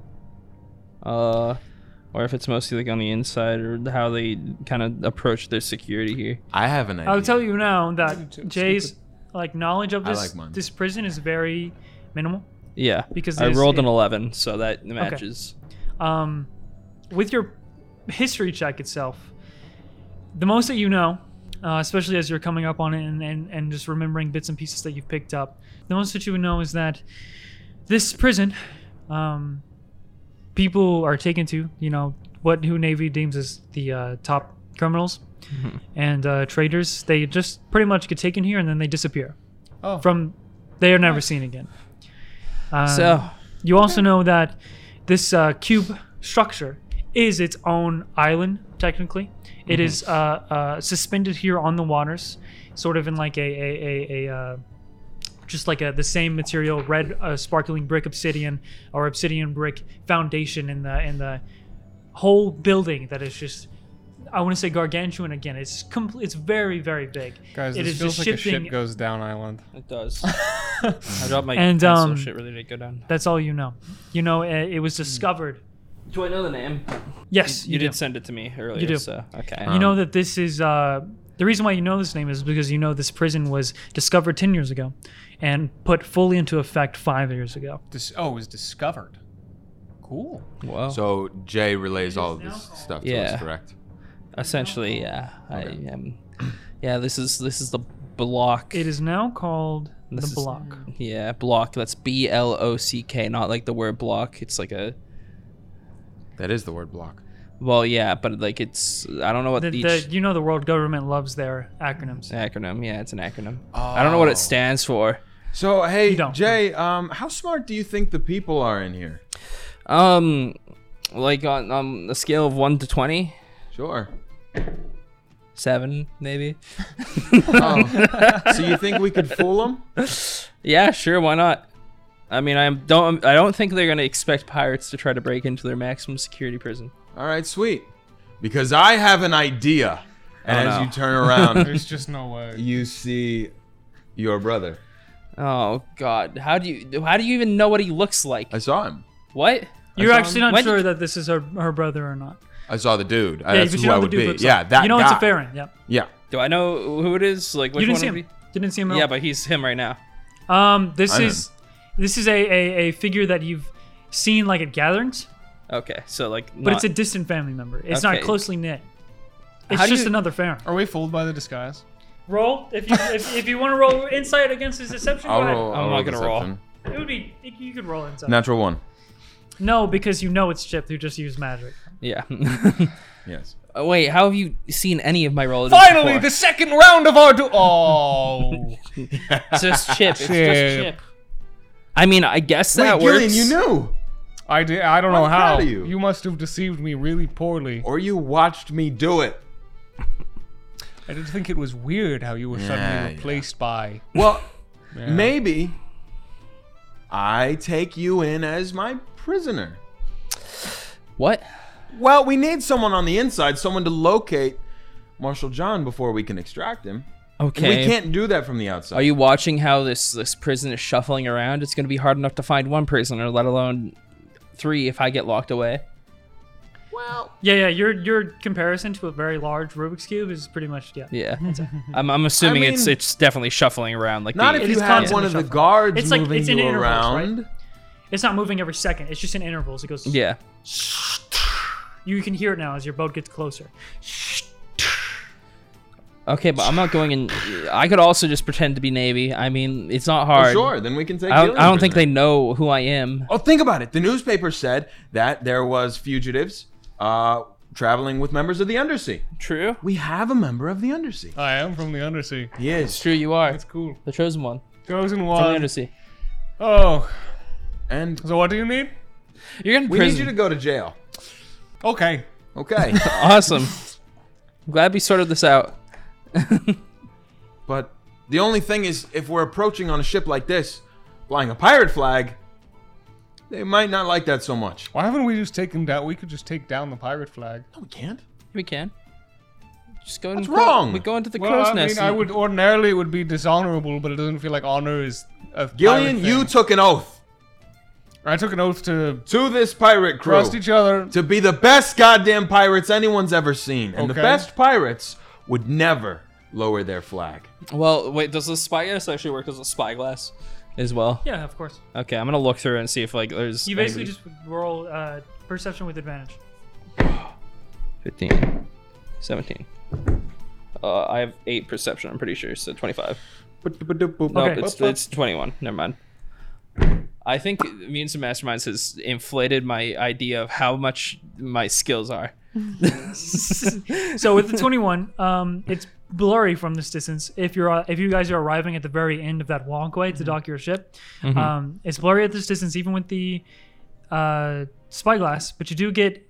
Speaker 4: uh, or if it's mostly like on the inside or how they kind of approach their security here.
Speaker 2: I have an idea.
Speaker 1: I'll tell you now that Jay's like knowledge of
Speaker 2: I
Speaker 1: this
Speaker 2: like mine.
Speaker 1: this prison is very minimal.
Speaker 4: Yeah,
Speaker 1: Because
Speaker 4: I
Speaker 1: there's-
Speaker 4: rolled an
Speaker 1: it-
Speaker 4: eleven, so that matches.
Speaker 1: Um, with your history check itself, the most that you know, uh, especially as you're coming up on it and, and, and just remembering bits and pieces that you've picked up, the most that you would know is that this prison, um, people are taken to, you know, what who Navy deems as the uh, top criminals and uh, traders. They just pretty much get taken here and then they disappear.
Speaker 3: Oh.
Speaker 1: From they are never seen again. Um,
Speaker 4: So
Speaker 1: you also know that this uh, cube structure is its own island, technically. It is
Speaker 3: Mm-hmm.
Speaker 1: uh, uh, suspended here on the waters, sort of in like a a a, a uh, just like a, the same material, red uh, sparkling brick obsidian or obsidian brick foundation in the in the whole building that is just. I want to say gargantuan again. It's complete. It's very, very big.
Speaker 3: Guys,
Speaker 1: it
Speaker 3: this
Speaker 1: is
Speaker 3: feels
Speaker 1: just
Speaker 3: like a
Speaker 1: shifting
Speaker 3: ship goes down island.
Speaker 4: it does. I dropped my
Speaker 1: And,
Speaker 4: pencil.
Speaker 1: um,
Speaker 4: shit really did go down.
Speaker 1: That's all you know. You know, eh, it, it
Speaker 3: Mm.
Speaker 1: was discovered.
Speaker 4: Do I know the name?
Speaker 1: Yes,
Speaker 4: You, did
Speaker 1: do.
Speaker 4: send it to me earlier.
Speaker 1: do.
Speaker 4: So okay.
Speaker 1: You know that this is uh, the reason why you know this name is because you know this prison was discovered ten years ago, and put fully into effect five years ago.
Speaker 3: Dis- oh, it was discovered. Cool.
Speaker 4: Whoa.
Speaker 2: So Jay relays all of this stuff to
Speaker 4: Yeah.
Speaker 2: us, correct?
Speaker 4: Essentially, yeah. I am. Yeah, this is this is the block.
Speaker 1: It is now called
Speaker 4: This
Speaker 1: the
Speaker 4: is-
Speaker 1: block.
Speaker 4: Yeah, block. That's B L O C K, not like the word block. It's like a
Speaker 2: That is the word block.
Speaker 4: well, yeah, but like it's I don't know what
Speaker 1: The,
Speaker 4: each
Speaker 1: the, you know the world government loves their acronyms.
Speaker 4: acronym. Yeah, it's an acronym. I don't know what it stands for.
Speaker 2: So hey,
Speaker 1: You don't.
Speaker 2: Jay, um, how smart do you think the people are in here?
Speaker 4: Um, like on on a scale of one to twenty,
Speaker 2: Sure.
Speaker 4: seven maybe.
Speaker 2: Oh. so you think we could fool them?
Speaker 4: Yeah, sure, why not? I mean, I don't I don't think they're gonna expect pirates to try to break into their maximum security prison.
Speaker 2: All right, sweet. Because I have an idea. And
Speaker 4: Oh,
Speaker 2: as
Speaker 4: no.
Speaker 2: you turn around,
Speaker 3: There's just no way.
Speaker 2: you see your brother.
Speaker 4: Oh God, how do you how do you even know what he looks like?
Speaker 2: I saw him.
Speaker 4: What? um,
Speaker 1: You're actually not
Speaker 4: When- Uh,
Speaker 1: sure that this is her, her brother or not.
Speaker 2: I saw the dude. Yeah,
Speaker 1: Yeah,
Speaker 2: That's
Speaker 1: but
Speaker 2: who
Speaker 1: you know
Speaker 2: I
Speaker 1: what the
Speaker 2: would
Speaker 1: dude
Speaker 2: be.
Speaker 1: looks
Speaker 2: Yeah,
Speaker 1: like.
Speaker 2: that
Speaker 1: You know it's a
Speaker 2: guy.
Speaker 1: Farron. Yep.
Speaker 2: Yeah.
Speaker 4: Do I know who it is? Like which
Speaker 1: You didn't
Speaker 4: one
Speaker 1: see
Speaker 4: would
Speaker 1: him.
Speaker 4: be-
Speaker 1: You didn't see him. At
Speaker 4: Yeah,
Speaker 1: all.
Speaker 4: but he's him right now.
Speaker 1: um, this
Speaker 2: I'm
Speaker 1: is this is a, a, a figure that you've seen like at gatherings,
Speaker 4: Okay, so like,
Speaker 1: but it's a distant family member. It's not
Speaker 4: Okay.
Speaker 1: closely knit. It's
Speaker 4: How do
Speaker 1: just
Speaker 4: you-
Speaker 1: another Farron.
Speaker 3: Are we fooled by the disguise?
Speaker 1: Roll if you if, if you want to roll insight against his deception.
Speaker 2: I'll
Speaker 1: go ahead.
Speaker 2: roll.
Speaker 4: I'm
Speaker 2: I'll
Speaker 4: not gonna roll.
Speaker 2: deception.
Speaker 1: It would be you could roll insight.
Speaker 2: Natural one.
Speaker 1: No, because you know it's Chip who just used magic.
Speaker 4: yeah.
Speaker 2: Yes.
Speaker 4: Uh, Wait, how have you seen any of my roll?
Speaker 3: Finally, the second round of our do. Oh.
Speaker 4: it's just chip. It's just
Speaker 3: Chip.
Speaker 4: chip. I mean, I guess
Speaker 2: Wait,
Speaker 4: that
Speaker 2: Gillian,
Speaker 4: works.
Speaker 2: you knew.
Speaker 3: I did. I don't know
Speaker 2: I'm
Speaker 3: how.
Speaker 2: proud of you.
Speaker 3: must have deceived me really poorly.
Speaker 2: Or you watched me do it.
Speaker 3: I didn't think it was weird how you were
Speaker 2: Yeah, yeah.
Speaker 3: suddenly replaced by.
Speaker 2: Well,
Speaker 3: Yeah.
Speaker 2: maybe I take you in as my prisoner.
Speaker 4: What?
Speaker 2: Well, we need someone on the inside, someone to locate Marshal John before we can extract him. And
Speaker 4: Okay.
Speaker 2: We can't do that from the outside.
Speaker 4: Are you watching how this this prison is shuffling around? It's gonna be hard enough to find one prisoner, let alone three if I get locked away.
Speaker 2: out.
Speaker 1: Yeah, yeah. Your your comparison to a very large Rubik's cube is pretty much yeah.
Speaker 4: Yeah, I'm, I'm assuming it's
Speaker 2: mean-
Speaker 4: it's definitely shuffling around like
Speaker 2: Not
Speaker 4: the,
Speaker 2: if
Speaker 1: is
Speaker 2: you had
Speaker 1: constantly
Speaker 2: one of the
Speaker 1: shuffling.
Speaker 2: guards
Speaker 1: It's like-
Speaker 2: moving
Speaker 1: it's in
Speaker 2: you
Speaker 1: intervals, right?
Speaker 2: around.
Speaker 1: It's not moving every second. It's just in intervals. It goes.
Speaker 4: yeah.
Speaker 1: You can hear it now as your boat gets closer.
Speaker 4: Okay, but I'm not going in. I could also just pretend to be Navy. I mean, it's not hard.
Speaker 2: Sure, then we can take.
Speaker 4: I don't,
Speaker 2: Gillian
Speaker 4: I don't think they
Speaker 2: prisoner.
Speaker 4: know who I am.
Speaker 2: Oh, think about it. The newspaper said that there was fugitives uh, traveling with members of the Undersea.
Speaker 4: True.
Speaker 2: We have a member of the Undersea.
Speaker 3: I am from the Undersea.
Speaker 2: He is,
Speaker 4: True, you are
Speaker 3: That's Um, cool.
Speaker 4: the chosen one
Speaker 3: Chosen
Speaker 4: from the
Speaker 3: one.
Speaker 4: undersea.
Speaker 3: Oh,
Speaker 2: and
Speaker 3: so what do you need?
Speaker 4: You're in
Speaker 2: we
Speaker 4: prison.
Speaker 2: need you to go to jail.
Speaker 3: Okay.
Speaker 2: Okay,
Speaker 4: awesome. I'm glad we sorted this out.
Speaker 2: but the only thing is, if we're approaching on a ship like this, flying a pirate flag, they might not like that so much.
Speaker 3: Why haven't we just taken down? We could just take down the pirate flag.
Speaker 2: No, we can't.
Speaker 4: We can. Just go
Speaker 2: What's
Speaker 4: and
Speaker 2: wrong?
Speaker 4: We go into the
Speaker 3: Well,
Speaker 4: crow's
Speaker 3: I
Speaker 4: nest.
Speaker 3: mean, I
Speaker 4: and-
Speaker 3: would ordinarily it would be dishonorable, but it doesn't feel like honor is a pirate
Speaker 2: Gillian,
Speaker 3: thing.
Speaker 2: you took an oath
Speaker 3: I took an oath to
Speaker 2: to this pirate crew.
Speaker 3: trust each other.
Speaker 2: to be the best goddamn pirates anyone's ever seen. And the
Speaker 3: Okay.
Speaker 2: best pirates would never lower their flag.
Speaker 4: Well, wait. Does the spyglass actually work as a spyglass as well?
Speaker 1: Yeah, of course.
Speaker 4: Okay, I'm gonna look through and see if like there's.
Speaker 1: You basically
Speaker 4: maybe-
Speaker 1: just roll uh, perception with advantage.
Speaker 4: 15, 17. Uh, I have eight perception. I'm pretty sure, so 25. No,
Speaker 1: Okay.
Speaker 4: it's, it's 21. Never mind. I think Mutants and Masterminds has inflated my idea of how much my skills are.
Speaker 1: So with the 21, um, it's blurry from this distance. If you're uh, if you guys are arriving at the very end of that walkway to dock your ship, um, it's blurry at this distance even with the uh, spyglass. But you do get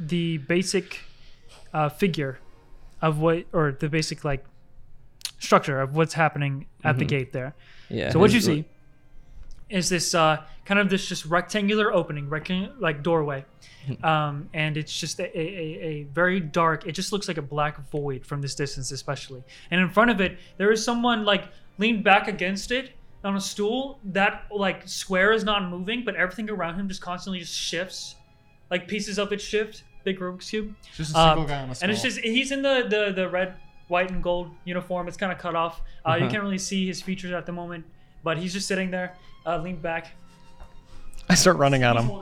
Speaker 1: the basic uh, figure of what or the basic like structure of what's happening at the gate there.
Speaker 4: yeah.
Speaker 1: So what you see is this uh, kind of this just rectangular opening, rectan- like doorway, um, and it's just a, a, a, a very dark. It just looks like a black void from this distance, especially. And in front of it, there is someone like leaned back against it on a stool. That like square is not moving, but everything around him just constantly just shifts, like pieces of it shift. Big Rubik's cube.
Speaker 3: Just a
Speaker 1: Um,
Speaker 3: single guy on a
Speaker 1: and it's
Speaker 3: skull.
Speaker 1: just he's in the the, the red white and gold uniform it's kind of cut off uh,
Speaker 4: Uh-huh.
Speaker 1: you can't really see his features at the moment but he's just sitting there uh, leaned back
Speaker 3: I start running at him.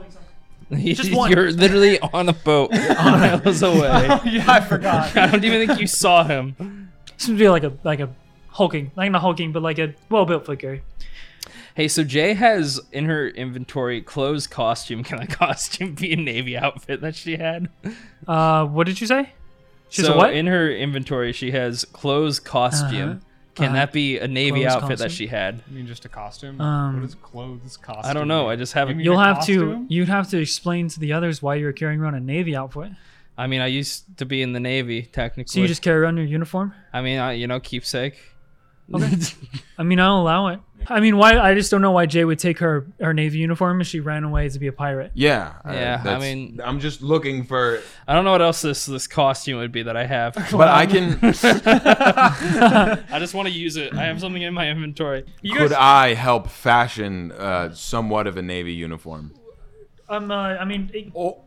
Speaker 1: Just one.
Speaker 4: You're literally on a boat miles away.
Speaker 3: Oh, yeah, I forgot.
Speaker 4: I don't even think you saw him.
Speaker 1: seems to be like a like a hulking like not hulking but like a well-built figure
Speaker 4: Hey, so Jay has in her inventory clothes, costume. Can I costume be a navy outfit that she had?
Speaker 1: uh what did you say she's
Speaker 4: so
Speaker 1: a what
Speaker 4: in her inventory, she has clothes, costume.
Speaker 1: Uh-huh.
Speaker 4: Can
Speaker 1: Uh-huh.
Speaker 4: that be a navy
Speaker 1: Clothes,
Speaker 4: outfit that
Speaker 1: costume?
Speaker 4: she had?
Speaker 3: I mean, just a costume.
Speaker 1: Um,
Speaker 3: what is clothes costume?
Speaker 4: I don't know. I just haven't.
Speaker 3: mean
Speaker 1: you'll
Speaker 3: a
Speaker 1: have
Speaker 3: costume?
Speaker 1: to you'd have to explain to the others why you're carrying around a navy outfit
Speaker 4: I mean, I used to be in the navy technically.
Speaker 1: so you just carry around your uniform
Speaker 4: I mean, I, you know, keepsake.
Speaker 1: i mean i'll allow it i mean why i just don't know why jay would take her her navy uniform if she ran away to be a pirate
Speaker 2: Yeah. uh,
Speaker 4: Yeah, I
Speaker 2: that's-
Speaker 4: mean-
Speaker 2: I'm just looking for,
Speaker 4: I don't know what else this this costume would be that I have.
Speaker 2: but I can.
Speaker 4: I just want to use it. I have something in my inventory. You
Speaker 2: could
Speaker 4: guys,
Speaker 2: I help fashion uh, somewhat of a navy uniform?
Speaker 1: um uh, i mean it-
Speaker 2: Oh,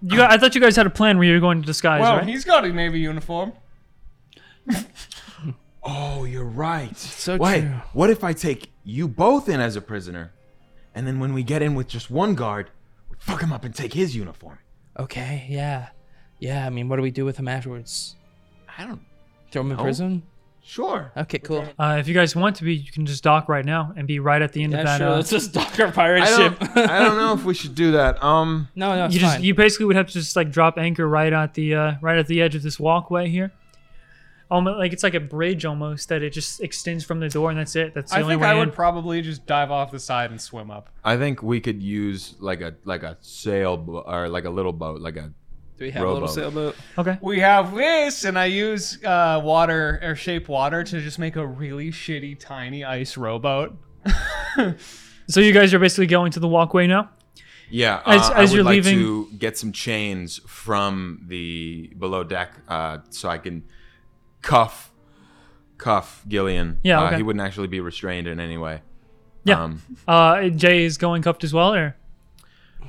Speaker 1: You, I thought you guys had a plan where you were going to disguise,
Speaker 3: Well,
Speaker 1: right?
Speaker 3: he's got a navy uniform.
Speaker 2: oh, you're right.
Speaker 4: so
Speaker 2: Wait,
Speaker 4: true.
Speaker 2: what if I take you both in as a prisoner, and then when we get in with just one guard, we fuck him up and take his uniform?
Speaker 4: okay, yeah, yeah. I mean, what do we do with him afterwards?
Speaker 2: I don't.
Speaker 4: Throw him in
Speaker 2: No.
Speaker 4: prison?
Speaker 2: Sure.
Speaker 4: Okay, cool.
Speaker 1: Uh, if you guys want to be, you can just dock right now and be right at the end of
Speaker 4: Yeah,
Speaker 1: that.
Speaker 4: sure.
Speaker 1: uh,
Speaker 4: Let's just dock our pirate
Speaker 2: I
Speaker 4: ship.
Speaker 2: don't, I don't know if we should do that. Um.
Speaker 4: no, no, it's
Speaker 1: you just
Speaker 4: uh, fine.
Speaker 1: you basically would have to just like drop anchor right at the uh, right at the edge of this walkway here. Almost like it's like a bridge almost that it just extends from the door and that's it. That's the
Speaker 3: I
Speaker 1: only
Speaker 3: think
Speaker 1: way
Speaker 3: I
Speaker 1: in.
Speaker 3: would probably just dive off the side and swim up.
Speaker 2: I think we could use like a like a sail bo- or like a little boat, like a
Speaker 4: do we have a little
Speaker 2: rowboat.
Speaker 4: sailboat?
Speaker 1: okay.
Speaker 3: We have this, and I use uh, water or shape water to just make a really shitty tiny ice rowboat.
Speaker 1: So you guys are basically going to the walkway now.
Speaker 2: yeah.
Speaker 1: As- as
Speaker 2: uh, I would
Speaker 1: you're
Speaker 2: like
Speaker 1: leaving-
Speaker 2: to get some chains from the below deck, uh, so I can cuff cuff Gillian.
Speaker 1: Yeah,
Speaker 2: Uh,
Speaker 1: okay.
Speaker 2: he wouldn't actually be restrained in any way.
Speaker 1: Yeah.
Speaker 2: Um,
Speaker 1: Uh, Jay is going cuffed as well, or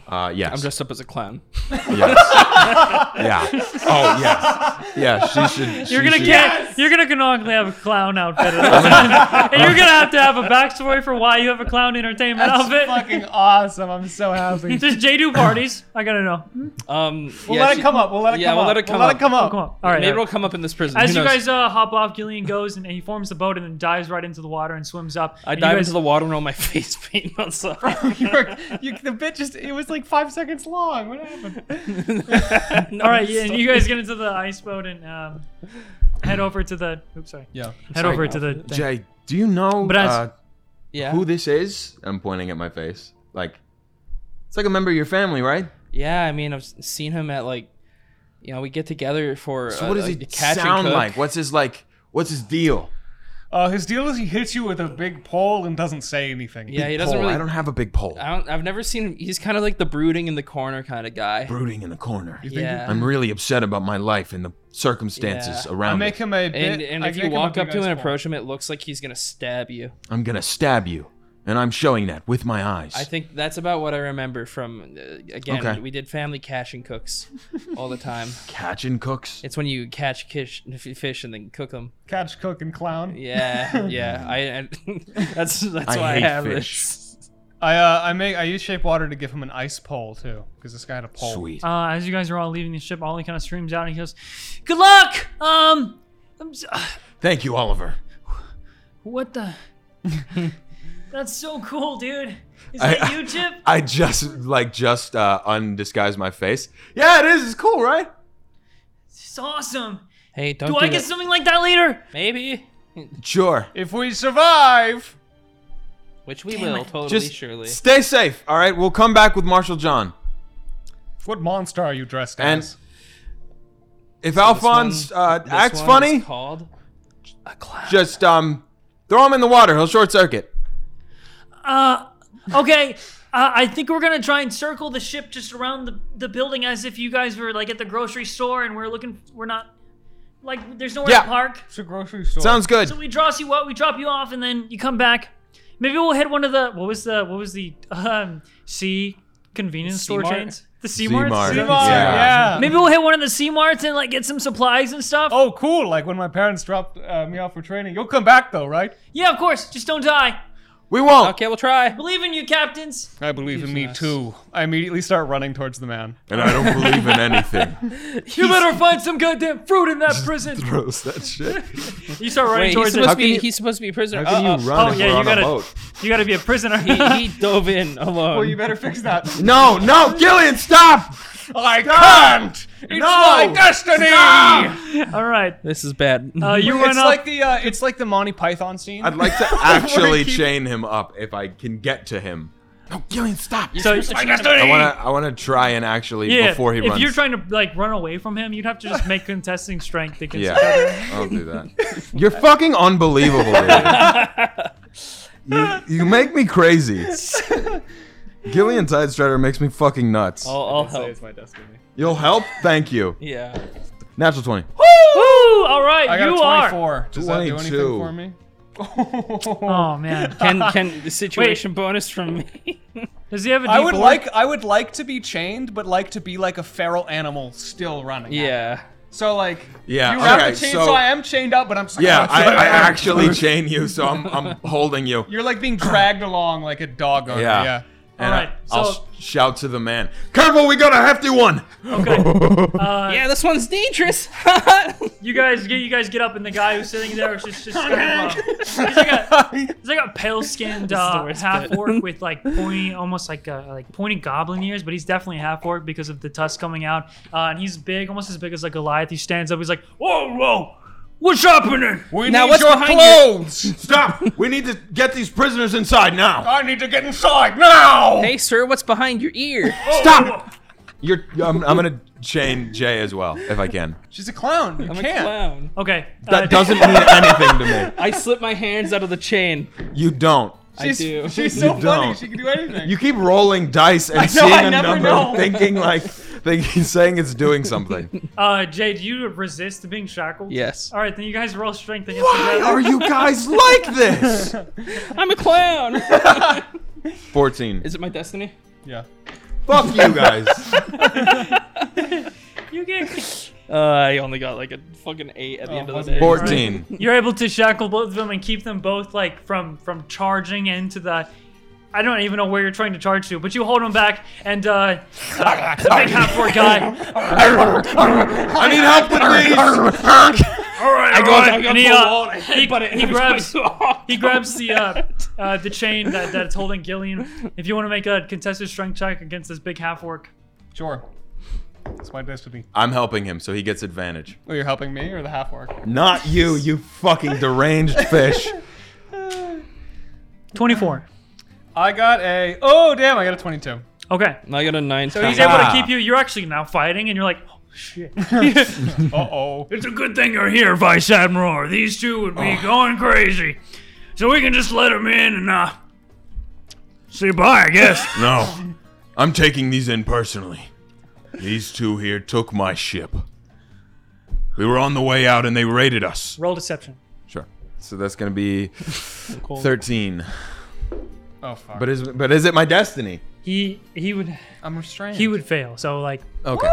Speaker 2: Uh, yes.
Speaker 4: I'm dressed up as a clown.
Speaker 2: Yes. yeah. Oh yes. Yeah. She should.
Speaker 1: You're
Speaker 2: she
Speaker 1: gonna
Speaker 2: should-
Speaker 1: get. You're gonna canonically have a clown outfit, at all times. and you're gonna have to have a backstory for why you have a clown entertainment outfit.
Speaker 9: fucking awesome. I'm so happy.
Speaker 1: Just J do parties. I gotta know.
Speaker 4: Um,
Speaker 9: We'll
Speaker 4: yeah,
Speaker 9: let
Speaker 4: she-
Speaker 9: it come up. We'll let it
Speaker 4: yeah,
Speaker 9: come
Speaker 4: we'll
Speaker 9: up.
Speaker 4: let it come
Speaker 9: we'll
Speaker 4: up.
Speaker 9: let it come up.
Speaker 1: Come on. All right.
Speaker 4: Maybe
Speaker 1: all right.
Speaker 4: it'll come up in this prison.
Speaker 1: As
Speaker 4: Who
Speaker 1: you
Speaker 4: knows?
Speaker 1: guys uh, hop off, Gillian goes and he forms the boat and then dives right into the water and swims up.
Speaker 4: I
Speaker 1: and
Speaker 4: dive
Speaker 1: you guys,
Speaker 4: into the water and all my face paint on something.
Speaker 9: you were, you, the bit just, it was like five seconds long. What happened?
Speaker 1: All right, yeah, and you guys get into the ice boat and um, head over to the. Oops, sorry.
Speaker 9: Yeah.
Speaker 1: Head over to the. thing.
Speaker 2: Jay, do you know
Speaker 1: But as-
Speaker 2: uh,
Speaker 4: yeah.
Speaker 2: who this is? I'm pointing at my face. Like, it's like a member of your family, right?
Speaker 4: Yeah, I mean, I've s- seen him at like, you know, we get together for.
Speaker 2: So
Speaker 4: uh,
Speaker 2: what does
Speaker 4: like,
Speaker 2: he
Speaker 4: the catch and
Speaker 2: sound
Speaker 4: cook.
Speaker 2: like? What's his like? What's his deal?
Speaker 3: Uh, his deal is he hits you with a big pole and doesn't say anything.
Speaker 4: Yeah, he
Speaker 2: Big
Speaker 4: doesn't
Speaker 2: pole.
Speaker 4: really.
Speaker 2: I don't have a big pole.
Speaker 4: I don't. I've never seen him. He's kind of like the brooding in the corner kind of guy.
Speaker 2: Brooding in the corner.
Speaker 4: Yeah.
Speaker 2: I'm really upset about my life and the circumstances
Speaker 4: Yeah.
Speaker 3: I
Speaker 2: around
Speaker 3: make
Speaker 2: it.
Speaker 3: him a bit.
Speaker 4: and and
Speaker 3: I
Speaker 4: if you
Speaker 3: make him a
Speaker 4: walk up
Speaker 3: big
Speaker 4: to him
Speaker 3: ice
Speaker 4: and
Speaker 3: ball.
Speaker 4: approach him, it looks like he's gonna stab you.
Speaker 2: I'm gonna stab you, and I'm showing that with my eyes.
Speaker 4: I think that's about what I remember from. Uh, again,
Speaker 2: Okay.
Speaker 4: we did family catch and cooks all the time.
Speaker 2: Catching cooks.
Speaker 4: It's when you catch kish, fish and then cook them.
Speaker 3: catch, cook, and clown.
Speaker 4: Yeah, yeah. I, I that's that's
Speaker 2: I
Speaker 4: why I
Speaker 2: hate
Speaker 4: have
Speaker 2: fish.
Speaker 4: this.
Speaker 3: I uh, I make I use shape water to give him an ice pole too, because this guy had a pole.
Speaker 2: Sweet.
Speaker 1: Uh, as you guys are all leaving the ship, Ollie kind of streams out and he goes, "Good luck." Um, I'm s-
Speaker 2: Thank you, Oliver.
Speaker 1: what the? That's so cool, dude. Is
Speaker 2: I-
Speaker 1: that you, Chip?
Speaker 2: I just like just uh undisguise my face. Yeah, it is. It's cool, right?
Speaker 1: It's awesome.
Speaker 4: Hey, don't
Speaker 1: Do
Speaker 4: do
Speaker 1: I
Speaker 4: that.
Speaker 1: get something like that later?
Speaker 4: maybe?
Speaker 2: Sure.
Speaker 3: If we survive,
Speaker 4: Which we will totally
Speaker 2: Just
Speaker 4: surely.
Speaker 2: stay safe. All right, we'll come back with Marshall John.
Speaker 3: what monster are you dressed
Speaker 2: And-
Speaker 3: as?
Speaker 2: If Alphonse
Speaker 4: This
Speaker 2: uh,
Speaker 4: one- this
Speaker 2: acts
Speaker 4: one is
Speaker 2: funny,
Speaker 4: Called.
Speaker 2: just um throw him in the water. He'll short circuit.
Speaker 1: Uh, okay. Uh, I think we're gonna try and circle the ship just around the, the building as if you guys were like at the grocery store and we're looking. We're not like there's nowhere
Speaker 2: Yeah.
Speaker 1: to park.
Speaker 3: It's a grocery store.
Speaker 2: Sounds good.
Speaker 1: So we dross you out, we drop you off, and then you come back. Maybe we'll hit one of the what was the what was the um C convenience store
Speaker 4: C-Mart?
Speaker 1: chains? The C marts.
Speaker 2: C-Mart.
Speaker 3: Come on,
Speaker 2: Yeah.
Speaker 3: yeah.
Speaker 1: Maybe we'll hit one of the C marts and like get some supplies and stuff.
Speaker 3: Oh, cool! Like when my parents dropped uh, me off for training. You'll come back though, right?
Speaker 1: Yeah, of course. Just don't die.
Speaker 2: We won't.
Speaker 4: Okay, we'll try.
Speaker 1: Believe in you, captains.
Speaker 3: I believe in me too. I immediately start running towards the man.
Speaker 2: And I don't believe in anything.
Speaker 1: You better find some goddamn fruit in that prison.
Speaker 2: Throws that shit.
Speaker 1: You start running
Speaker 4: Wait, he's
Speaker 1: towards it.
Speaker 4: supposed
Speaker 2: How can
Speaker 4: to be
Speaker 2: you-
Speaker 4: he's supposed to be a prisoner.
Speaker 2: How can
Speaker 4: Uh-oh.
Speaker 2: you run
Speaker 1: oh,
Speaker 2: if
Speaker 1: yeah,
Speaker 2: we're
Speaker 1: you
Speaker 2: on
Speaker 1: gotta-
Speaker 2: a boat?
Speaker 1: You gotta be a prisoner.
Speaker 4: He, he dove in alone.
Speaker 9: You better fix that.
Speaker 2: No, no, Gillian, stop!
Speaker 3: I can't. It's my destiny.
Speaker 1: All right.
Speaker 4: this is bad.
Speaker 1: Uh, you run
Speaker 3: It's
Speaker 1: up.
Speaker 3: like the uh, it's like the Monty Python scene.
Speaker 2: I'd like to actually chain him up if I can get to him. No, Gillian, stop!
Speaker 1: so
Speaker 2: I wanna, I wanna try and actually
Speaker 1: yeah,
Speaker 2: before he
Speaker 1: if
Speaker 2: runs.
Speaker 1: you're trying to like run away from him, you'd have to just make contesting strength against each other.
Speaker 2: yeah, I'll do that. You're fucking unbelievable, dude. You, you make me crazy. Gillian Tidestrider makes me fucking nuts.
Speaker 4: I'll, I'll help.
Speaker 3: my destiny.
Speaker 2: You'll help? Thank you.
Speaker 4: Yeah.
Speaker 2: Natural 20.
Speaker 1: Woo! All right,
Speaker 3: I got
Speaker 1: you
Speaker 3: a
Speaker 1: are.
Speaker 3: 24. Does that do
Speaker 2: 22.
Speaker 3: anything for me?
Speaker 1: Oh man.
Speaker 4: Can can the situation bonus from me?
Speaker 1: Does he have a D4?
Speaker 3: I would like I would like to be chained, but like to be like a feral animal still running. at me.
Speaker 4: yeah.
Speaker 3: So like
Speaker 2: Yeah,
Speaker 3: you have
Speaker 2: okay,
Speaker 3: the chain,
Speaker 2: so-
Speaker 3: so, I am chained up, but I'm just like,
Speaker 2: Yeah,
Speaker 3: oh,
Speaker 2: I,
Speaker 3: sorry.
Speaker 2: I actually chain you, so I'm, I'm holding you.
Speaker 3: You're like being dragged along like a dog on
Speaker 2: Yeah.
Speaker 3: yeah. yeah.
Speaker 2: And
Speaker 1: Alright,
Speaker 2: I, will
Speaker 1: so-
Speaker 2: shout to the man. Careful, we got a hefty one.
Speaker 4: yeah, this one's dangerous.
Speaker 1: You guys, get you guys get up, and the guy who's sitting there is just just kind of, uh, he's like a he's like a pale skinned uh,
Speaker 4: worst
Speaker 1: half
Speaker 4: bit.
Speaker 1: orc with like pointy, almost like uh like pointy goblin ears, but he's definitely a half orc because of the tusk coming out. Uh, and he's big, almost as big as like Goliath. He stands up, he's like, whoa, whoa, what's happening?
Speaker 3: We
Speaker 4: Now,
Speaker 3: need
Speaker 4: what's
Speaker 3: your
Speaker 4: behind
Speaker 3: clothes.
Speaker 2: Stop! We need to get these prisoners inside now.
Speaker 3: I need to get inside now.
Speaker 4: hey, sir, what's behind your ear?
Speaker 2: Stop! You're. I'm, I'm gonna chain Jay as well if I can.
Speaker 3: She's a clown. You
Speaker 4: I'm a
Speaker 3: can't.
Speaker 4: clown.
Speaker 1: Okay, uh,
Speaker 2: That doesn't mean anything to
Speaker 4: I slip my hands out of the chain.
Speaker 2: me. You don't.
Speaker 4: I do.
Speaker 3: She's so
Speaker 2: You
Speaker 3: funny.
Speaker 2: don't.
Speaker 3: She can do anything.
Speaker 2: You keep rolling dice and seeing a number, and thinking like, thinking, saying it's doing something.
Speaker 1: uh, Jay, do you resist being shackled?
Speaker 4: Yes.
Speaker 1: All right, then you guys roll strength against each
Speaker 2: Why
Speaker 1: other.
Speaker 2: are you guys like this?
Speaker 4: I'm a clown.
Speaker 2: Fourteen.
Speaker 4: Is it my destiny?
Speaker 3: yeah.
Speaker 2: Fuck you guys.
Speaker 1: You get.
Speaker 4: Uh, I only got like a fucking eight at the end of the day.
Speaker 2: 14.
Speaker 1: You're able to shackle both of them and keep them both like from from charging into the. I don't even know where you're trying to charge to, but you hold them back, and uh, uh the big half-orc guy.
Speaker 2: I need help with these.
Speaker 1: I
Speaker 4: go- I go
Speaker 1: and he,
Speaker 4: for a
Speaker 1: uh,
Speaker 4: wall and
Speaker 1: he,
Speaker 4: headbutt it, and
Speaker 1: he
Speaker 4: it was
Speaker 1: grabs
Speaker 4: going so
Speaker 1: he grabs the uh, uh, the chain that, that's holding Gillian. If you want to make a contested strength check against this big half-orc,
Speaker 3: Sure. It's my destiny.
Speaker 2: I'm helping him, so he gets advantage.
Speaker 3: Oh, you're helping me or the half orc?
Speaker 2: Not you, you fucking deranged fish.
Speaker 1: 24.
Speaker 3: I got a. Oh damn! I got a 22.
Speaker 1: Okay,
Speaker 4: I got a nine.
Speaker 1: so he's
Speaker 4: times.
Speaker 1: able to
Speaker 2: Ah.
Speaker 1: keep you. You're actually now fighting, and you're like, oh shit.
Speaker 3: Uh oh.
Speaker 1: It's a good thing you're here, Vice Admiral. or These two would be going crazy. So we can just let them in and, uh, say bye, I guess.
Speaker 2: No, I'm taking these in personally. These two here took my ship. We were on the way out and they raided us.
Speaker 1: Roll deception.
Speaker 2: Sure. So that's gonna be 13.
Speaker 3: Oh fuck.
Speaker 2: But is but is it my destiny?
Speaker 1: He, he would,
Speaker 3: I'm restrained.
Speaker 1: he would fail. So, like,
Speaker 2: Okay.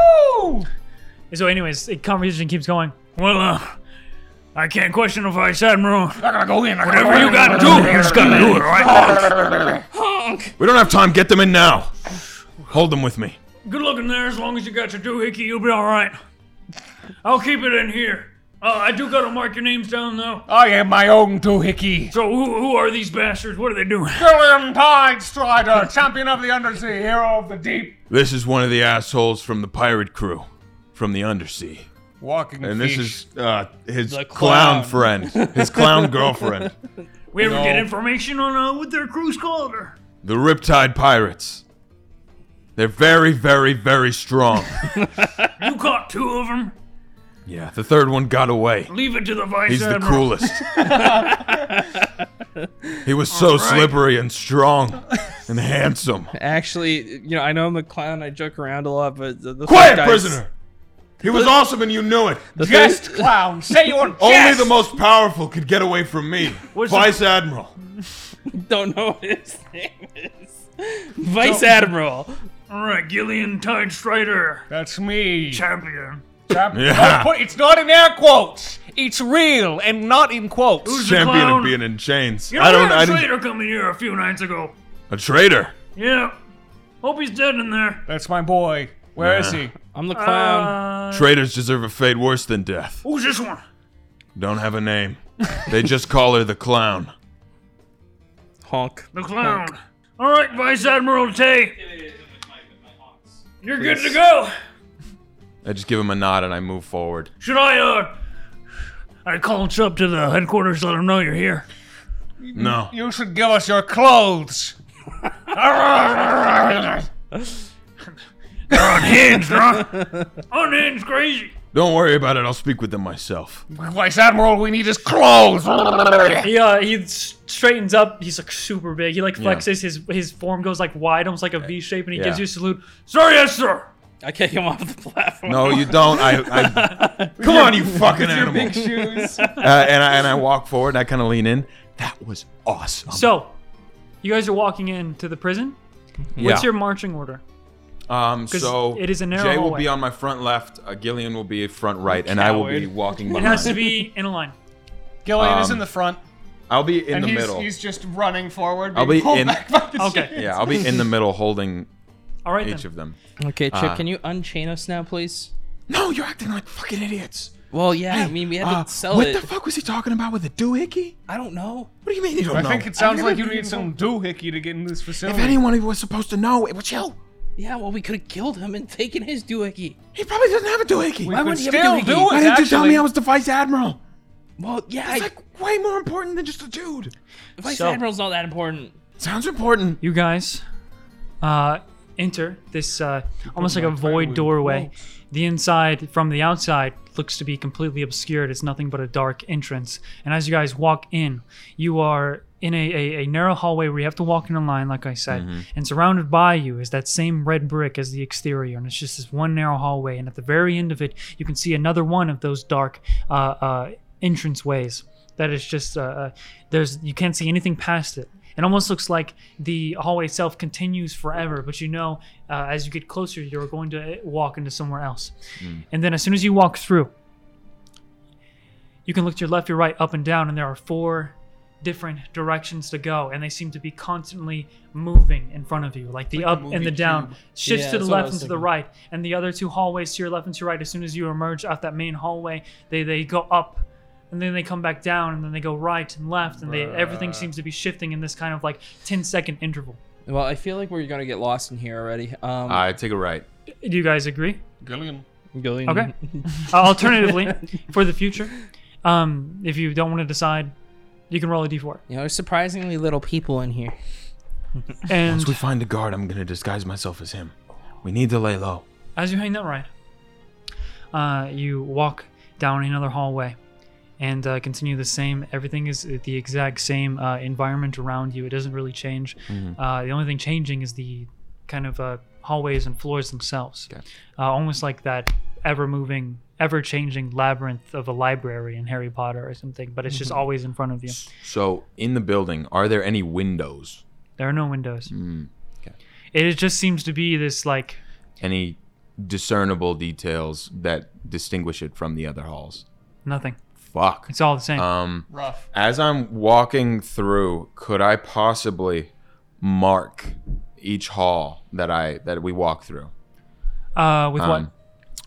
Speaker 1: so anyways, the conversation keeps going. Well, uh, I can't question the Vice Admiral. I gotta go in. Whatever you gotta do, you just gotta do it, right?
Speaker 2: We don't have time. Get them in now. Hold them with me.
Speaker 1: good luck in there. As long as you got your doohickey, you'll be all right. I'll keep it in here. Uh, I do gotta mark your names down, though.
Speaker 3: I am my own doohickey.
Speaker 1: So who, who are these bastards? What are they doing?
Speaker 3: William Tide Strider, champion of the undersea, hero of the deep.
Speaker 2: This is one of the assholes from the pirate crew, from the undersea.
Speaker 3: Walking
Speaker 2: And
Speaker 3: fish.
Speaker 2: this is uh, his
Speaker 4: The
Speaker 2: clown.
Speaker 4: clown.
Speaker 2: friend, his clown girlfriend,
Speaker 1: We ever get
Speaker 3: No.
Speaker 1: information on uh, what their crew's called? Or...
Speaker 2: the Riptide Pirates. They're very, very, very strong.
Speaker 1: You caught two of them.
Speaker 2: Yeah, the third one got away.
Speaker 1: Leave it to the vice
Speaker 2: He's the
Speaker 1: admiral.
Speaker 2: coolest. he was so slippery and strong and handsome.
Speaker 4: Actually, you know, I know I'm a clown. I joke around a lot, but the, the
Speaker 2: Quiet,
Speaker 4: guys-
Speaker 2: prisoner! He was awesome and you knew it.
Speaker 4: The
Speaker 3: Jest
Speaker 4: third-
Speaker 3: clown, say your jest.
Speaker 2: Only the most powerful could get away from me, Vice Admiral.
Speaker 4: don't know what his name is. Vice Admiral.
Speaker 1: All right, Gillian Tide Strider,
Speaker 3: That's me.
Speaker 1: champion.
Speaker 2: Yeah.
Speaker 3: But it's not in air quotes. It's real and not in quotes.
Speaker 1: Who's the
Speaker 2: Champion
Speaker 1: clown?
Speaker 2: of being in chains.
Speaker 1: You know,
Speaker 2: I don't.
Speaker 1: we
Speaker 2: I
Speaker 1: had a
Speaker 2: didn't,
Speaker 1: traitor coming here a few nights ago.
Speaker 2: a traitor.
Speaker 1: Yeah. Hope he's dead in there.
Speaker 3: That's my boy. Where is
Speaker 2: Yeah.
Speaker 3: he?
Speaker 4: I'm the clown.
Speaker 1: Uh,
Speaker 2: Traitors deserve a fate worse than death.
Speaker 1: who's this one?
Speaker 2: Don't have a name. They just call her the clown.
Speaker 4: Honk.
Speaker 1: Uh, The clown. All right, Vice Admiral Tay. You're good to go.
Speaker 2: I just give him a nod and I move forward.
Speaker 1: Should I, uh. I called up to the headquarters, let them know you're here.
Speaker 2: No.
Speaker 3: You should give us your clothes.
Speaker 1: They're unhinged, huh? unhinged, crazy.
Speaker 2: Don't worry about it. I'll speak with them myself.
Speaker 3: Vice Admiral, we need his clothes.
Speaker 1: He uh, he s- straightens up. He's like super big. He like
Speaker 2: Yeah.
Speaker 1: flexes. His his form goes like wide, almost like a V shape, and he gives
Speaker 2: Yeah.
Speaker 1: you a salute. Sir, yes, sir.
Speaker 4: I kick him off the platform.
Speaker 2: No, you don't. I, I come on, you fucking animal.
Speaker 3: Shoes.
Speaker 2: Uh, and I and I walk forward and I kind of lean in. That was awesome.
Speaker 1: So, you guys are walking into the prison.
Speaker 2: yeah.
Speaker 1: What's your marching order?
Speaker 2: um? So
Speaker 1: it is a narrow
Speaker 2: Jay will
Speaker 1: hallway.
Speaker 2: be on my front left. Uh, Gillian will be front right, and I will be
Speaker 4: Coward.
Speaker 2: walking
Speaker 1: It has to
Speaker 2: behind.
Speaker 1: be in a line.
Speaker 3: Gillian is
Speaker 2: Um,
Speaker 3: in the front,
Speaker 2: I'll be in
Speaker 3: and
Speaker 2: the
Speaker 3: he's,
Speaker 2: middle.
Speaker 3: he's just running forward.
Speaker 2: I'll
Speaker 3: being
Speaker 2: be
Speaker 3: pulled
Speaker 2: in-
Speaker 3: back by the
Speaker 1: Okay.
Speaker 3: chains.
Speaker 2: Yeah, I'll be in the middle holding
Speaker 1: All right
Speaker 2: each
Speaker 1: then.
Speaker 2: of them.
Speaker 4: Okay, Chip,
Speaker 2: Uh.
Speaker 4: can you unchain us now, please?
Speaker 2: No, you're acting like fucking idiots.
Speaker 4: Well, yeah, I mean, we had to
Speaker 2: Uh,
Speaker 4: sell
Speaker 2: what
Speaker 4: it.
Speaker 2: the fuck was he talking about with the doohickey?
Speaker 4: I don't know.
Speaker 2: What do you mean you don't
Speaker 3: I
Speaker 2: know?
Speaker 3: think it sounds like you need some doohickey to get in this facility.
Speaker 2: if anyone was supposed to know, it was you.
Speaker 4: Yeah, well, we could have killed him and taken his doohickey.
Speaker 2: He probably doesn't have a doohickey.
Speaker 3: we
Speaker 2: Why,
Speaker 3: could
Speaker 4: wouldn't you have
Speaker 3: still
Speaker 4: a doohickey?
Speaker 3: do it.
Speaker 2: why didn't you tell me
Speaker 3: actually.
Speaker 2: I was the vice admiral?
Speaker 4: Well, yeah,
Speaker 2: It's
Speaker 4: I,
Speaker 2: like way more important than just a dude.
Speaker 4: Vice
Speaker 1: So-
Speaker 4: Admiral's not that important.
Speaker 2: Sounds important.
Speaker 1: You guys uh, enter this uh, almost like a void doorway. The inside from the outside looks to be completely obscured. It's nothing but a dark entrance. And as you guys walk in, you are in a, a, a narrow hallway where you have to walk in a line, like I said. And surrounded by you is that same red brick as the exterior. And it's just this one narrow hallway. And at the very end of it, you can see another one of those dark uh, uh, entrance ways that is just uh, uh, there's you can't see anything past it It almost looks like the hallway itself continues forever, but you know, uh, as you get closer, you're going to uh, walk into somewhere else. And then as soon as you walk through, you can look to your left, your right, up and down, and there are four different directions to go, and they seem to be constantly moving in front of you. Like the up and the down shifts
Speaker 4: Yeah,
Speaker 1: to the
Speaker 4: that's what I
Speaker 1: left
Speaker 4: was
Speaker 1: and to the
Speaker 4: thinking.
Speaker 1: right, and the other two hallways to your left and to your right. As soon as you emerge out that main hallway, they they go up, and then they come back down, and then they go right and left, and they everything seems to be shifting in this kind of like 10 second interval.
Speaker 4: Well, I feel like we're gonna get lost in here already. Um,
Speaker 2: I take a right.
Speaker 1: Do you guys agree?
Speaker 3: Gillian.
Speaker 4: Gillian-
Speaker 1: Okay. Uh, alternatively, for the future, um, if you don't want to decide, you can roll a d4.
Speaker 4: You know, there's surprisingly little people in here.
Speaker 1: And
Speaker 2: Once we find a guard, I'm gonna disguise myself as him. We need to lay low.
Speaker 1: as you hang that right, uh, you walk down another hallway and uh, continue the same. Everything is the exact same uh, environment around you. It doesn't really change.
Speaker 2: Mm-hmm.
Speaker 1: Uh, the only thing changing is the kind of uh, hallways and floors themselves. Uh, almost like that ever moving, ever changing labyrinth of a library in Harry Potter or something, but it's just
Speaker 2: Mm-hmm.
Speaker 1: always in front of you.
Speaker 2: So, in the building, are there any windows?
Speaker 1: There are no windows.
Speaker 2: Mm,
Speaker 1: It just seems to be this like
Speaker 2: Any discernible details that distinguish it from the other halls?
Speaker 1: nothing.
Speaker 2: Fuck.
Speaker 1: It's all the same.
Speaker 2: Um,
Speaker 3: Rough.
Speaker 2: as I'm walking through, could I possibly mark each hall that I that we walk through?
Speaker 1: Uh, with what?
Speaker 2: Um,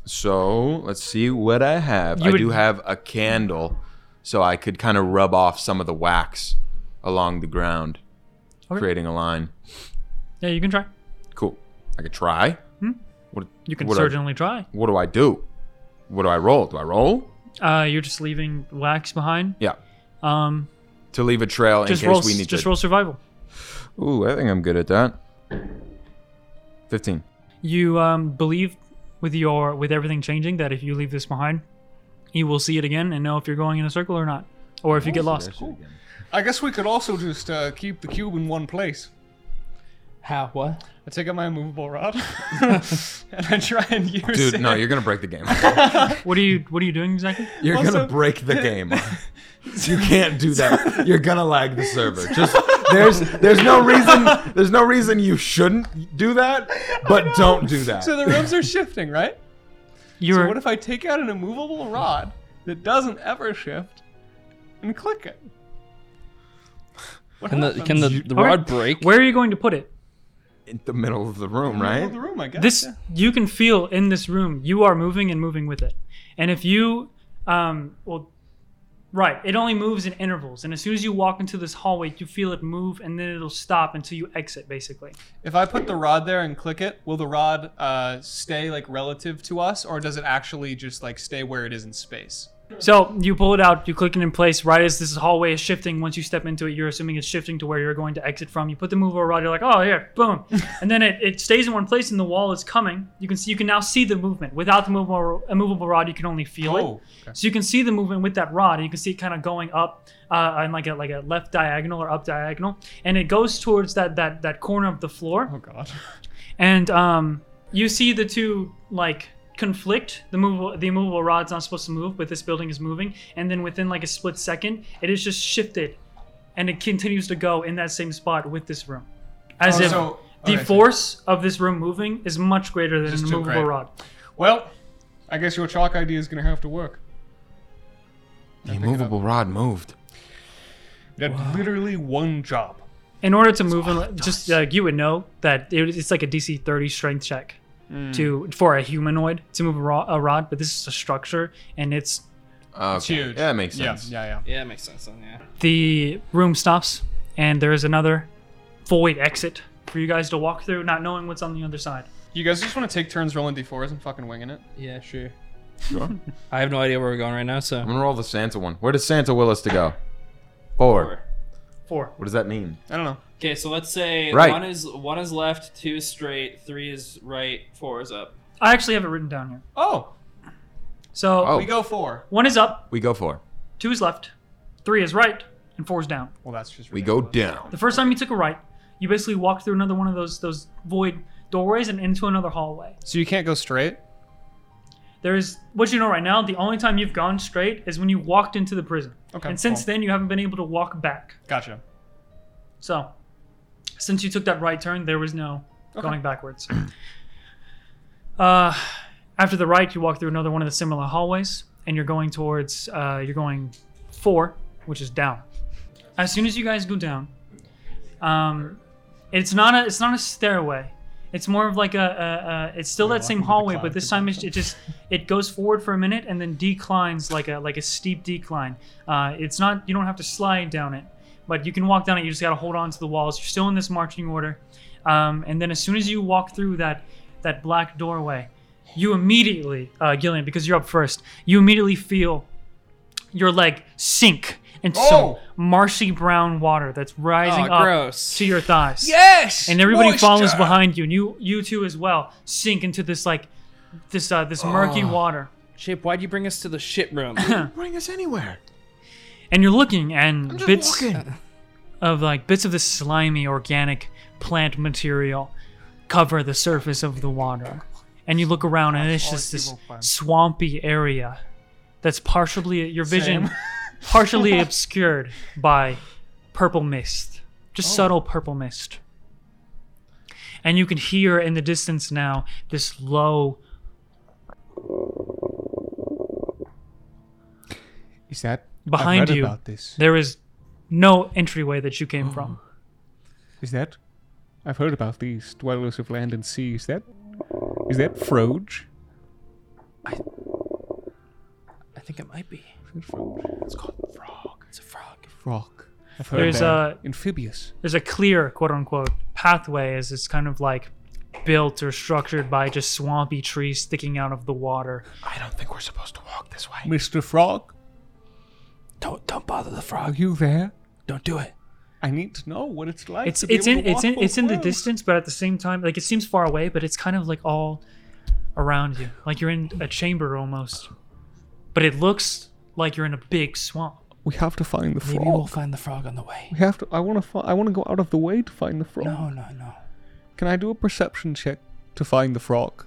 Speaker 2: So let's see what I have.
Speaker 1: You
Speaker 2: I
Speaker 1: would-
Speaker 2: do have a candle, so I could kind of rub off some of the wax along the ground,
Speaker 1: Okay.
Speaker 2: creating a line.
Speaker 1: Yeah, you can try.
Speaker 2: Cool. I could try. What,
Speaker 1: Hmm? You can
Speaker 2: what do I-
Speaker 1: certainly try.
Speaker 2: what do I do? What do I roll? Do I roll?
Speaker 1: Uh, you're just leaving wax behind.
Speaker 2: Yeah.
Speaker 1: Um,
Speaker 2: To leave a trail in
Speaker 1: just
Speaker 2: case
Speaker 1: roll.
Speaker 2: we need
Speaker 1: Just
Speaker 2: to.
Speaker 1: roll survival.
Speaker 2: Ooh, I think I'm good at that. Fifteen.
Speaker 1: You um, believe with your with everything changing that if you leave this behind, you will see it again and know if you're going in a circle or not, or if you get lost.
Speaker 3: I guess we could also just uh, keep the cube in one place.
Speaker 4: How? What?
Speaker 9: I take out my immovable rod and I try and use
Speaker 2: Dude,
Speaker 9: it.
Speaker 2: no, you're gonna break the game.
Speaker 1: What are you What are you doing exactly?
Speaker 2: You're gonna break the game. you can't do that. You're gonna lag the server. Just there's there's no reason there's no reason you shouldn't do that, but don't do that.
Speaker 9: So the rooms are shifting, right?
Speaker 1: You're
Speaker 9: What if I take out an immovable rod that doesn't ever shift and click it? What
Speaker 4: Can the can the, the rod break?
Speaker 1: where are you going to put it?
Speaker 2: In the middle of the room,
Speaker 9: happens?
Speaker 2: right?
Speaker 9: the room, I guess.
Speaker 1: This
Speaker 9: yeah.
Speaker 1: you can feel in this room. You are moving and moving with it, and if you, um, well, right, it only moves in intervals. And as soon as you walk into this hallway, you feel it move, and then it'll stop until you exit, basically.
Speaker 9: If I put the rod there and click it, will the rod uh, stay like relative to us, or does it actually just like stay where it is in space?
Speaker 1: So you pull it out, you click it in place right as this hallway is shifting. Once you step into it, you're assuming it's shifting to where you're going to exit from. You put the move over rod, you're like, oh here, boom. and then it, it stays in one place and the wall is coming. You can see you can now see the movement. Without the movable immovable rod, you can only feel
Speaker 9: Oh,
Speaker 1: it. So you can see the movement with that rod, and you can see it kind of going up uh, on like a like a left diagonal or up diagonal. And it goes towards that that that corner of the floor
Speaker 9: Oh god.
Speaker 1: and um, you see the two like conflict. The movable, the immovable rod's not supposed to move, but this building is moving. And then within like a split second, it is just shifted, and it continues to go in that same spot with this room, as
Speaker 9: Oh,
Speaker 1: if
Speaker 9: so-
Speaker 1: the
Speaker 9: okay.
Speaker 1: force of this room moving is much greater than
Speaker 9: Just
Speaker 1: the
Speaker 9: too
Speaker 1: movable
Speaker 9: great.
Speaker 1: rod.
Speaker 9: Well, I guess your chalk idea is gonna have to work.
Speaker 2: The immovable rod moved.
Speaker 3: That literally one job.
Speaker 1: In order to move, in, just uh, you would know that it, it's like a DC 30 strength check to for a humanoid to move a, ro- a rod, but this is a structure and it's
Speaker 2: Oh, Okay.
Speaker 9: huge.
Speaker 2: Yeah, that makes
Speaker 9: Yeah,
Speaker 2: sense.
Speaker 9: yeah, yeah.
Speaker 4: Yeah, makes sense. Then, yeah.
Speaker 1: the room stops and there is another void exit for you guys to walk through not knowing what's on the other side
Speaker 9: You guys just want to take turns rolling d4s and fucking winging it.
Speaker 4: Yeah, sure.
Speaker 2: Sure.
Speaker 4: I have no idea where we're going right now,
Speaker 2: I'm
Speaker 4: so
Speaker 2: gonna roll the Santa one. Where does Santa will us to go? Four.
Speaker 1: four
Speaker 2: What does that mean?
Speaker 9: I don't know.
Speaker 4: okay. So let's say
Speaker 2: Right.
Speaker 4: one is one is left, two is straight, three is right, four is up.
Speaker 1: i actually have it written down here
Speaker 9: Oh,
Speaker 1: so
Speaker 2: Oh.
Speaker 9: we go four.
Speaker 1: one is up
Speaker 2: We go four.
Speaker 1: two is left three is right and four is down
Speaker 9: Well, that's just
Speaker 2: We go down.
Speaker 1: the first time you took a right you basically walked through another one of those those void doorways and into another hallway
Speaker 9: So you can't go straight.
Speaker 1: there's what you know right now the only time you've gone straight is when you walked into the prison
Speaker 9: Okay,
Speaker 1: and since
Speaker 9: cool.
Speaker 1: then you haven't been able to walk back
Speaker 9: Gotcha.
Speaker 1: so since you took that right turn, there was no going backwards. uh, after the right, you walk through another one of the similar hallways, and you're going towards uh, you're going four, which is down. As soon as you guys go down, um, it's not a it's not a stairway. It's more of like a, a, a it's still that same hallway, but this time it, it just it goes forward for a minute and then declines like a like a steep decline. Uh, it's not you don't have to slide down it but you can walk down it. You just got to hold on to the walls. You're still in this marching order, um, and then as soon as you walk through that that black doorway, you immediately, uh, Gillian, because you're up first, you immediately feel your leg sink into some
Speaker 3: Oh!
Speaker 1: marshy brown water that's rising
Speaker 4: Aw,
Speaker 1: up
Speaker 4: gross.
Speaker 1: to your thighs.
Speaker 3: Yes.
Speaker 1: and everybody follows
Speaker 3: Moisture!
Speaker 1: behind you, and you you too as well sink into this like this uh, this murky water.
Speaker 4: Chip, why'd you bring us to the shit room?
Speaker 2: Bring us anywhere.
Speaker 1: and you're looking and bits
Speaker 2: walking.
Speaker 1: of like bits of this slimy organic plant material cover the surface of the water and you look around and it's just this swampy area that's partially your vision partially obscured by purple mist just
Speaker 3: Oh.
Speaker 1: subtle purple mist and you can hear in the distance now this low
Speaker 3: Is that
Speaker 1: behind
Speaker 3: I've read
Speaker 1: you
Speaker 3: About this. Oh,
Speaker 1: there is no entryway that you came from
Speaker 3: Is that? I've heard about these dwellers of land and sea. Is that? Is that Froge?
Speaker 4: I think it might be.
Speaker 3: Is that Froge? It's called Frog.
Speaker 4: It's a frog.
Speaker 3: Frog. I've heard
Speaker 1: There's,
Speaker 3: that.
Speaker 1: uh,
Speaker 3: amphibious.
Speaker 1: there's a clear quote unquote pathway as it's kind of like built or structured by just swampy trees sticking out of the water.
Speaker 2: I don't think we're supposed to walk this way.
Speaker 3: Mr. Frog,
Speaker 4: Don't don't bother the
Speaker 3: are
Speaker 4: frog.
Speaker 3: you there?
Speaker 4: Don't do it.
Speaker 3: I need to know what it's like.
Speaker 1: It's
Speaker 3: to be
Speaker 1: it's
Speaker 3: able
Speaker 1: in
Speaker 3: to
Speaker 1: it's
Speaker 3: walk
Speaker 1: in
Speaker 3: both
Speaker 1: it's in the
Speaker 3: worlds.
Speaker 1: distance, but at the same time, like it seems far away, but it's kind of like all around you. Like you're in a chamber almost. But it looks like you're in a big swamp.
Speaker 3: We have to find the
Speaker 4: Maybe
Speaker 3: frog.
Speaker 4: we'll find the frog on the way.
Speaker 3: we have to. I want to. Fi- I want to go out of the way to find the frog.
Speaker 4: No, no, no.
Speaker 3: Can I do a perception check to find the frog?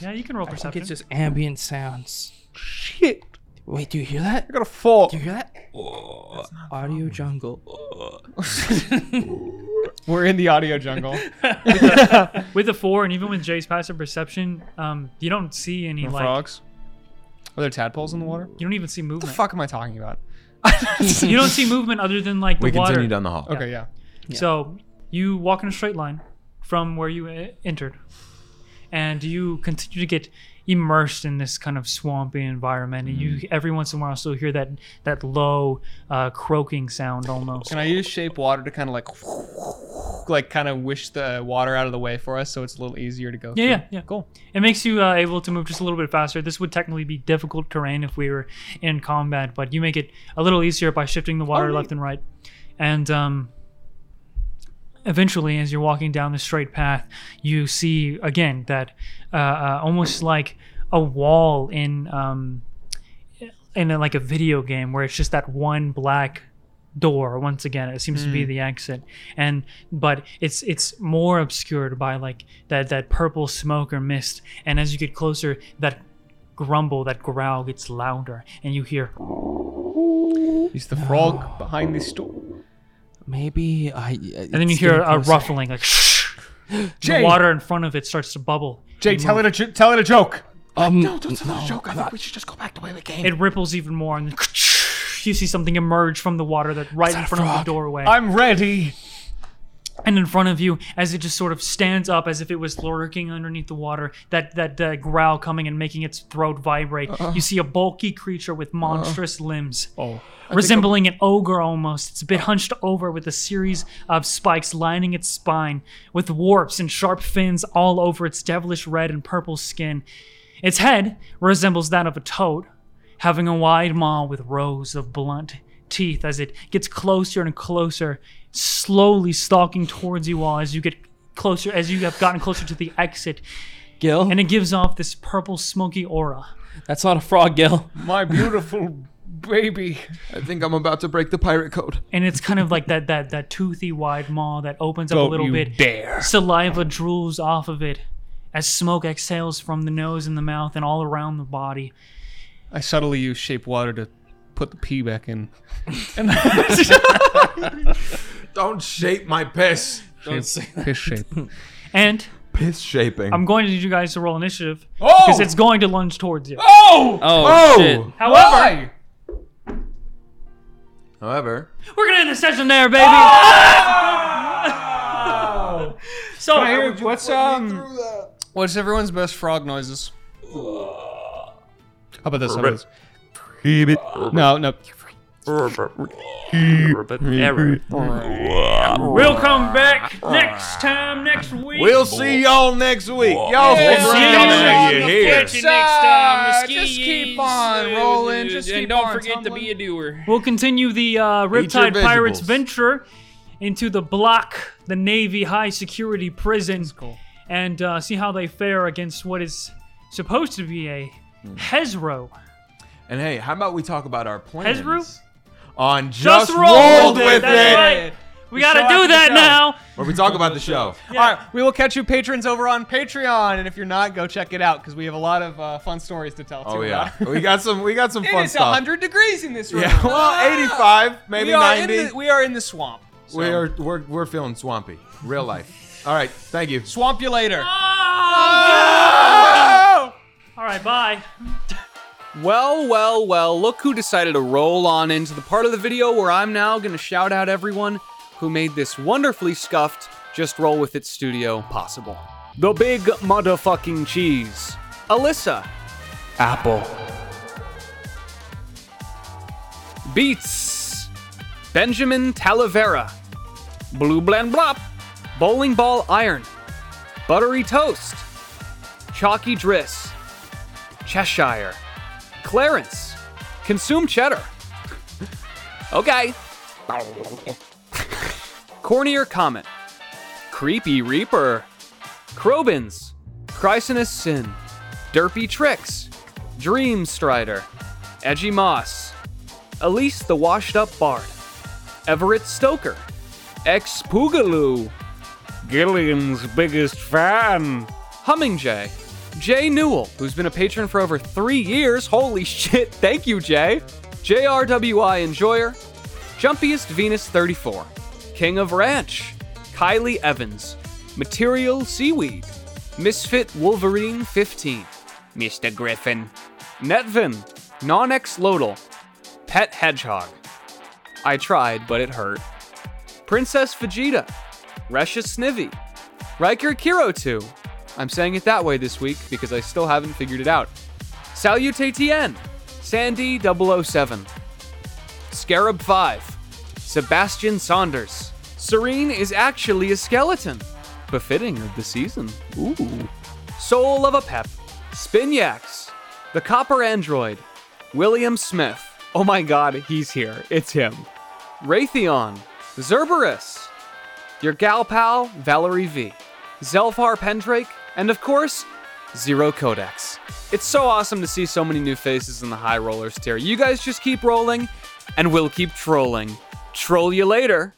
Speaker 1: Yeah, you can roll
Speaker 4: I think
Speaker 1: perception.
Speaker 4: it's just ambient sounds.
Speaker 3: Shit!
Speaker 4: Wait, do you hear that?
Speaker 3: I got a four.
Speaker 4: Do you hear that? Oh, audio jungle. Oh.
Speaker 9: We're in the audio jungle.
Speaker 1: with a four, and even with Jay's passive perception, um, you don't see any like
Speaker 9: Frogs. Are there tadpoles in the water?
Speaker 1: you don't even see movement.
Speaker 9: fuck am I talking about?
Speaker 1: You don't see movement other than like the
Speaker 2: We
Speaker 1: water.
Speaker 2: continue down the hall.
Speaker 9: Okay, yeah.
Speaker 1: So you walk in a straight line from where you uh, entered, and you continue to get immersed in this kind of swampy environment. And you every once in a while still hear that that low uh, croaking sound almost.
Speaker 9: Can I use shape water to kind of like, like kind of wish the water out of the way for us, so it's a little easier to go? through?
Speaker 1: Yeah, yeah, yeah. Cool. It makes you uh, able to move just a little bit faster. This would technically be difficult terrain if we were in combat, but you make it a little easier by shifting the water left and right. And um, eventually, as you're walking down the straight path, you see again that uh, uh, almost like a wall in um, in a, like a video game where it's just that one black door once again it seems to be the exit and but it's it's more obscured by like that that purple smoke or mist and as you get closer that grumble that growl gets louder and you hear
Speaker 9: Is the frog behind this door?
Speaker 4: Maybe I.
Speaker 1: and then you hear a ruffling like shh the
Speaker 9: Jay!
Speaker 1: water in front of it starts to bubble
Speaker 9: Jay, tell it a jo- tell it a joke.
Speaker 4: Um,
Speaker 2: No, don't tell us a joke. I think we should just go back the way we came.
Speaker 1: it ripples even more and then you see something emerge from the water that right in front of the doorway
Speaker 9: I'm ready.
Speaker 1: and in front of you as it just sort of stands up as if it was lurking underneath the water that that uh, growl coming and making its throat vibrate you see a bulky creature with monstrous limbs
Speaker 9: Oh.
Speaker 1: resembling an ogre almost it's a bit hunched over with a series of spikes lining its spine with warps and sharp fins all over its devilish red and purple skin its head resembles that of a toad having a wide maw with rows of blunt teeth as it gets closer and closer, slowly stalking towards you all as you get closer, as you have gotten closer to the exit,
Speaker 4: Gil.
Speaker 1: and it gives off this purple smoky aura.
Speaker 4: That's not a frog, Gil.
Speaker 9: My beautiful baby.
Speaker 2: I think I'm about to break the pirate code.
Speaker 1: And it's kind of like that that that toothy wide maw that opens up a little
Speaker 9: you
Speaker 1: bit.
Speaker 9: dare.
Speaker 1: Saliva drools off of it as smoke exhales from the nose and the mouth and all around the body.
Speaker 9: I subtly use shape water to put the pee back in.
Speaker 2: Don't shape my piss.
Speaker 4: Don't say that.
Speaker 3: Piss shape.
Speaker 1: And
Speaker 2: Piss shaping.
Speaker 1: I'm going to need you guys to roll initiative
Speaker 9: Oh!
Speaker 1: because it's going to lunge towards you.
Speaker 9: oh!
Speaker 4: Oh,
Speaker 2: Oh!
Speaker 4: shit.
Speaker 1: However,
Speaker 9: Why?
Speaker 2: However,
Speaker 1: we're gonna end the session there, baby. so
Speaker 9: What's um? What's everyone's best frog noises? How about this? How about this? No, no.
Speaker 1: we'll come back next time next week.
Speaker 2: Ah. we'll see y'all next week. Y'all
Speaker 9: Yeah,
Speaker 2: figure
Speaker 9: see
Speaker 2: out
Speaker 9: y'all
Speaker 2: how
Speaker 9: on
Speaker 2: you
Speaker 9: the
Speaker 2: here.
Speaker 4: uh,
Speaker 9: flip side. Just keep on rolling. Just
Speaker 4: and
Speaker 9: keep
Speaker 4: don't
Speaker 9: on
Speaker 4: forget to
Speaker 9: tumbling.
Speaker 4: be a doer.
Speaker 1: We'll continue the uh, Riptide
Speaker 2: vegetables.
Speaker 1: Pirates venture into the block, the Navy high security prison, and uh, see how they fare against what is supposed to be a
Speaker 2: Hmm.
Speaker 1: Hezro.
Speaker 2: And hey, how about we talk about our plans
Speaker 1: Ezra?
Speaker 2: on Just,
Speaker 1: Rolled
Speaker 2: Rolled
Speaker 1: It,
Speaker 2: With
Speaker 1: that's
Speaker 2: It,
Speaker 1: right. We gotta
Speaker 9: saw it
Speaker 1: do
Speaker 9: in the
Speaker 1: that
Speaker 9: show.
Speaker 1: now.
Speaker 2: where we talk about the show.
Speaker 9: All right, we will catch you patrons over on Patreon, and if you're not, go check it out because we have a lot of uh, fun stories to tell.
Speaker 2: Oh
Speaker 9: too
Speaker 2: yeah,
Speaker 9: about it.
Speaker 2: we got some. We got some fun
Speaker 9: it is
Speaker 2: stuff.
Speaker 9: 100 degrees in this room. Ah!
Speaker 2: Yeah, well, 85, maybe
Speaker 9: we are
Speaker 2: 90.
Speaker 9: In the, we are in the swamp. So.
Speaker 2: we are we're, we're feeling swampy, real life. All right, thank you.
Speaker 9: swamp you later. Oh,
Speaker 1: All right, bye.
Speaker 8: Well, well, well, look who decided to roll on into the part of the video where I'm now going to shout out everyone who made this wonderfully scuffed Just Roll With It studio possible. The Big Motherfucking Cheese, Alyssa, Apple, Beats, Benjamin Talavera, Blue Bland Blop, Bowling Ball Iron, Buttery Toast, Chalky Driss, Cheshire, Clarence, consume cheddar. Okay. Cornier Comet, Creepy Reaper, Crobins, Chrysinus Sin, Derpy Tricks, Dream Strider, Edgy Moss, Elise the Washed Up Bard, Everett Stoker, Ex Poogaloo, Gillian's Biggest Fan, Humming Jay, Jay Newell, who's been a patron for over three years. Holy shit, thank you, Jay. JRWI Enjoyer, Jumpiest Venus 34, King of Ranch, Kylie Evans, Material Seaweed, Misfit Wolverine 15, Mr. Griffin, Netvin, Nonex Lodal, Pet Hedgehog. I tried, but it hurt. Princess Vegeta, Resha Snivy, Riker Kiro 2. I'm saying it that way this week because I still haven't figured it out. Salutatien, Sandy 007, Scarab 5, Sebastian Saunders. Serene is actually a skeleton, befitting of the season. Ooh. Soul of a Pep, Spinyax, The Copper Android, William Smith. Oh my god, he's here. It's him. Raytheon, Zerberus, your gal pal, Valerie V, Zelfar Pendrake, and of course, Zero Codex. It's so awesome to see so many new faces in the high rollers tier. You guys just keep rolling, and we'll keep trolling. Troll you later.